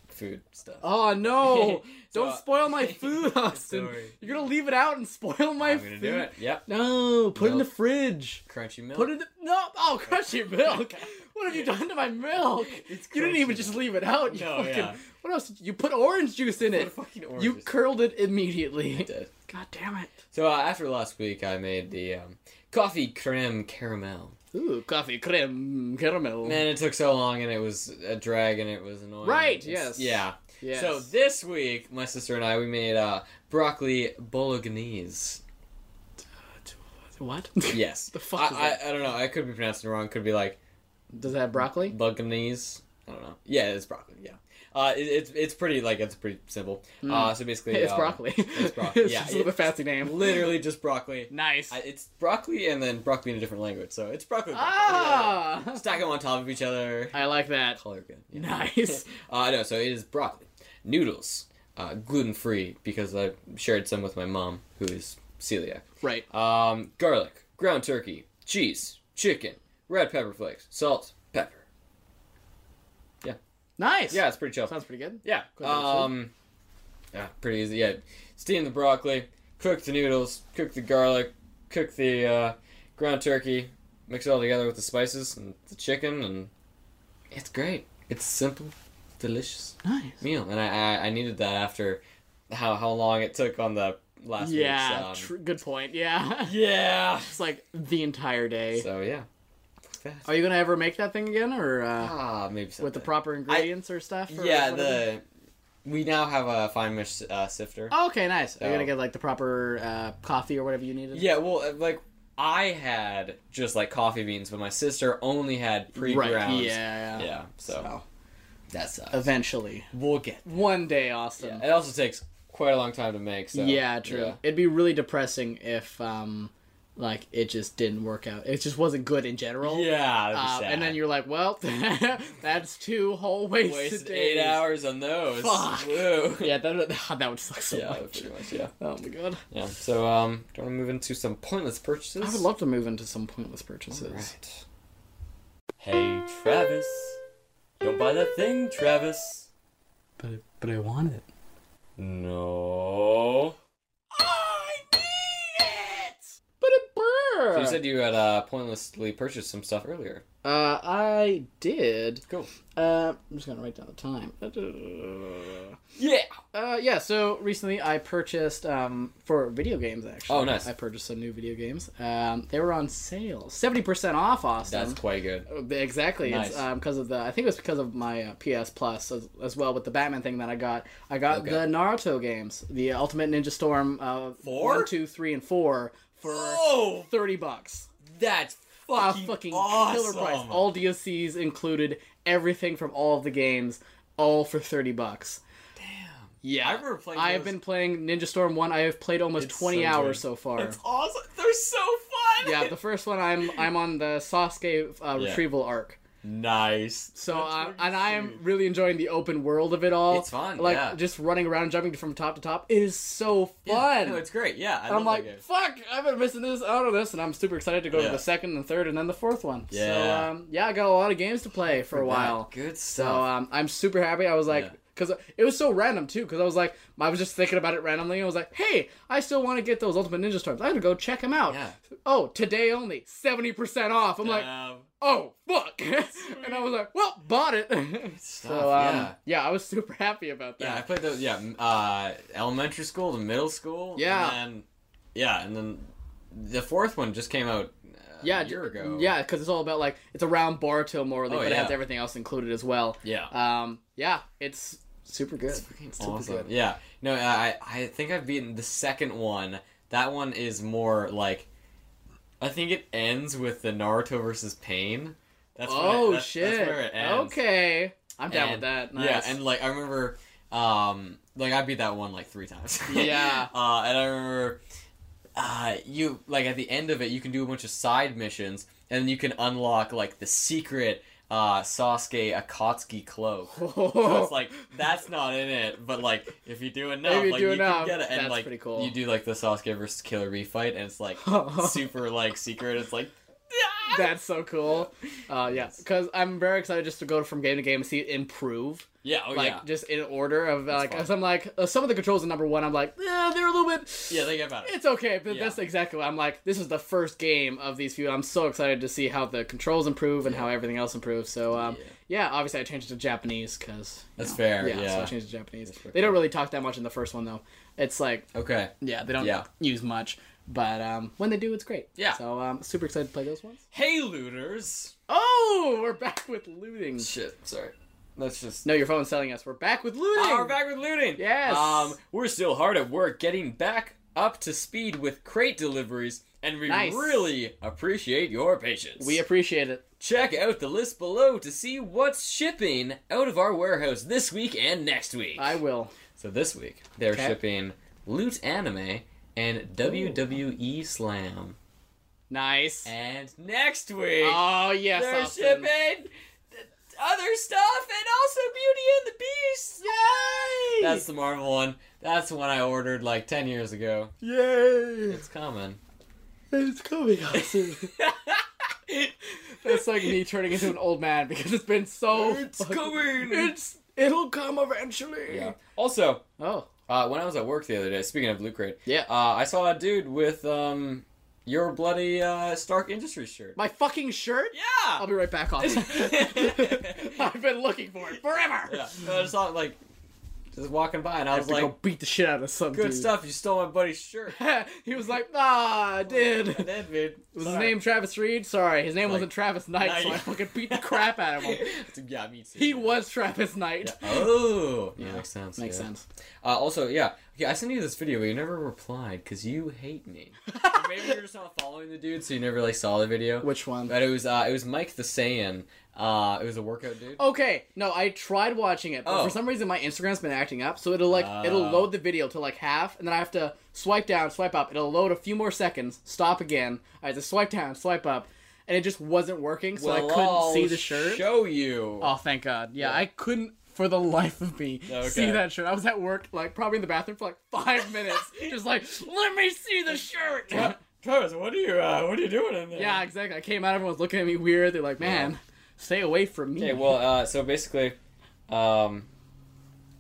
Speaker 2: food stuff.
Speaker 1: Oh, no.
Speaker 2: So-
Speaker 1: Don't spoil my food, Austin.
Speaker 2: Sorry.
Speaker 1: You're going to leave it out and spoil my
Speaker 2: I'm
Speaker 1: food.
Speaker 2: gonna do it. Yep.
Speaker 1: No, put it in the
Speaker 2: Milk.
Speaker 1: fridge.
Speaker 2: Crunchy milk.
Speaker 1: Put it in the. No. Oh, crush your milk. What have you done to my milk?
Speaker 2: It's
Speaker 1: you didn't even
Speaker 2: crunchy.
Speaker 1: just leave it out. You
Speaker 2: No,
Speaker 1: fucking,
Speaker 2: yeah.
Speaker 1: What else? did You You put orange juice in it.
Speaker 2: fucking
Speaker 1: You curled it immediately.
Speaker 2: did.
Speaker 1: God damn it.
Speaker 2: So uh, after last week, I made the um, coffee creme caramel.
Speaker 1: Ooh, coffee, creme, caramel.
Speaker 2: Man, it took so long, and it was a drag, and it was annoying.
Speaker 1: Right, yes.
Speaker 2: It's- Yeah.
Speaker 1: Yes.
Speaker 2: So this week, my sister and I we made uh, broccoli bolognese.
Speaker 1: What?
Speaker 2: Yes.
Speaker 1: The fuck is
Speaker 2: I,
Speaker 1: that?
Speaker 2: I, I don't know. I could be pronouncing it wrong. Could be like
Speaker 1: Does it have broccoli?
Speaker 2: bolognese. I don't know. Yeah, it's broccoli. Yeah. Uh, it, it's it's pretty like it's pretty simple. Uh, so basically,
Speaker 1: Hmm. It's
Speaker 2: um,
Speaker 1: broccoli.
Speaker 2: it's broccoli.
Speaker 1: it's
Speaker 2: Yeah,
Speaker 1: just a little bit fancy name.
Speaker 2: Literally just broccoli.
Speaker 1: Nice.
Speaker 2: I, it's broccoli and then broccoli in a different language. So it's broccoli. broccoli.
Speaker 1: ah,
Speaker 2: Stack them on top of each other.
Speaker 1: I like that.
Speaker 2: Color good. Yeah.
Speaker 1: Nice.
Speaker 2: Uh, no, so it is broccoli, noodles, uh, gluten free because I shared some with my mom who is celiac.
Speaker 1: Right.
Speaker 2: Um, garlic, ground turkey, cheese, chicken, red pepper flakes, salt, pepper.
Speaker 1: Nice.
Speaker 2: Yeah, it's pretty chill.
Speaker 1: Sounds pretty good.
Speaker 2: Yeah.
Speaker 1: Quite good,
Speaker 2: Um, yeah, pretty easy. Yeah, steam the broccoli, cook the noodles, cook the garlic, cook the uh, ground turkey, mix it all together with the spices and the chicken, and it's great. It's simple, delicious
Speaker 1: Nice.
Speaker 2: meal, and I I, I needed that after how how long it took on the last
Speaker 1: Yeah.
Speaker 2: week's. Um,
Speaker 1: tr- good point. Yeah.
Speaker 2: yeah.
Speaker 1: it's like the entire day.
Speaker 2: So yeah. Fuck that.
Speaker 1: Are you gonna ever make that thing again, or uh,
Speaker 2: Ah, maybe
Speaker 1: Oh, with the
Speaker 2: someday.
Speaker 1: proper ingredients or stuff? Or
Speaker 2: Yeah,
Speaker 1: whatever?
Speaker 2: the we now have a fine mesh uh, sifter.
Speaker 1: Oh, okay, nice. Are you
Speaker 2: So-
Speaker 1: gonna get like the proper uh, coffee or whatever you needed?
Speaker 2: Yeah, well, uh, like I had just like coffee beans, but my sister only had pre-ground.
Speaker 1: Right. Yeah. Yeah.
Speaker 2: Yeah. So that's uh,
Speaker 1: Eventually,
Speaker 2: we'll get.
Speaker 1: one day, Austin.
Speaker 2: It also takes quite a long time to make. So
Speaker 1: um, yeah, true. It'd be really depressing if um like it just didn't work out. It just wasn't good in
Speaker 2: Yeah.
Speaker 1: general.
Speaker 2: yeah that'd be
Speaker 1: Uh,
Speaker 2: sad.
Speaker 1: and then you're like, well, that's two whole wasted,
Speaker 2: wasted
Speaker 1: days.
Speaker 2: eight hours on those.
Speaker 1: Fuck.
Speaker 2: Woo.
Speaker 1: Yeah, that would, that would suck so
Speaker 2: Yeah,
Speaker 1: much.
Speaker 2: pretty much. Yeah.
Speaker 1: Oh my god.
Speaker 2: Yeah. So um, do you want to move into some pointless purchases?
Speaker 1: I would love to move into some pointless purchases.
Speaker 2: Right. Hey Travis, don't buy that thing, Travis.
Speaker 1: But but I want it.
Speaker 2: No.
Speaker 1: I need it. But it burr.
Speaker 2: So you said you had uh, pointlessly purchased some stuff earlier.
Speaker 1: uh, I did.
Speaker 2: Cool.
Speaker 1: Uh, I'm just gonna write down the time.
Speaker 2: Yeah.
Speaker 1: Uh, yeah, so recently I purchased um, for video games actually.
Speaker 2: Oh, nice.
Speaker 1: I purchased some new video games. Um, they were on sale, seventy percent off, Austin.
Speaker 2: That's quite good.
Speaker 1: Uh, Exactly. It's
Speaker 2: Nice.
Speaker 1: because of the. I think it was because of my uh, PS Plus as, as well with the Batman thing that I got. I got
Speaker 2: Okay.
Speaker 1: the Naruto games, the Ultimate Ninja Storm uh,
Speaker 2: Four?
Speaker 1: one, two, three, and four for
Speaker 2: Oh,
Speaker 1: thirty bucks.
Speaker 2: that's
Speaker 1: A
Speaker 2: Ah, fucking,
Speaker 1: fucking
Speaker 2: awesome.
Speaker 1: killer price. All DLCs included, everything from all of the games, all for thirty bucks. Yeah,
Speaker 2: I remember playing
Speaker 1: I have
Speaker 2: those.
Speaker 1: been playing Ninja Storm One. I have played almost
Speaker 2: It's
Speaker 1: twenty
Speaker 2: so
Speaker 1: hours
Speaker 2: good.
Speaker 1: so far.
Speaker 2: That's awesome. They're so fun.
Speaker 1: yeah, the first one I'm I'm on the Sasuke uh,
Speaker 2: Yeah.
Speaker 1: retrieval arc.
Speaker 2: nice.
Speaker 1: So
Speaker 2: That's
Speaker 1: uh,
Speaker 2: pretty
Speaker 1: and I am
Speaker 2: sweet.
Speaker 1: really enjoying the open world of it all.
Speaker 2: It's fun,
Speaker 1: Like
Speaker 2: yeah.
Speaker 1: just running around, jumping from top to top. It is so fun.
Speaker 2: Yeah, no, it's great. Yeah, I
Speaker 1: And I'm
Speaker 2: love that game.
Speaker 1: like, fuck, I've been missing this out of this, and I'm super excited to go
Speaker 2: Yeah.
Speaker 1: to the second and third and then the fourth one.
Speaker 2: Yeah.
Speaker 1: So, um, yeah, I got a lot of games to play for a while.
Speaker 2: That Good
Speaker 1: So
Speaker 2: stuff.
Speaker 1: um, I'm super happy. I was like,
Speaker 2: Oh. Yeah.
Speaker 1: because it was so random too. Because I was like, I was just thinking about it randomly. I was like, hey, I still want to get those Ultimate Ninja Storms. I gotta go check them out.
Speaker 2: Yeah.
Speaker 1: Oh, today only, seventy percent off. I'm like,
Speaker 2: Damn.
Speaker 1: oh fuck, and I was like, well, bought it.
Speaker 2: stuff,
Speaker 1: so um,
Speaker 2: yeah.
Speaker 1: yeah. I was super happy about
Speaker 2: Yeah, I
Speaker 1: that.
Speaker 2: played those. Yeah, m- uh, elementary school to middle school.
Speaker 1: Yeah.
Speaker 2: and then, yeah, and then the fourth one just came out uh,
Speaker 1: Yeah,
Speaker 2: a year ago.
Speaker 1: Yeah, because it's all about like it's around Boruto more, like,
Speaker 2: Oh,
Speaker 1: but it
Speaker 2: yeah.
Speaker 1: has everything else included as well.
Speaker 2: yeah,
Speaker 1: Um, yeah, it's super good. It's super
Speaker 2: awesome.
Speaker 1: good.
Speaker 2: Yeah, no, I I think I've beaten the second one. That one is more like, I think it ends with the Naruto versus Pain. That's when it-
Speaker 1: oh
Speaker 2: that's-
Speaker 1: shit.
Speaker 2: That's where it ends.
Speaker 1: Okay. I'm down with
Speaker 2: And-
Speaker 1: that. Nice.
Speaker 2: Yeah, and like I remember, um, like I beat that one like three times.
Speaker 1: Yeah.
Speaker 2: uh, and I remember, uh, you like at the end of it, you can do a bunch of side missions, and then you can unlock like the secret uh Sasuke Akatsuki cloak. So it's like that's not in it, but like if you do enough,
Speaker 1: If you
Speaker 2: like
Speaker 1: do
Speaker 2: you
Speaker 1: enough,
Speaker 2: can get it. And
Speaker 1: that's
Speaker 2: like
Speaker 1: pretty cool.
Speaker 2: you do like the Sasuke versus Killer B fight, and it's like super like secret. It's like
Speaker 1: That's so cool. Uh, yeah, because I'm very excited just to go from game to game and see it improve,
Speaker 2: yeah, oh
Speaker 1: like
Speaker 2: yeah,
Speaker 1: just in order of
Speaker 2: That's
Speaker 1: like.
Speaker 2: fun.
Speaker 1: As I'm like, uh, some of the controls in number one, I'm like, yeah, they're a little bit.
Speaker 2: yeah, they get better.
Speaker 1: It's okay, but
Speaker 2: Yeah.
Speaker 1: that's exactly what I'm like. This is the first game of these few. I'm so excited to see how the controls improve and how everything else improves. So, um,
Speaker 2: Yeah.
Speaker 1: yeah. obviously I changed it to Japanese because
Speaker 2: That's fair,
Speaker 1: so
Speaker 2: yeah.
Speaker 1: I changed it to Japanese.
Speaker 2: pretty
Speaker 1: They don't really talk that much in the first one though. It's like,
Speaker 2: Okay.
Speaker 1: yeah, they don't
Speaker 2: Yeah.
Speaker 1: use much, but um, when they do, it's great.
Speaker 2: Yeah.
Speaker 1: So, um, super excited to play those ones.
Speaker 2: Hey, looters.
Speaker 1: Oh, we're back with looting.
Speaker 2: Shit, sorry. That's just.
Speaker 1: No, your phone's telling us we're back with looting.
Speaker 2: Ah, we're back with looting.
Speaker 1: Yes.
Speaker 2: Um, we're still hard at work getting back up to speed with crate deliveries, and we
Speaker 1: Nice.
Speaker 2: really appreciate your patience.
Speaker 1: We appreciate it.
Speaker 2: Check out the list below to see what's shipping out of our warehouse this week and next week.
Speaker 1: I will.
Speaker 2: So this week they're
Speaker 1: Okay.
Speaker 2: shipping Loot Anime and WWE Slam.
Speaker 1: Nice.
Speaker 2: And next week
Speaker 1: Oh yes,
Speaker 2: they're
Speaker 1: Austin.
Speaker 2: shipping other stuff and also Beauty and the Beast.
Speaker 1: Yay!
Speaker 2: That's the Marvel one. That's the one I ordered like ten years ago.
Speaker 1: Yay!
Speaker 2: It's coming.
Speaker 1: It's coming out soon. That's like me turning into an old man because it's been so.
Speaker 2: it's
Speaker 1: fucking-
Speaker 2: coming.
Speaker 1: It's it'll come eventually.
Speaker 2: yeah. Also,
Speaker 1: Oh
Speaker 2: uh, when I was at work the other day, speaking of Loot Crate,
Speaker 1: yeah.
Speaker 2: uh, I saw a dude with um, your bloody uh, Stark Industries shirt.
Speaker 1: My fucking shirt.
Speaker 2: Yeah.
Speaker 1: I'll be right back, Austin. I've been looking for it forever.
Speaker 2: Yeah, so I just saw it like just walking by, and I
Speaker 1: I
Speaker 2: was
Speaker 1: have to
Speaker 2: like,
Speaker 1: go beat the shit out of some
Speaker 2: "Good
Speaker 1: dude.
Speaker 2: stuff, you stole my buddy's shirt."
Speaker 1: he was like, ah,
Speaker 2: Oh,
Speaker 1: I
Speaker 2: And
Speaker 1: did.
Speaker 2: then, dude,
Speaker 1: Was his name Travis Reed? Sorry, his name
Speaker 2: Like,
Speaker 1: wasn't Travis Knight, so I
Speaker 2: Knight.
Speaker 1: fucking beat the crap out of him.
Speaker 2: yeah, me too.
Speaker 1: He was Travis Knight.
Speaker 2: Yeah. Oh, yeah,
Speaker 1: Yeah.
Speaker 2: makes sense.
Speaker 1: Makes
Speaker 2: yeah.
Speaker 1: sense.
Speaker 2: Uh, also, yeah, okay, I sent you this video, but you never replied because you hate me. Or maybe you're just not following the dude, so you never really saw the video.
Speaker 1: Which one?
Speaker 2: But it was uh, it was Mike the Saiyan. Uh, it was a workout dude.
Speaker 1: Okay, no, I tried watching it, but
Speaker 2: Oh.
Speaker 1: for some reason my Instagram's been acting up, so it'll like it'll
Speaker 2: Oh.
Speaker 1: load the video to like half, and then I have to swipe down, swipe up. It'll load a few more seconds, stop again. I had to swipe down, swipe up, and it just wasn't working, so I
Speaker 2: Well, oh,
Speaker 1: couldn't
Speaker 2: I'll
Speaker 1: see the shirt.
Speaker 2: Show you.
Speaker 1: Oh, thank God. Yeah,
Speaker 2: Yeah.
Speaker 1: I couldn't for the life of me see
Speaker 2: Okay.
Speaker 1: that shirt. I was at work, like probably in the bathroom for like five minutes, just like let me see the shirt.
Speaker 2: Tra- Travis, what are you uh, what are you doing in there?
Speaker 1: yeah, exactly. I came out, everyone was looking at me weird. They're like, man, stay away from me.
Speaker 2: Okay, well, uh, so basically, um,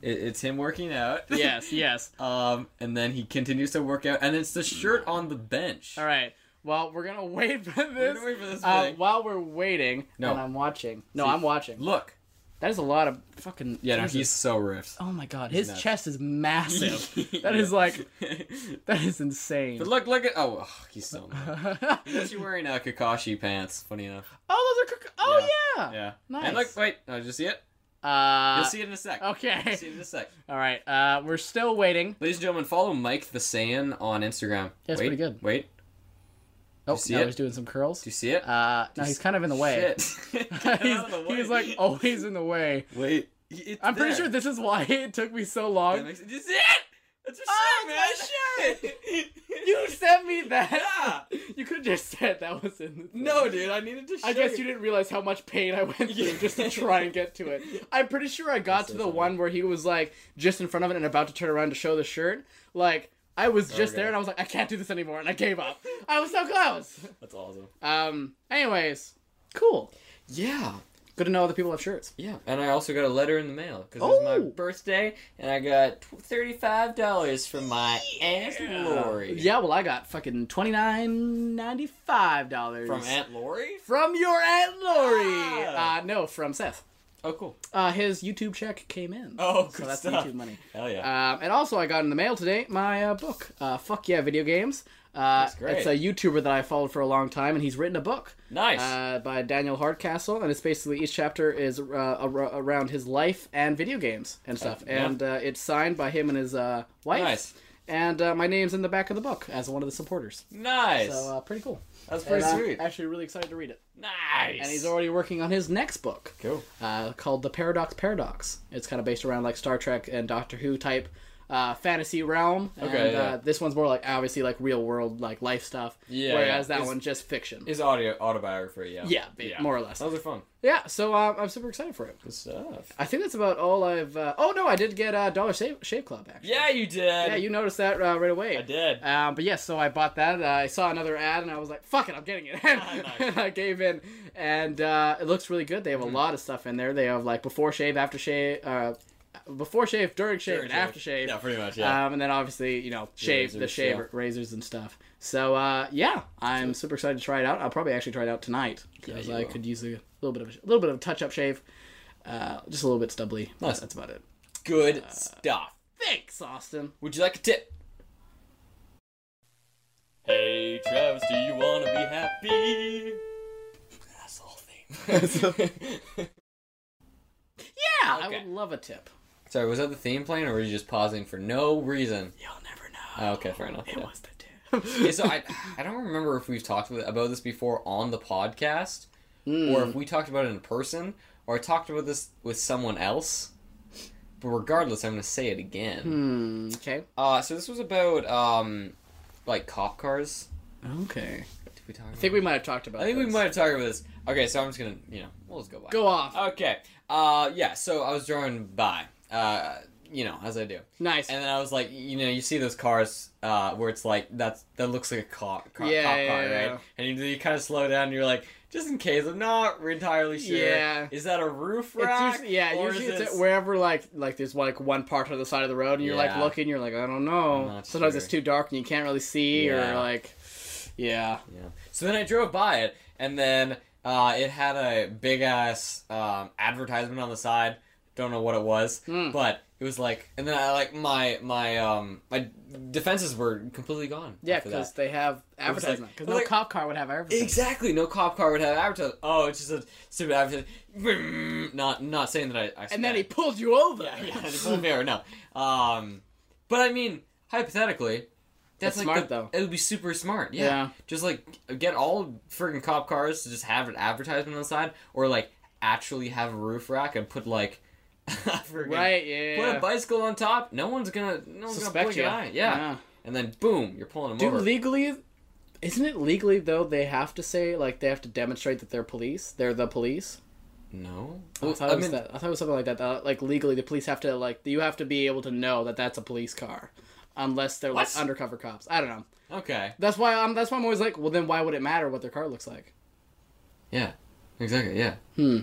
Speaker 2: it, it's him working out.
Speaker 1: yes, yes.
Speaker 2: Um, and then he continues to work out, and it's the shirt on the bench.
Speaker 1: All right. Well, we're gonna wait for this.
Speaker 2: We're gonna wait for this
Speaker 1: Uh,
Speaker 2: thing.
Speaker 1: while we're waiting,
Speaker 2: No.
Speaker 1: and I'm watching. No,
Speaker 2: See-
Speaker 1: I'm watching.
Speaker 2: Look.
Speaker 1: That is a lot of fucking.
Speaker 2: Yeah, no,
Speaker 1: Jesus.
Speaker 2: he's so ripped.
Speaker 1: Oh my God, his
Speaker 2: nuts.
Speaker 1: chest is massive. That is like that is insane.
Speaker 2: But look, look at. Oh, ugh, he's so. mad. He's wearing uh, Kakashi pants. Funny enough.
Speaker 1: oh, those are. Cook- oh yeah.
Speaker 2: Yeah.
Speaker 1: Nice.
Speaker 2: And look, wait. Oh, did you see it?
Speaker 1: Uh,
Speaker 2: You'll see it in a sec.
Speaker 1: Okay.
Speaker 2: You'll see it in a sec.
Speaker 1: All right. Uh, we're still waiting.
Speaker 2: Ladies and gentlemen, follow Mike the Saiyan on Instagram.
Speaker 1: Yeah, it's
Speaker 2: wait,
Speaker 1: pretty good.
Speaker 2: Wait.
Speaker 1: Oh,
Speaker 2: see
Speaker 1: now
Speaker 2: it?
Speaker 1: he's doing some curls.
Speaker 2: Do you see it?
Speaker 1: Uh, no,
Speaker 2: you
Speaker 1: he's
Speaker 2: s-
Speaker 1: kind of in the way.
Speaker 2: Shit. Get
Speaker 1: he's,
Speaker 2: out of the way.
Speaker 1: he's like always in the way.
Speaker 2: Wait. It's
Speaker 1: I'm pretty
Speaker 2: there.
Speaker 1: sure this is why it took me so
Speaker 2: That
Speaker 1: long.
Speaker 2: makes, this is it. That's your
Speaker 1: Oh,
Speaker 2: shirt, man.
Speaker 1: You sent me that.
Speaker 2: yeah.
Speaker 1: You could have just said that was in. The thing.
Speaker 2: No, dude. I needed to. Show
Speaker 1: I guess you didn't realize how much pain I went through
Speaker 2: Yeah.
Speaker 1: just to try and get to it. I'm pretty sure I got
Speaker 2: That's
Speaker 1: to
Speaker 2: so
Speaker 1: the
Speaker 2: funny.
Speaker 1: one where he was like just in front of it and about to turn around to show the shirt. Like I was just
Speaker 2: Oh, Okay.
Speaker 1: there and I was like, I can't do this anymore, and I gave up. I was so close.
Speaker 2: That's awesome.
Speaker 1: Um. Anyways, cool.
Speaker 2: Yeah.
Speaker 1: Good to know other people have shirts.
Speaker 2: Yeah, and I also got a letter in the mail because it was my
Speaker 1: Oh.
Speaker 2: birthday, and I got tw- thirty-five dollars from my aunt Lori.
Speaker 1: Yeah, well, I got fucking twenty nine ninety five dollars
Speaker 2: from Aunt Lori.
Speaker 1: from your aunt Lori.
Speaker 2: Ah.
Speaker 1: Uh, no, from Seth.
Speaker 2: Oh, cool.
Speaker 1: Uh, his YouTube check came in.
Speaker 2: Oh,
Speaker 1: so
Speaker 2: good
Speaker 1: that's
Speaker 2: stuff.
Speaker 1: YouTube money.
Speaker 2: Hell yeah.
Speaker 1: Um, and also, I got in the mail today my uh, book, uh, "Fuck Yeah, Video Games." Uh,
Speaker 2: That's great.
Speaker 1: It's a YouTuber that I followed for a long time, and he's written a book
Speaker 2: nice.
Speaker 1: uh, by Daniel Hardcastle, and it's basically each chapter is uh, ar- around his life and video games and stuff,
Speaker 2: yeah.
Speaker 1: and uh, it's signed by him and his uh, wife.
Speaker 2: Nice.
Speaker 1: And uh, my name's in the back of the book as one of the supporters.
Speaker 2: nice.
Speaker 1: So uh, pretty cool.
Speaker 2: that's pretty
Speaker 1: And I'm
Speaker 2: sweet.
Speaker 1: actually, really excited to read it.
Speaker 2: nice.
Speaker 1: And he's already working on his next book
Speaker 2: cool.
Speaker 1: uh, called The Paradox Paradox. It's kind of based around like Star Trek and Doctor Who type uh, fantasy realm. And,
Speaker 2: Okay, yeah.
Speaker 1: uh, this one's more like obviously like real world like life stuff.
Speaker 2: Yeah,
Speaker 1: Whereas
Speaker 2: yeah.
Speaker 1: that
Speaker 2: Is-
Speaker 1: one's just fiction.
Speaker 2: His audio autobiography. Yeah.
Speaker 1: yeah, ba- more or less.
Speaker 2: Those are fun.
Speaker 1: Yeah, so um, I'm super excited for it.
Speaker 2: Good stuff.
Speaker 1: I think that's about all I've. Uh... Oh no, I did get uh, Dollar Shave, Shave Club actually.
Speaker 2: Yeah, you did.
Speaker 1: Yeah, you noticed that uh, right away.
Speaker 2: I did.
Speaker 1: Um, but yes, so I bought that. Uh, I saw another ad and I was like, "Fuck it, I'm getting
Speaker 2: Ah,
Speaker 1: it." and I gave in, and uh, it looks really good. They
Speaker 2: Mm-hmm.
Speaker 1: have a lot of stuff in there. They have like before shave, after shave, uh, before shave, during shave,
Speaker 2: Sure,
Speaker 1: and
Speaker 2: sure.
Speaker 1: after shave.
Speaker 2: Yeah, pretty much. Yeah.
Speaker 1: Um, and then obviously you know shave the
Speaker 2: razors,
Speaker 1: shave
Speaker 2: yeah.
Speaker 1: razors and stuff. So uh, yeah, I'm super excited to try it out. I'll probably actually try it out tonight because
Speaker 2: you
Speaker 1: I
Speaker 2: will.
Speaker 1: could use a little bit of a little bit of touch up shave, uh, just a little bit stubbly.
Speaker 2: Nice.
Speaker 1: That's about it.
Speaker 2: Good
Speaker 1: uh,
Speaker 2: stuff.
Speaker 1: Thanks, Austin.
Speaker 2: Would you like a tip? Hey Travis, do you wanna be happy? That's the whole theme.
Speaker 1: Yeah, I
Speaker 2: Okay.
Speaker 1: would love a tip.
Speaker 2: Sorry, was that the theme playing or were you just pausing for no reason?
Speaker 1: You'll never know.
Speaker 2: Oh, okay, fair enough.
Speaker 1: It
Speaker 2: yeah.
Speaker 1: was the dam.
Speaker 2: Yeah, so I, I don't remember if we've talked with- about this before on the podcast, or if we talked about it in person, or I talked about this with someone else. But regardless, I'm going to say it again.
Speaker 1: Hmm, okay.
Speaker 2: Uh, so this was about um, like cop cars.
Speaker 1: Okay.
Speaker 2: Did we talk?
Speaker 1: I think we might have talked about.
Speaker 2: I think we
Speaker 1: this.
Speaker 2: might have talked about this. Okay, so I'm just gonna, you know, we'll just go by.
Speaker 1: go off.
Speaker 2: Okay. Uh, yeah. So I was drawing by. Uh, you know, as I do,
Speaker 1: nice.
Speaker 2: and then I was like, you know, you see those cars, uh, where it's like that's that looks like a car, car
Speaker 1: Yeah,
Speaker 2: cop
Speaker 1: yeah,
Speaker 2: car,
Speaker 1: yeah.
Speaker 2: right? And you, you kind of slow down, and you're like, just in case, I'm not entirely sure.
Speaker 1: Yeah.
Speaker 2: Is that a roof
Speaker 1: It's
Speaker 2: rack?
Speaker 1: usually, yeah,
Speaker 2: or
Speaker 1: usually
Speaker 2: is
Speaker 1: it's at
Speaker 2: this-
Speaker 1: wherever like like there's like one part on the side of the road, and you're like
Speaker 2: Yeah.
Speaker 1: looking, you're like I don't
Speaker 2: I'm
Speaker 1: know.
Speaker 2: not
Speaker 1: Sometimes
Speaker 2: sure.
Speaker 1: it's too dark and you can't really see, or
Speaker 2: Yeah.
Speaker 1: like, yeah,
Speaker 2: Yeah. So then I drove by it, and then uh, it had a big ass um, advertisement on the side. Don't know what it was,
Speaker 1: Hmm.
Speaker 2: but it was like, and then I like my my um my defenses were completely gone.
Speaker 1: yeah,
Speaker 2: after
Speaker 1: because
Speaker 2: that.
Speaker 1: they have
Speaker 2: It was like-
Speaker 1: advertisement. Because
Speaker 2: it was
Speaker 1: no
Speaker 2: like-
Speaker 1: cop car would have advertisement.
Speaker 2: exactly no cop car would have advertised. Oh, it's just a stupid advertisement. Not not saying that I. I
Speaker 1: And then he pulled you over.
Speaker 2: yeah yeah it won't be or no. Um, but I mean hypothetically. That's
Speaker 1: It's
Speaker 2: like
Speaker 1: smart,
Speaker 2: the-
Speaker 1: though.
Speaker 2: It would be super smart. yeah.
Speaker 1: yeah.
Speaker 2: Just like get all friggin' cop cars to just have an advertisement on the side, or like actually have a roof rack and put like friggin'
Speaker 1: Right. Yeah.
Speaker 2: put a bicycle on top. No one's gonna no one's gonna blink
Speaker 1: Suspect
Speaker 2: an
Speaker 1: you.
Speaker 2: eye. Yeah. and then boom, you're pulling them
Speaker 1: Do
Speaker 2: over.
Speaker 1: legally, isn't it legally though? They have to say like they have to demonstrate that they're police. They're the police.
Speaker 2: no,
Speaker 1: I thought
Speaker 2: I
Speaker 1: it was
Speaker 2: mean,
Speaker 1: that. I thought it was something like that. that, Like legally, the police have to like you have to be able to know that that's a police car, unless they're
Speaker 2: What?
Speaker 1: like undercover cops. I don't know.
Speaker 2: okay,
Speaker 1: That's why I'm. That's why I'm always like, well, then why would it matter what their car looks like?
Speaker 2: yeah, exactly, yeah.
Speaker 1: Hmm.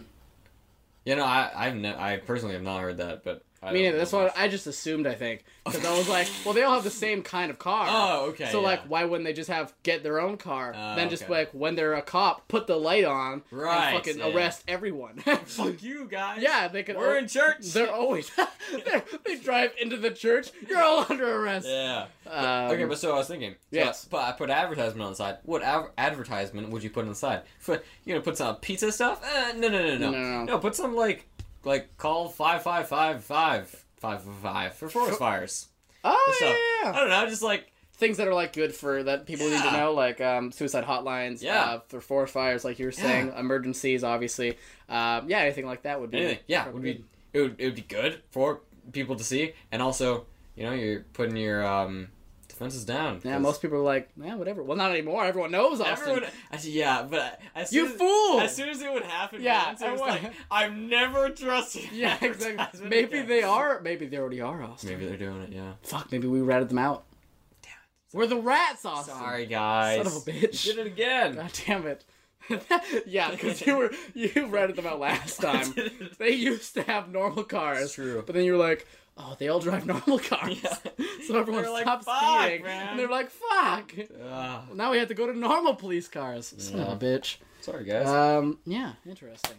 Speaker 2: You know, I I've no, I personally have not heard that, but I
Speaker 1: I mean,
Speaker 2: don't
Speaker 1: that's
Speaker 2: know.
Speaker 1: what I just assumed. I think because I was like, well, they all have the same kind of car.
Speaker 2: Oh, okay.
Speaker 1: So
Speaker 2: yeah.
Speaker 1: like, why wouldn't they just have get their own car?
Speaker 2: Oh,
Speaker 1: then just
Speaker 2: okay.
Speaker 1: like when they're a cop, put the light on
Speaker 2: Right,
Speaker 1: and fucking
Speaker 2: yeah.
Speaker 1: arrest everyone.
Speaker 2: fuck you guys.
Speaker 1: yeah, they could.
Speaker 2: we're in church.
Speaker 1: They're always they're, they drive into the church. You're all under arrest.
Speaker 2: yeah.
Speaker 1: Um,
Speaker 2: okay, but so I was thinking. So
Speaker 1: Yes.
Speaker 2: I, but I put advertisement on the side. What av- advertisement would you put on the side? For, you gonna put some pizza stuff? Uh, no, no, no, no,
Speaker 1: No.
Speaker 2: Put some like like call five five five five five five for forest fires.
Speaker 1: oh
Speaker 2: So,
Speaker 1: yeah, yeah,
Speaker 2: I
Speaker 1: yeah.
Speaker 2: don't know. Just like
Speaker 1: things that are like good for that people need to
Speaker 2: Yeah.
Speaker 1: know, like um, suicide hotlines.
Speaker 2: Yeah.
Speaker 1: uh, for forest fires, like you were saying, emergencies, obviously. Um, yeah, anything like that would be
Speaker 2: anything. Yeah, would
Speaker 1: probably
Speaker 2: be it would, it would be good for people to see, and also you know you're putting your um defenses down.
Speaker 1: Yeah,
Speaker 2: 'cause
Speaker 1: most people are like, yeah, whatever. Well, not anymore. Everyone knows Austin.
Speaker 2: Everyone, I- yeah, but I- as soon
Speaker 1: You
Speaker 2: as-
Speaker 1: fool!
Speaker 2: As soon as it would happen,
Speaker 1: Yeah,
Speaker 2: once, it
Speaker 1: I
Speaker 2: was
Speaker 1: wa-
Speaker 2: like, I'm never trusting.
Speaker 1: Yeah, exactly.
Speaker 2: advertisement
Speaker 1: Maybe
Speaker 2: again."
Speaker 1: they are. Maybe they already are, Austin.
Speaker 2: Maybe they're doing it. Yeah.
Speaker 1: Fuck, maybe we ratted them out.
Speaker 2: Damn
Speaker 1: We're the rats, Austin.
Speaker 2: Sorry, guys.
Speaker 1: Son of a bitch.
Speaker 2: Did it again.
Speaker 1: God damn it. yeah, because you were you ratted them out last time. they used to have normal cars.
Speaker 2: It's true.
Speaker 1: But then you're like, oh, they all drive normal cars.
Speaker 2: Yeah.
Speaker 1: So everyone
Speaker 2: They were like,
Speaker 1: stops
Speaker 2: "Fuck,
Speaker 1: speeding.
Speaker 2: man."
Speaker 1: And they're like, fuck.
Speaker 2: Ah,
Speaker 1: Now we have to go to normal police cars. Son of a bitch.
Speaker 2: sorry, guys.
Speaker 1: Um, yeah, interesting.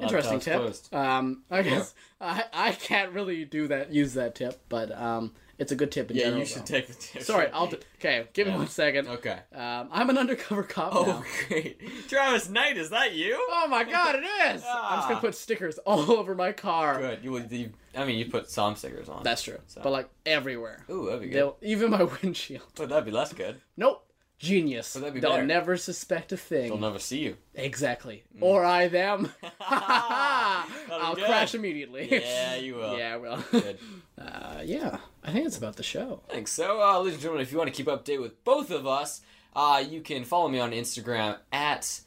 Speaker 1: Interesting
Speaker 2: Laptop's
Speaker 1: tip.
Speaker 2: closed.
Speaker 1: Um, I guess I, I can't really do that use that tip, but um, it's a good tip in
Speaker 2: yeah,
Speaker 1: general.
Speaker 2: you should
Speaker 1: though.
Speaker 2: take the tip.
Speaker 1: Sorry, I'll do. Okay, give
Speaker 2: Yeah.
Speaker 1: me one second.
Speaker 2: Okay.
Speaker 1: Um, I'm an undercover cop
Speaker 2: Oh,
Speaker 1: now.
Speaker 2: great. Travis Knight, is that you?
Speaker 1: Oh my god, it is! I'm just
Speaker 2: Ah.
Speaker 1: gonna put stickers all over my car.
Speaker 2: Good. You, would- you, I mean, you put some stickers on.
Speaker 1: That's true,
Speaker 2: So-
Speaker 1: but like everywhere,
Speaker 2: Ooh, that'd be good.
Speaker 1: They'll, even my windshield.
Speaker 2: But that'd be less good.
Speaker 1: Nope, genius.
Speaker 2: But that'd be
Speaker 1: They'll
Speaker 2: better.
Speaker 1: never suspect a thing.
Speaker 2: They'll never see you.
Speaker 1: Exactly, or I them.
Speaker 2: That'll be
Speaker 1: I'll
Speaker 2: good.
Speaker 1: crash immediately.
Speaker 2: Yeah, you will.
Speaker 1: Yeah, I will.
Speaker 2: Good.
Speaker 1: Uh, yeah, I think it's about the show.
Speaker 2: Thanks. So, uh, ladies and gentlemen, if you want to keep up to date with both of us, uh, you can follow me on Instagram at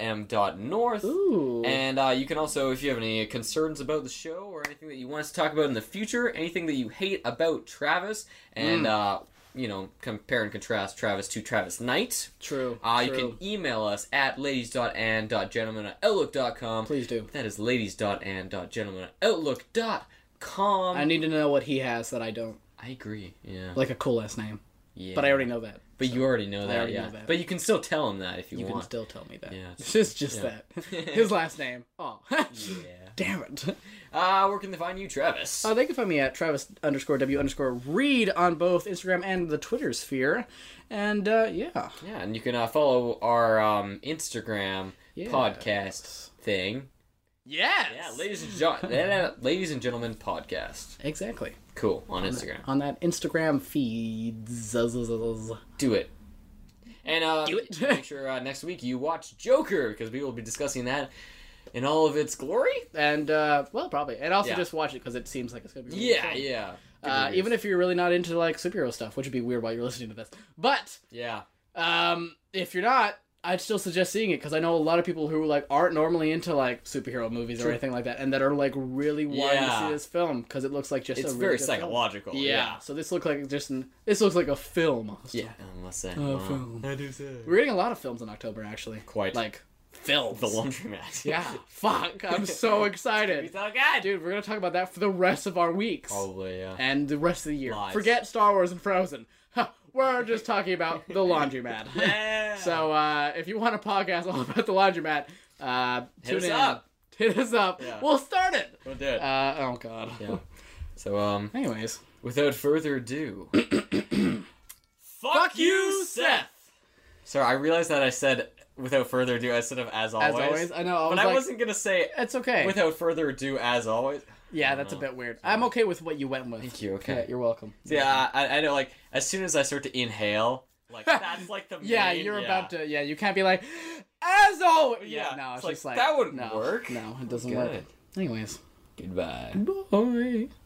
Speaker 2: austin.m.north.
Speaker 1: Ooh.
Speaker 2: And uh, you can also, if you have any concerns about the show or anything that you want us to talk about in the future, anything that you hate about Travis,
Speaker 1: Mm.
Speaker 2: and uh, you know, compare and contrast Travis to Travis Knight,
Speaker 1: true.
Speaker 2: uh, you
Speaker 1: true.
Speaker 2: can email us at ladies.and.gentlemen at outlook.com.
Speaker 1: Please do.
Speaker 2: That is ladies.and.gentlemen at outlook.com.
Speaker 1: I need to know what he has that I don't.
Speaker 2: I agree. Yeah.
Speaker 1: Like a cool ass name.
Speaker 2: yeah.
Speaker 1: But I already know that.
Speaker 2: But you already know that,
Speaker 1: already
Speaker 2: yeah.
Speaker 1: know that.
Speaker 2: But you can still tell him that if you,
Speaker 1: You can
Speaker 2: want.
Speaker 1: still tell me that.
Speaker 2: Yeah, it's-
Speaker 1: It's just, just
Speaker 2: yeah.
Speaker 1: that. His last name. Oh.
Speaker 2: yeah.
Speaker 1: Damn it.
Speaker 2: Uh, where can they find you, Travis?
Speaker 1: Uh, they can find me at Travis underscore W underscore Reed on both Instagram and the Twitter sphere. And uh, yeah.
Speaker 2: Yeah, and you can uh, follow our um, Instagram
Speaker 1: Yeah.
Speaker 2: podcast thing
Speaker 1: Yes.
Speaker 2: Yeah, ladies and gentlemen, ladies and gentlemen podcast.
Speaker 1: Exactly.
Speaker 2: Cool on Instagram.
Speaker 1: On that Instagram feed. Zzzz.
Speaker 2: Do it. And uh,
Speaker 1: Do it.
Speaker 2: make sure uh, next week you watch Joker because we will be discussing that in all of its glory.
Speaker 1: And, uh, well, probably. And also
Speaker 2: Yeah.
Speaker 1: just watch it because it seems like it's going to be really
Speaker 2: Yeah,
Speaker 1: fun.
Speaker 2: yeah.
Speaker 1: Mm, Uh, even if you're really not into, like, superhero stuff, which would be weird while you're listening to this. But,
Speaker 2: yeah,
Speaker 1: um, if you're not, I'd still suggest seeing it because I know a lot of people who, like, aren't normally into, like, superhero movies or
Speaker 2: True.
Speaker 1: anything like that and that are, like, really wanting to
Speaker 2: Yeah.
Speaker 1: see this film because it looks like just
Speaker 2: it's
Speaker 1: a really
Speaker 2: very
Speaker 1: good film.
Speaker 2: psychological.
Speaker 1: Yeah. So this looks like just an, this looks like a film.
Speaker 2: yeah. Uh-huh. yeah I must say, Uh,
Speaker 1: Oh,
Speaker 2: wow.
Speaker 1: film.
Speaker 2: I do say.
Speaker 1: We're getting a lot of films in October, actually.
Speaker 2: Quite like
Speaker 1: Like films.
Speaker 2: the laundromat.
Speaker 1: Yeah. Fuck. I'm so
Speaker 2: we
Speaker 1: excited.
Speaker 2: thought, God,
Speaker 1: Dude, we're gonna talk about that for the rest of our weeks
Speaker 2: probably yeah.
Speaker 1: and the rest of the year.
Speaker 2: Lies.
Speaker 1: Forget Star Wars and Frozen. Huh, we're just talking about the laundromat.
Speaker 2: Yeah.
Speaker 1: so uh, if you want a podcast all about the laundromat, uh,
Speaker 2: Hit
Speaker 1: tune
Speaker 2: us
Speaker 1: in.
Speaker 2: up.
Speaker 1: Hit us up.
Speaker 2: Yeah.
Speaker 1: We'll start it.
Speaker 2: we'll do it.
Speaker 1: Uh, oh God.
Speaker 2: yeah. So um,
Speaker 1: Anyways.
Speaker 2: without further ado, fuck,
Speaker 1: you, Seth!
Speaker 2: Sorry, I realized that I said without further ado instead of as always.
Speaker 1: As always, I know. I was
Speaker 2: but
Speaker 1: like,
Speaker 2: I wasn't gonna say
Speaker 1: It's okay.
Speaker 2: without further ado as always.
Speaker 1: Yeah, that's a
Speaker 2: Oh.
Speaker 1: bit weird. I'm okay with what you went with.
Speaker 2: Thank you.
Speaker 1: Yeah,
Speaker 2: Okay.
Speaker 1: you're welcome.
Speaker 2: Yeah, I, I know. Like as soon as I start to inhale, like that's like the
Speaker 1: Yeah,
Speaker 2: main- Oh,
Speaker 1: you're about to. Yeah, you can't be like, as always. Yeah,
Speaker 2: Yeah,
Speaker 1: no, it's,
Speaker 2: it's
Speaker 1: just like
Speaker 2: like, that wouldn't
Speaker 1: no,
Speaker 2: work.
Speaker 1: No, it doesn't
Speaker 2: Good.
Speaker 1: work. Anyways,
Speaker 2: Goodbye.
Speaker 1: bye.